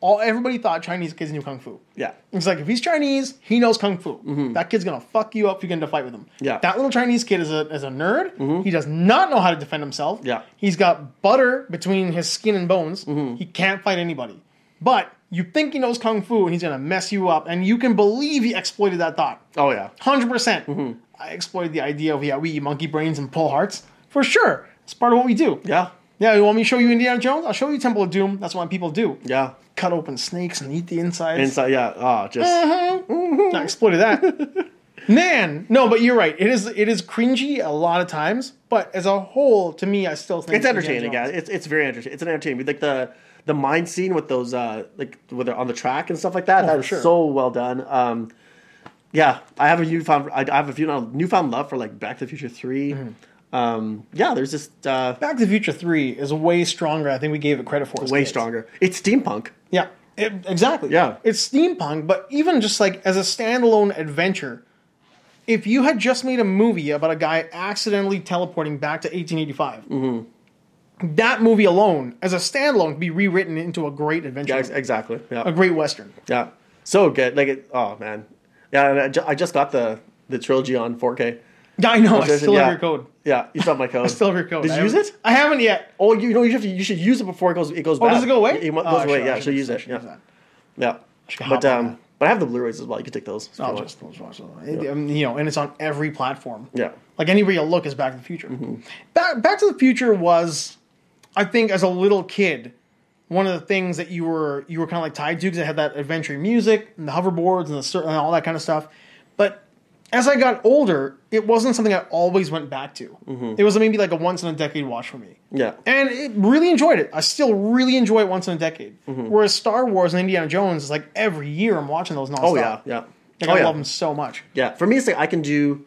Speaker 2: all everybody thought Chinese kids knew kung fu.
Speaker 1: Yeah.
Speaker 2: It's like if he's Chinese, he knows kung fu. That kid's gonna fuck you up if you get into a fight with him.
Speaker 1: Mm-hmm. Yeah. Mm-hmm.
Speaker 2: That little Chinese kid is a is a nerd. He does not know how to defend himself.
Speaker 1: Yeah. Mm-hmm.
Speaker 2: He's got butter between his skin and bones. He can't fight anybody. But you think he knows kung fu and he's gonna mess you up, and you can believe he exploited that thought.
Speaker 1: Oh yeah.
Speaker 2: Hundred
Speaker 1: Mm-hmm.
Speaker 2: percent. I exploited the idea of yeah, we eat monkey brains and pull hearts for sure. It's part of what we do.
Speaker 1: Yeah.
Speaker 2: Yeah, you want me to show you Indiana Jones? I'll show you Temple of Doom. That's what people do.
Speaker 1: Yeah.
Speaker 2: Cut open snakes and eat the insides.
Speaker 1: Inside. Yeah. Oh, just
Speaker 2: Uh-huh. I exploited that. <laughs> Man, no, but you're right. It is it is cringy a lot of times, but as a whole, to me, I still think
Speaker 1: it's entertaining,
Speaker 2: Indiana
Speaker 1: guys. It's it's very entertaining. It's an entertaining. Like the the mine scene with those uh like where they're on the track and stuff like that. that
Speaker 2: Oh, for
Speaker 1: was
Speaker 2: sure.
Speaker 1: so well done. Um, yeah, I have a newfound I, I have a few newfound love for like Back to the Future 3
Speaker 2: Mm-hmm.
Speaker 1: Um, yeah, there's just uh,
Speaker 2: Back to the Future Three is way stronger. I think we gave it credit for. as
Speaker 1: way
Speaker 2: kids.
Speaker 1: stronger. It's steampunk.
Speaker 2: Yeah, it, exactly.
Speaker 1: Yeah.
Speaker 2: it's steampunk, but even just like as a standalone adventure, if you had just made a movie about a guy accidentally teleporting back to 1885,
Speaker 1: Mm-hmm.
Speaker 2: that movie alone, as a standalone, could be rewritten into a great adventure,
Speaker 1: Yeah, ex- exactly.
Speaker 2: a
Speaker 1: Yeah,
Speaker 2: great western.
Speaker 1: yeah. So good. Like it. Oh man. Yeah, and I, ju- I just got the the trilogy on 4K.
Speaker 2: Yeah, I know. I
Speaker 1: Jason,
Speaker 2: still
Speaker 1: yeah.
Speaker 2: have your code.
Speaker 1: Yeah, you still
Speaker 2: <laughs>
Speaker 1: have my code.
Speaker 2: Still have your code.
Speaker 1: Did
Speaker 2: I
Speaker 1: you use
Speaker 2: haven't-
Speaker 1: it?
Speaker 2: I haven't yet.
Speaker 1: Oh, you know you have to. You should use it before it goes. It goes.
Speaker 2: Oh,
Speaker 1: bad.
Speaker 2: does it go away?
Speaker 1: It, went-
Speaker 2: Oh,
Speaker 1: goes
Speaker 2: I
Speaker 1: away.
Speaker 2: should-
Speaker 1: yeah,
Speaker 2: I
Speaker 1: should use it.
Speaker 2: should use
Speaker 1: Yeah,
Speaker 2: that.
Speaker 1: yeah.
Speaker 2: should
Speaker 1: But
Speaker 2: hop on
Speaker 1: um,
Speaker 2: that.
Speaker 1: but I have the Blu-rays as well. You can take those. if you
Speaker 2: I'll
Speaker 1: want.
Speaker 2: just, I'll just watch that. It- um, You know, and it's on every platform.
Speaker 1: Yeah. Mm-hmm.
Speaker 2: Like anywhere you look is Back to the Future. Back Back to the Future was, I think, as a little kid, one of the things that you were you were kind of like tied to because it had that adventure music and the hoverboards and the cir- and all that kind of stuff. But as I got older, it wasn't something I always went back to.
Speaker 1: Mm-hmm.
Speaker 2: It was maybe like a once in a decade watch for me.
Speaker 1: Yeah.
Speaker 2: And it really enjoyed it. I still really enjoy it once in a decade.
Speaker 1: Mm-hmm.
Speaker 2: Whereas Star Wars and Indiana Jones is like every year I'm watching those nonstop.
Speaker 1: Oh yeah, yeah. oh,
Speaker 2: Like, I
Speaker 1: yeah.
Speaker 2: love them so much.
Speaker 1: Yeah, for me, it's like I can do.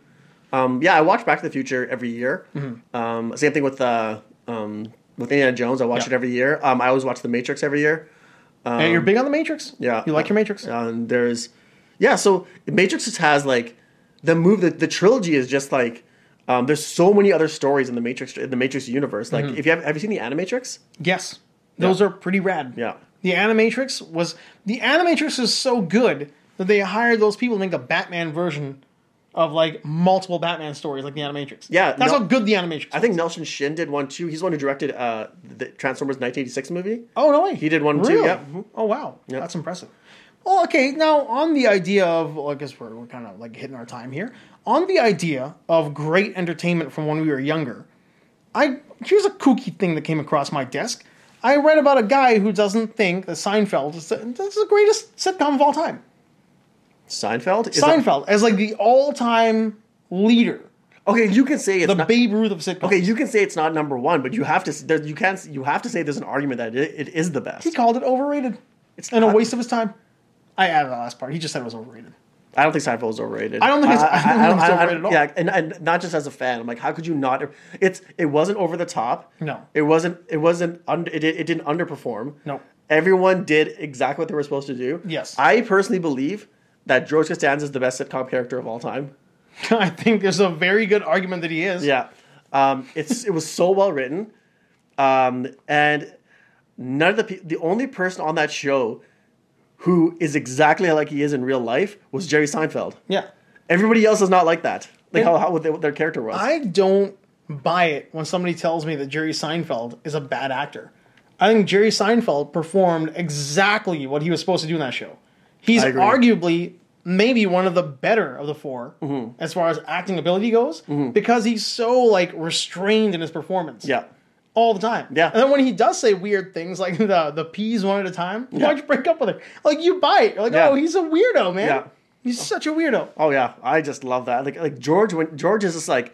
Speaker 1: Um, yeah, I watch Back to the Future every year.
Speaker 2: Mm-hmm.
Speaker 1: Um, same thing with uh, um, with Indiana Jones. I watch
Speaker 2: Yeah.
Speaker 1: it every year. Um, I always watch The Matrix every year.
Speaker 2: and you're big on the Matrix.
Speaker 1: Um, Yeah,
Speaker 2: you like your Matrix.
Speaker 1: Um, there's, yeah. So Matrix just has like the move that the trilogy is just like. Um, there's so many other stories in the Matrix in the Matrix universe.
Speaker 2: Mm-hmm.
Speaker 1: Like, if you have, have you seen the Animatrix?
Speaker 2: Yes, those are pretty rad.
Speaker 1: Yeah.
Speaker 2: the Animatrix was the Animatrix is so good that they hired those people to make a Batman version of like multiple Batman stories, like the Animatrix.
Speaker 1: Yeah,
Speaker 2: that's
Speaker 1: no-
Speaker 2: how good the Animatrix.
Speaker 1: I think Nelson Shin did one too. He's the one who directed uh, the Transformers 1986 movie.
Speaker 2: Oh no way!
Speaker 1: He did one too,
Speaker 2: Really?
Speaker 1: yeah.
Speaker 2: Oh wow, that's impressive. Well, okay. Now on the idea of, well, I guess we're, we're kind of like hitting our time here. On the idea of great entertainment from when we were younger, I here's a kooky thing that came across my desk. I read about a guy who doesn't think that Seinfeld is the, that's the greatest sitcom of all time.
Speaker 1: Seinfeld. Is that-
Speaker 2: Seinfeld as like the all-time leader,
Speaker 1: okay, you can say it's
Speaker 2: the
Speaker 1: not,
Speaker 2: Babe Ruth of sitcoms.
Speaker 1: okay. You can say it's not number one, but you have to. s- There, you can't. s- You have to say there's an argument that it, it is the best.
Speaker 2: he called it overrated.
Speaker 1: It's
Speaker 2: and a
Speaker 1: not-
Speaker 2: waste of his time. I added the last part. He just said it was overrated.
Speaker 1: I don't think Seinfeld was overrated.
Speaker 2: I don't think it's- I don't think it's overrated at all.
Speaker 1: Yeah, and, and not just as a fan. I'm like, how could you not? It's it wasn't over the top.
Speaker 2: No.
Speaker 1: it wasn't. It wasn't. Under, it, did- it didn't underperform.
Speaker 2: No.
Speaker 1: everyone did exactly what they were supposed to do.
Speaker 2: Yes.
Speaker 1: I personally believe that George Costanza is the best sitcom character of all time.
Speaker 2: <laughs> I think there's a very good argument that he is.
Speaker 1: Yeah, um, it's it was so well written, um, and none of the pe- the only person on that show who is exactly like he is in real life was Jerry Seinfeld.
Speaker 2: Yeah.
Speaker 1: Everybody else is not like that. Like how, how what they, what their character was.
Speaker 2: I don't buy it when somebody tells me that Jerry Seinfeld is a bad actor. I think Jerry Seinfeld performed exactly what he was supposed to do in that show. He's
Speaker 1: I agree.
Speaker 2: arguably maybe one of the better of the 4
Speaker 1: Mm-hmm.
Speaker 2: as far as acting ability goes because he's so like restrained in his performance.
Speaker 1: yeah.
Speaker 2: all the time.
Speaker 1: Yeah.
Speaker 2: And then when he does say weird things like the the peas one at a time, why'd you break up with her? Like you buy it. You're like,
Speaker 1: Yeah.
Speaker 2: oh, he's a weirdo, man.
Speaker 1: Yeah.
Speaker 2: He's such a weirdo.
Speaker 1: Oh yeah. I just love that. Like like George when George is just like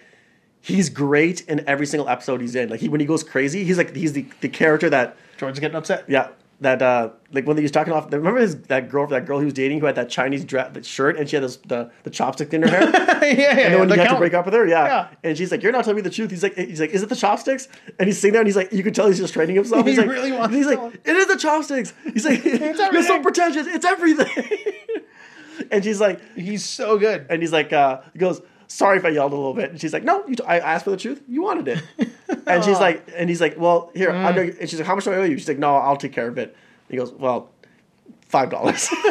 Speaker 1: he's great in every single episode he's in. Like he when he goes crazy, he's like he's the, the character that
Speaker 2: George's getting upset.
Speaker 1: yeah that uh like when he was talking off remember his that girl that girl he was dating who had that Chinese dra- that shirt and she had this, the the chopstick in her hair. And
Speaker 2: <laughs> yeah, yeah.
Speaker 1: then when
Speaker 2: the
Speaker 1: he had to
Speaker 2: count-
Speaker 1: break up with her, yeah.
Speaker 2: Yeah.
Speaker 1: and she's like, "You're not telling me the truth." He's like, "He's like, is it the chopsticks?" And he's sitting there, and he's like, "You can tell he's just training himself."
Speaker 2: He
Speaker 1: He's like,
Speaker 2: really wants
Speaker 1: He's
Speaker 2: to
Speaker 1: like,
Speaker 2: tell her.
Speaker 1: "It is the chopsticks." He's
Speaker 2: <laughs>
Speaker 1: like, "You're so
Speaker 2: everything."
Speaker 1: pretentious. It's everything." <laughs> and she's like,
Speaker 2: He's so good.
Speaker 1: and he's like, uh, he goes, "Sorry if I yelled a little bit." And she's like, "No, you t- I asked for the truth. You wanted
Speaker 2: <laughs>
Speaker 1: it." and she's
Speaker 2: Mm.
Speaker 1: like, and he's like, "Well, here." I know. And she's like, "How much do I owe you?" She's like, "No, I'll take care of it." And he goes, "Well, five dollars. <laughs>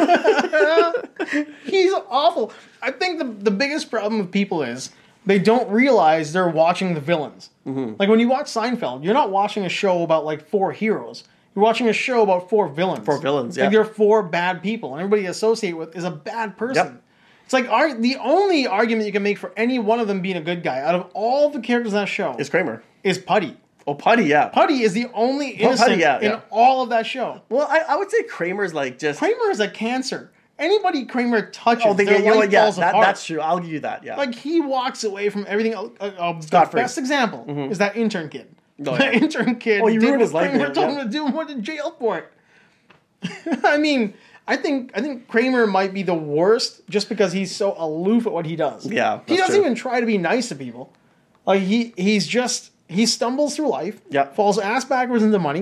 Speaker 2: He's awful. I think the, the biggest problem with people is they don't realize they're watching the villains.
Speaker 1: Mm-hmm.
Speaker 2: Like when you watch Seinfeld, you're not watching a show about like four heroes. You're watching a show about four villains.
Speaker 1: Four villains,
Speaker 2: Like
Speaker 1: yeah.
Speaker 2: they're four bad people, and everybody you associate with is a bad person.
Speaker 1: Yep.
Speaker 2: It's like ar- the only argument you can make for any one of them being a good guy out of all the characters in that show
Speaker 1: it's
Speaker 2: is,
Speaker 1: Kramer.
Speaker 2: Putty.
Speaker 1: Oh, Putty, yeah.
Speaker 2: Putty is the only innocent
Speaker 1: yeah,
Speaker 2: in
Speaker 1: yeah.
Speaker 2: all of that show.
Speaker 1: Well, I, I would say Kramer's like just.
Speaker 2: Kramer is a cancer. Anybody Kramer touches,
Speaker 1: oh, they,
Speaker 2: their
Speaker 1: you know
Speaker 2: life
Speaker 1: what? Yeah,
Speaker 2: falls
Speaker 1: that,
Speaker 2: apart.
Speaker 1: that's true. I'll give you that. Yeah.
Speaker 2: like he walks away from everything. Uh, uh, the
Speaker 1: Scot-free. Mm-hmm.
Speaker 2: best example is that intern kid.
Speaker 1: Oh, yeah.
Speaker 2: <laughs> That intern kid.
Speaker 1: Oh, he
Speaker 2: did
Speaker 1: ruined
Speaker 2: what
Speaker 1: his life
Speaker 2: Kramer
Speaker 1: there,
Speaker 2: told
Speaker 1: yeah.
Speaker 2: him to do and went to jail for it. <laughs> I mean, I think I think Kramer might be the worst just because he's so aloof at what he does.
Speaker 1: Yeah,
Speaker 2: he
Speaker 1: that's
Speaker 2: doesn't
Speaker 1: true.
Speaker 2: even try to be nice to people. Like he he's just he stumbles through life.
Speaker 1: Yeah.
Speaker 2: falls ass backwards into money.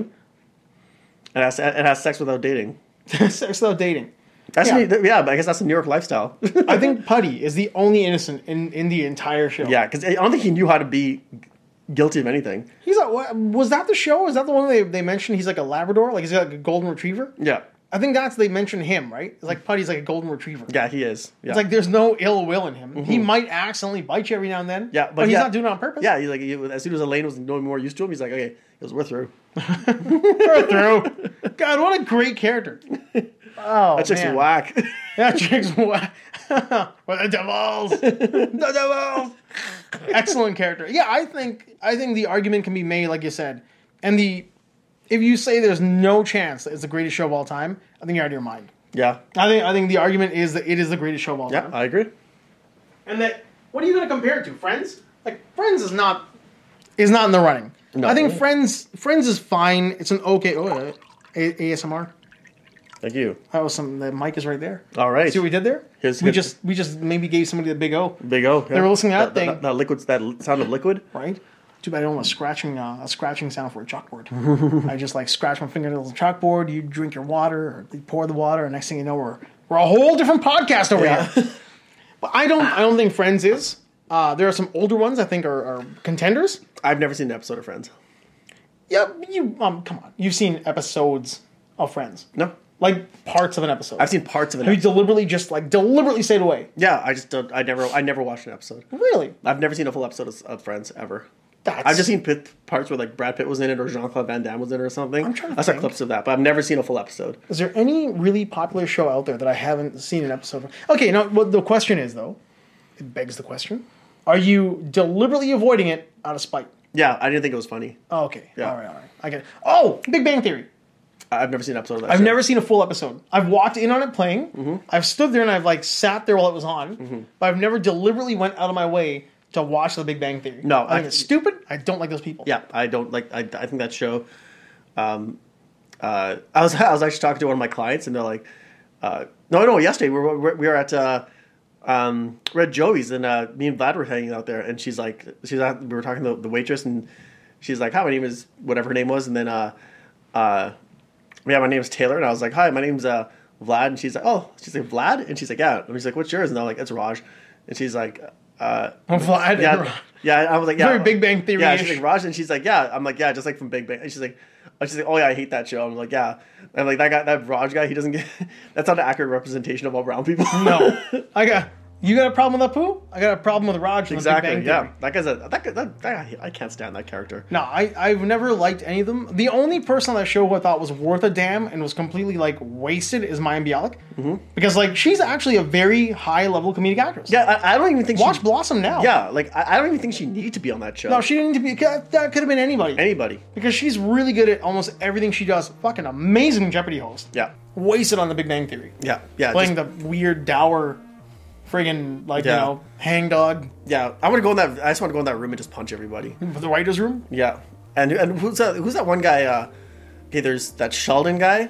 Speaker 2: <laughs>
Speaker 1: it, has, it has sex without dating.
Speaker 2: Sex without dating.
Speaker 1: That's
Speaker 2: Yeah.
Speaker 1: yeah. New, yeah, but I guess that's a New York lifestyle. <laughs>
Speaker 2: I think Putty is the only innocent in, in the entire show.
Speaker 1: yeah, because I don't think he knew how to be guilty of anything.
Speaker 2: He's like, what- was that the show? Is that the one they, they mentioned? He's like a Labrador, like he's like a golden retriever.
Speaker 1: Yeah,
Speaker 2: I think that's they mentioned him, right? It's like Putty's like a golden retriever.
Speaker 1: yeah, he is. Yeah.
Speaker 2: It's like there's no ill will in him. He might accidentally bite you every now and then.
Speaker 1: Yeah,
Speaker 2: but,
Speaker 1: but
Speaker 2: he's
Speaker 1: yeah.
Speaker 2: not doing it on purpose.
Speaker 1: yeah, he's like he- as soon as Elaine was no more used to him, he's like, okay, it was we're through. <laughs>
Speaker 2: Throw through. God, what a great character. Oh,
Speaker 1: That chick's
Speaker 2: man.
Speaker 1: whack. <laughs>
Speaker 2: That chick's <laughs> whack. We're the devils. the devils. Excellent character. Yeah, I think I think the argument can be made, like you said, and the if you say there's no chance that it's the greatest show of all time, I think you're out of your mind.
Speaker 1: yeah,
Speaker 2: I think I think the argument is that it is the greatest show of all
Speaker 1: yeah,
Speaker 2: time,
Speaker 1: I agree.
Speaker 2: and that what are you going to compare it to? Friends? Like Friends is not is not in the running.
Speaker 1: No.
Speaker 2: I think Friends Friends is fine. It's an okay. Oh, uh, A- ASMR.
Speaker 1: Thank you.
Speaker 2: That was something. The mic is right there.
Speaker 1: All right,
Speaker 2: See what we did there?
Speaker 1: Here's
Speaker 2: we
Speaker 1: good.
Speaker 2: just we just maybe gave somebody the big O,
Speaker 1: Big O. They
Speaker 2: were listening to
Speaker 1: that
Speaker 2: that thing.
Speaker 1: That, that liquid, that l- sound of liquid.
Speaker 2: right? Too bad I don't want a scratching uh, a scratching sound for
Speaker 1: <laughs>
Speaker 2: a chalkboard. I just like scratch my fingernails on the chalkboard. You drink your water, or you pour the water, and next thing you know, we're we're a whole different podcast over
Speaker 1: Yeah. <laughs>
Speaker 2: here. But I don't I don't think Friends is. Uh, there are some older ones I think are, are contenders.
Speaker 1: I've never seen an episode of Friends.
Speaker 2: Yep, you um come on, you've seen episodes of Friends,
Speaker 1: No,
Speaker 2: like parts of an episode.
Speaker 1: I've seen parts of it.
Speaker 2: you deliberately just like deliberately stayed away.
Speaker 1: Yeah, I just don't. I never. I never watched an episode.
Speaker 2: Really?
Speaker 1: I've never seen a full episode of, of Friends ever.
Speaker 2: That's
Speaker 1: I've just seen pit, parts where like Brad Pitt was in it or Jean Claude Van Damme was in it or something.
Speaker 2: I'm trying to
Speaker 1: I saw
Speaker 2: think.
Speaker 1: clips of that, but I've never seen a full episode.
Speaker 2: Is there any really popular show out there that I haven't seen an episode of? Okay, now what the question is though, it begs the question: Are you deliberately avoiding it out of spite?
Speaker 1: Yeah, I didn't think it was funny.
Speaker 2: Oh, okay,
Speaker 1: Yeah.
Speaker 2: all right, all right, I get it. Oh, Big Bang Theory.
Speaker 1: I- I've never seen an episode of that.
Speaker 2: I've
Speaker 1: show.
Speaker 2: never seen a full episode. I've walked in on it playing.
Speaker 1: Mm-hmm.
Speaker 2: I've stood there and I've like sat there while it was on, but I've never deliberately went out of my way to watch The Big Bang Theory.
Speaker 1: No,
Speaker 2: I think
Speaker 1: I-
Speaker 2: it's stupid. I don't like those people. <laughs>
Speaker 1: Yeah, I don't like. I, I think that show. Um, uh, I was <laughs> I was actually talking to one of my clients, and they're like, uh, "No, no, yesterday we were we were- we were at uh, um, Red Joey's, and uh, me and Vlad were hanging out there, and she's like, she's at, we were talking to the waitress, and she's like, hi, my name is whatever her name was, and then uh, uh, yeah, my name is Taylor, and I was like, hi, my name's uh, Vlad, and she's like, oh, she's like Vlad, and she's like, yeah, and she's like, what's yours? And I'm like, it's Raj, and she's like, uh,
Speaker 2: Vlad. <laughs>
Speaker 1: yeah, yeah. I was like, yeah,
Speaker 2: Very Big Bang Theory-ish.
Speaker 1: Yeah, she's like Raj, and she's like, yeah. I'm like, yeah, just like from Big Bang. And she's like, oh, she's like, oh yeah, I hate that show. I'm like, yeah. I'm like that guy, that Raj guy. He doesn't get. <laughs> That's not an accurate representation of all brown people.
Speaker 2: No, I got. You got a problem with Apu? I got a problem with Raj. and the Big
Speaker 1: exactly.
Speaker 2: Bang Theory.
Speaker 1: Yeah, that guy's a that guy. That, that guy, I can't stand that character.
Speaker 2: No, I, I've never liked any of them. The only person on that show who I thought was worth a damn and was completely like wasted is Maya Bialik. Mm-hmm. Because like she's actually a very high level comedic actress.
Speaker 1: Yeah, I, I don't even think.
Speaker 2: Watch
Speaker 1: She,
Speaker 2: Blossom now.
Speaker 1: yeah, like I, I don't even think she needed to be on that show.
Speaker 2: No, she didn't need to be that could have been anybody.
Speaker 1: Anybody.
Speaker 2: because she's really good at almost everything she does. Fucking amazing Jeopardy host.
Speaker 1: Yeah.
Speaker 2: Wasted on the Big Bang Theory.
Speaker 1: Yeah. Yeah.
Speaker 2: Playing
Speaker 1: just-
Speaker 2: the weird dour friggin' like you
Speaker 1: Yeah.
Speaker 2: know, hang dog
Speaker 1: yeah. I want to go in that. I just want to go in that room and just punch everybody.
Speaker 2: for the writer's room.
Speaker 1: Yeah, and and who's that? Who's that one guy? Uh, okay, there's that Sheldon guy.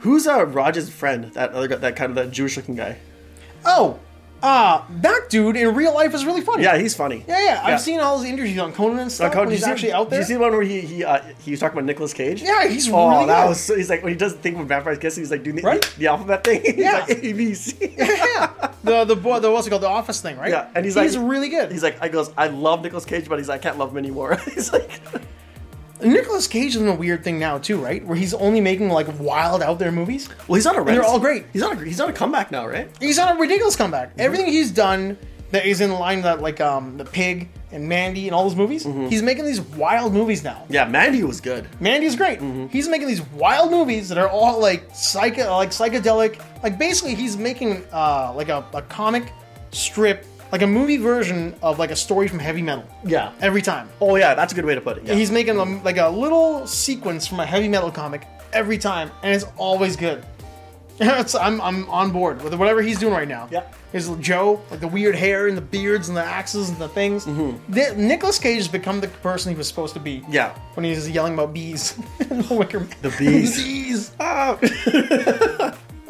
Speaker 1: Who's uh, Raj's friend? That other guy, that kind of that Jewish looking guy.
Speaker 2: Oh, uh, that dude in real life is really funny.
Speaker 1: Yeah, he's funny.
Speaker 2: Yeah, yeah. I've
Speaker 1: Yeah.
Speaker 2: seen all his interviews on Conan and
Speaker 1: Uh,
Speaker 2: stuff.
Speaker 1: Conan,
Speaker 2: when
Speaker 1: did
Speaker 2: he's
Speaker 1: you see-
Speaker 2: actually out there.
Speaker 1: Did you see the one where he he uh, he was talking about Nicolas Cage?
Speaker 2: Yeah, he's
Speaker 1: oh,
Speaker 2: really
Speaker 1: that
Speaker 2: good.
Speaker 1: was so, he's like when he does the thing with vampires kissing, he's like doing the
Speaker 2: Right?
Speaker 1: the alphabet thing. <laughs> he's
Speaker 2: Yeah.
Speaker 1: like A B C.
Speaker 2: <laughs> yeah, the the boy, the what's it called, the office thing, right?
Speaker 1: Yeah, and he's
Speaker 2: he's
Speaker 1: like-
Speaker 2: really
Speaker 1: <laughs>
Speaker 2: good.
Speaker 1: He's like, I goes, I love Nicolas Cage, but he's like, I can't love him anymore. he's like,
Speaker 2: Nicolas Cage is in a weird thing now too, right? Where he's only making like wild out there movies.
Speaker 1: Well, he's on a.
Speaker 2: they're all great.
Speaker 1: He's on a. He's on a comeback now, right?
Speaker 2: He's on a ridiculous comeback.
Speaker 1: Mm-hmm.
Speaker 2: Everything he's done that is in line with that like um the pig and Mandy and all those movies,
Speaker 1: Mm-hmm.
Speaker 2: he's making these wild movies now.
Speaker 1: Yeah, Mandy was good.
Speaker 2: Mandy's great. He's making these wild movies that are all like psycho, like psychedelic. Like basically, he's making uh, like a, a comic strip, like a movie version of like a story from heavy metal.
Speaker 1: Yeah.
Speaker 2: Every time,
Speaker 1: Oh yeah, that's a good way to put it. Yeah.
Speaker 2: he's making a, like a little sequence from a heavy metal comic every time, and it's always good. <laughs> It's- I'm I'm on board with whatever he's doing right now.
Speaker 1: Yeah.
Speaker 2: Is Joe like the weird hair and the beards and the axes and the things? The, Nicholas Cage has become the person he was supposed to be <laughs>
Speaker 1: yeah.
Speaker 2: when he's yelling about bees <laughs> in
Speaker 1: <laughs>
Speaker 2: the Wicker Man.
Speaker 1: The bees.
Speaker 2: bees.
Speaker 1: <laughs>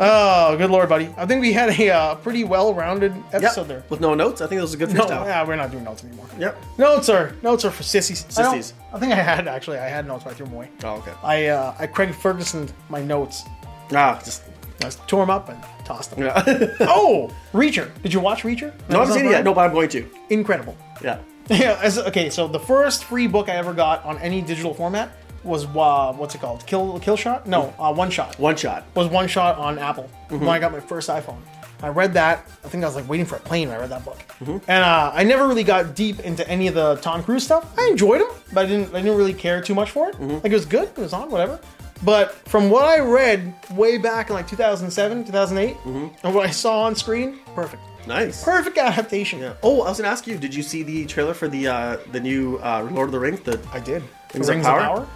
Speaker 2: Oh, good lord, buddy. I think we had a uh, pretty well-rounded
Speaker 1: Yep.
Speaker 2: episode there.
Speaker 1: With no notes, I think that was a good
Speaker 2: No,
Speaker 1: first hour.
Speaker 2: yeah, we're not doing notes anymore.
Speaker 1: Yep.
Speaker 2: Notes are notes are for sissies. I don't-
Speaker 1: Sissies.
Speaker 2: I, think I had actually. I had notes. But I threw them away.
Speaker 1: Oh okay.
Speaker 2: I uh, I Craig Ferguson my notes.
Speaker 1: Ah, just. <laughs>
Speaker 2: I just tore them up and tossed them.
Speaker 1: Yeah.
Speaker 2: <laughs> Oh, Reacher. Did you watch Reacher?
Speaker 1: no, I haven't seen it yet. No, but I'm going to.
Speaker 2: Incredible. <laughs>
Speaker 1: Yeah.
Speaker 2: Yeah. as- okay, so the first free book I ever got on any digital format was uh, what's it called? Kill Kill Shot? No, uh, One Shot.
Speaker 1: One shot.
Speaker 2: was one shot on Apple when
Speaker 1: Mm-hmm.
Speaker 2: I got my first iPhone. I read that. I think I was like waiting for a plane when I read that book.
Speaker 1: Mm-hmm.
Speaker 2: And uh, I never really got deep into any of the Tom Cruise stuff. I enjoyed him, but I didn't. I didn't really care too much for it.
Speaker 1: Mm-hmm.
Speaker 2: Like it was good. It was on whatever. But from what I read way back in like 2007, 2008,
Speaker 1: Mm-hmm.
Speaker 2: and what I saw on screen, perfect,
Speaker 1: Nice.
Speaker 2: perfect adaptation.
Speaker 1: Oh, I was gonna ask you. Did you see the trailer for the uh, the new uh, Lord of the Rings? The
Speaker 2: I did.
Speaker 1: Rings
Speaker 2: The
Speaker 1: of Power?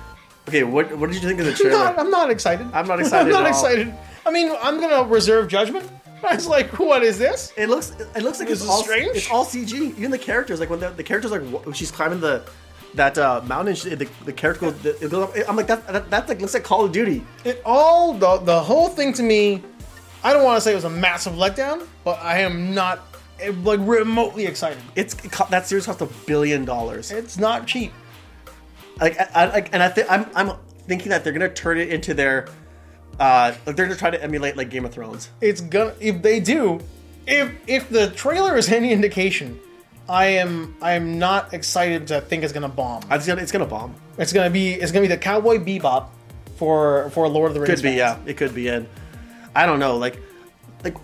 Speaker 1: okay. What what did you think
Speaker 2: <laughs>
Speaker 1: of the
Speaker 2: I'm not,
Speaker 1: trailer?
Speaker 2: I'm not excited.
Speaker 1: I'm not excited
Speaker 2: <laughs> I'm not
Speaker 1: at all.
Speaker 2: excited. I mean, I'm gonna reserve judgment. <laughs> I was like, what is this?
Speaker 1: it looks it looks like
Speaker 2: This
Speaker 1: it's
Speaker 2: is
Speaker 1: all
Speaker 2: strange.
Speaker 1: It's all CG. Even the characters, like when the, the characters like wa- she's climbing the that uh, mountain, she, the, the character goes. The, it goes up, I'm like that, that that like looks like Call of Duty.
Speaker 2: it all the the whole thing to me i don't want to say it was a massive letdown but i am not eh, like remotely excited
Speaker 1: It's it co- that series cost a billion dollars.
Speaker 2: it's not cheap
Speaker 1: like I, I like, and I think I'm I'm thinking that they're gonna turn it into their uh like they're gonna try to emulate like Game of Thrones.
Speaker 2: it's gonna if they do if if the trailer is any indication i am i am not excited to think it's gonna bomb
Speaker 1: I just gonna, it's gonna bomb.
Speaker 2: it's gonna be it's gonna be the cowboy bebop for for lord of the rings
Speaker 1: Could be
Speaker 2: fans.
Speaker 1: yeah, it could be in. I don't know like like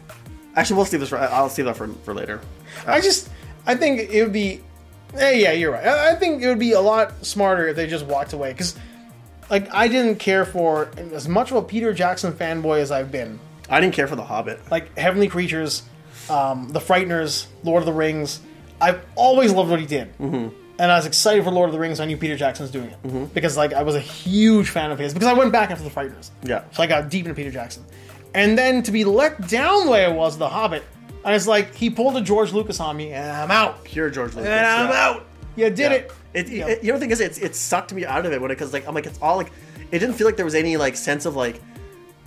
Speaker 1: actually we'll save this for I'll save that for for later.
Speaker 2: I just, I think it would be. eh, yeah, you're right. I, I think it would be a lot smarter if they just walked away because, like, I didn't care for and as much of a Peter Jackson fanboy as I've been.
Speaker 1: I didn't care for the Hobbit.
Speaker 2: Like Heavenly Creatures, um, The Frighteners, Lord of the Rings. I've always loved what he did, mm-hmm. and I was excited for Lord of the Rings. I knew Peter Jackson's doing it
Speaker 1: Mm-hmm.
Speaker 2: because, like, I was a huge fan of his because I went back after The Frighteners.
Speaker 1: Yeah.
Speaker 2: So I got deep into Peter Jackson. And then to be let down the way I was, The Hobbit, I was like, he pulled a George Lucas on me, and I'm out.
Speaker 1: Pure George Lucas.
Speaker 2: And I'm
Speaker 1: yeah.
Speaker 2: out. You did
Speaker 1: Yeah.
Speaker 2: it.
Speaker 1: It,
Speaker 2: Yeah.
Speaker 1: it- you know the thing is it's it sucked me out of it when it because like I'm like it's all like it didn't feel like there was any like sense of like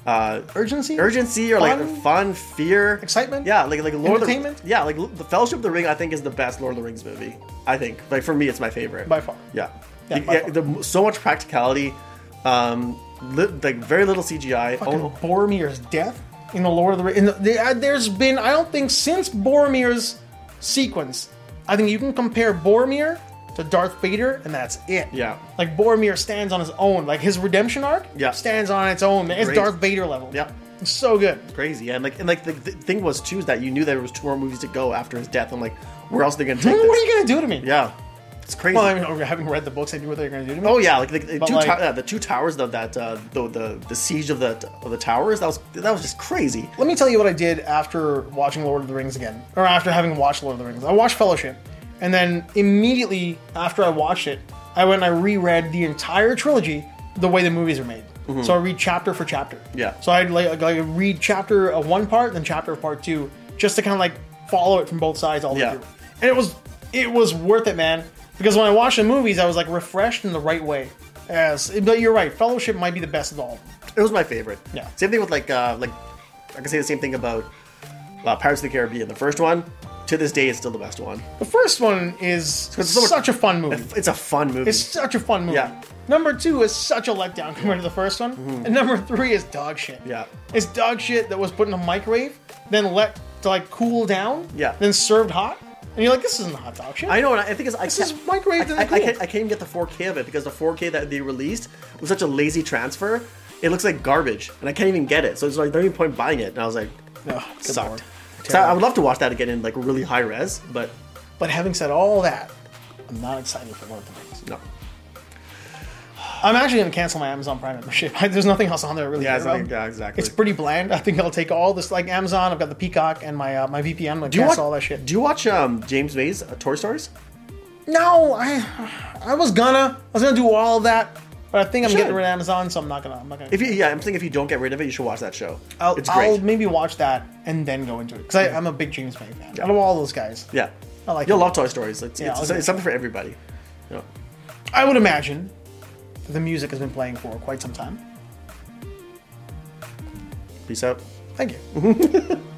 Speaker 1: uh
Speaker 2: Urgency?
Speaker 1: urgency or
Speaker 2: Fun?
Speaker 1: like fun, fear,
Speaker 2: Excitement?
Speaker 1: Yeah, like like Lord of the
Speaker 2: Entertainment?
Speaker 1: Yeah, like the Fellowship of the Ring. I think is the best Lord of the Rings movie. I think like for me, it's my favorite
Speaker 2: By far.
Speaker 1: Yeah,
Speaker 2: Yeah,
Speaker 1: The-
Speaker 2: by far.
Speaker 1: the- so much practicality, um, li- like very little CGI.
Speaker 2: Fucking
Speaker 1: Oh,
Speaker 2: Boromir's death in the Lord of the Rings. in the- the- uh, There's been, I don't think, since Boromir's sequence, I think you can compare Boromir to Darth Vader, and that's it.
Speaker 1: Yeah.
Speaker 2: Like Boromir stands on his own. Like his redemption arc
Speaker 1: Yeah.
Speaker 2: stands on its own. It's
Speaker 1: Great.
Speaker 2: Darth Vader level.
Speaker 1: Yeah.
Speaker 2: It's so good. <laughs>
Speaker 1: crazy and like and like the, the thing was too is that you knew there was two more movies to go after his death. I'm like, where else are they gonna take
Speaker 2: What are
Speaker 1: this?
Speaker 2: you gonna do to me?
Speaker 1: Yeah, it's crazy.
Speaker 2: Well, I mean, okay, having read the books, I knew what they were gonna do to me.
Speaker 1: Oh yeah, like the, the
Speaker 2: But,
Speaker 1: two
Speaker 2: like-
Speaker 1: tow- yeah, the two towers of that uh, the, the the siege of the of the towers that was that was just crazy.
Speaker 2: Let me tell you what I did after watching Lord of the Rings again, or after having watched Lord of the Rings. I watched Fellowship, and then immediately after I watched it, I went and I reread the entire trilogy the way the movies are made. So I read chapter for chapter.
Speaker 1: Mm-hmm. Yeah.
Speaker 2: So I'd like, like I'd read chapter of one part, then chapter of part two, just to kind of like follow it from both sides all the
Speaker 1: Yeah.
Speaker 2: way through. And it was it was worth it, man. Because when I watched the movies, I was like refreshed in the right way. As but you're right, Fellowship might be the best of all. of them.
Speaker 1: It was my favorite.
Speaker 2: Yeah.
Speaker 1: Same thing with like uh, like I can say the same thing about uh, Pirates of the Caribbean. The first one to this day is still the best one.
Speaker 2: The first one is
Speaker 1: it's so much-
Speaker 2: such a fun movie.
Speaker 1: It's a fun movie.
Speaker 2: It's such a fun movie.
Speaker 1: Yeah. Mm-hmm.
Speaker 2: Number two is such a letdown compared to the first one. And number three is dog shit.
Speaker 1: Yeah.
Speaker 2: It's dog shit that was put in a microwave, then let to like cool down,
Speaker 1: Yeah.
Speaker 2: then served hot, and you're like, this isn't a hot dog shit.
Speaker 1: I know, and I think it's I
Speaker 2: this
Speaker 1: can't-
Speaker 2: is
Speaker 1: I,
Speaker 2: microwaved and
Speaker 1: I, I
Speaker 2: cooled.
Speaker 1: can't, I can't even get the 4K of it because the 4K that they released was such a lazy transfer. It looks like garbage, and I can't even get it. So it's like there's no point buying it. And I was like,
Speaker 2: Ugh, good lord.
Speaker 1: sucked. So I I would love to watch that again in like really high res, but
Speaker 2: But having said all that, I'm not excited for Lord of the Rings.
Speaker 1: no.
Speaker 2: I'm actually going to cancel my Amazon Prime membership. <laughs> There's nothing else on there I really.
Speaker 1: Yeah,
Speaker 2: care
Speaker 1: it's
Speaker 2: about.
Speaker 1: like- yeah, exactly.
Speaker 2: It's pretty bland. I think I'll take all this like Amazon. I've got the Peacock and my uh, my VPN. I'm gonna
Speaker 1: Do you
Speaker 2: cancel
Speaker 1: watch
Speaker 2: all that shit.
Speaker 1: Do you watch um, James May's uh, Toy Stories?
Speaker 2: No, I I was gonna I was gonna do all of that, but I think I'm
Speaker 1: should.
Speaker 2: getting rid of Amazon, so I'm not gonna I'm not gonna.
Speaker 1: If you, yeah, I'm thinking if you don't get rid of it, you should watch that show.
Speaker 2: I'll,
Speaker 1: it's
Speaker 2: I'll
Speaker 1: great.
Speaker 2: maybe watch that and then go into it because I'm a big James May fan.
Speaker 1: Yeah.
Speaker 2: Out of all those guys,
Speaker 1: yeah,
Speaker 2: I like
Speaker 1: you'll
Speaker 2: it.
Speaker 1: love Toy Stories. It's,
Speaker 2: Yeah,
Speaker 1: it's,
Speaker 2: I'll
Speaker 1: it's,
Speaker 2: give it a
Speaker 1: something for everybody. Yeah.
Speaker 2: I would imagine that the music has been playing for quite some time.
Speaker 1: Peace out.
Speaker 2: Thank you.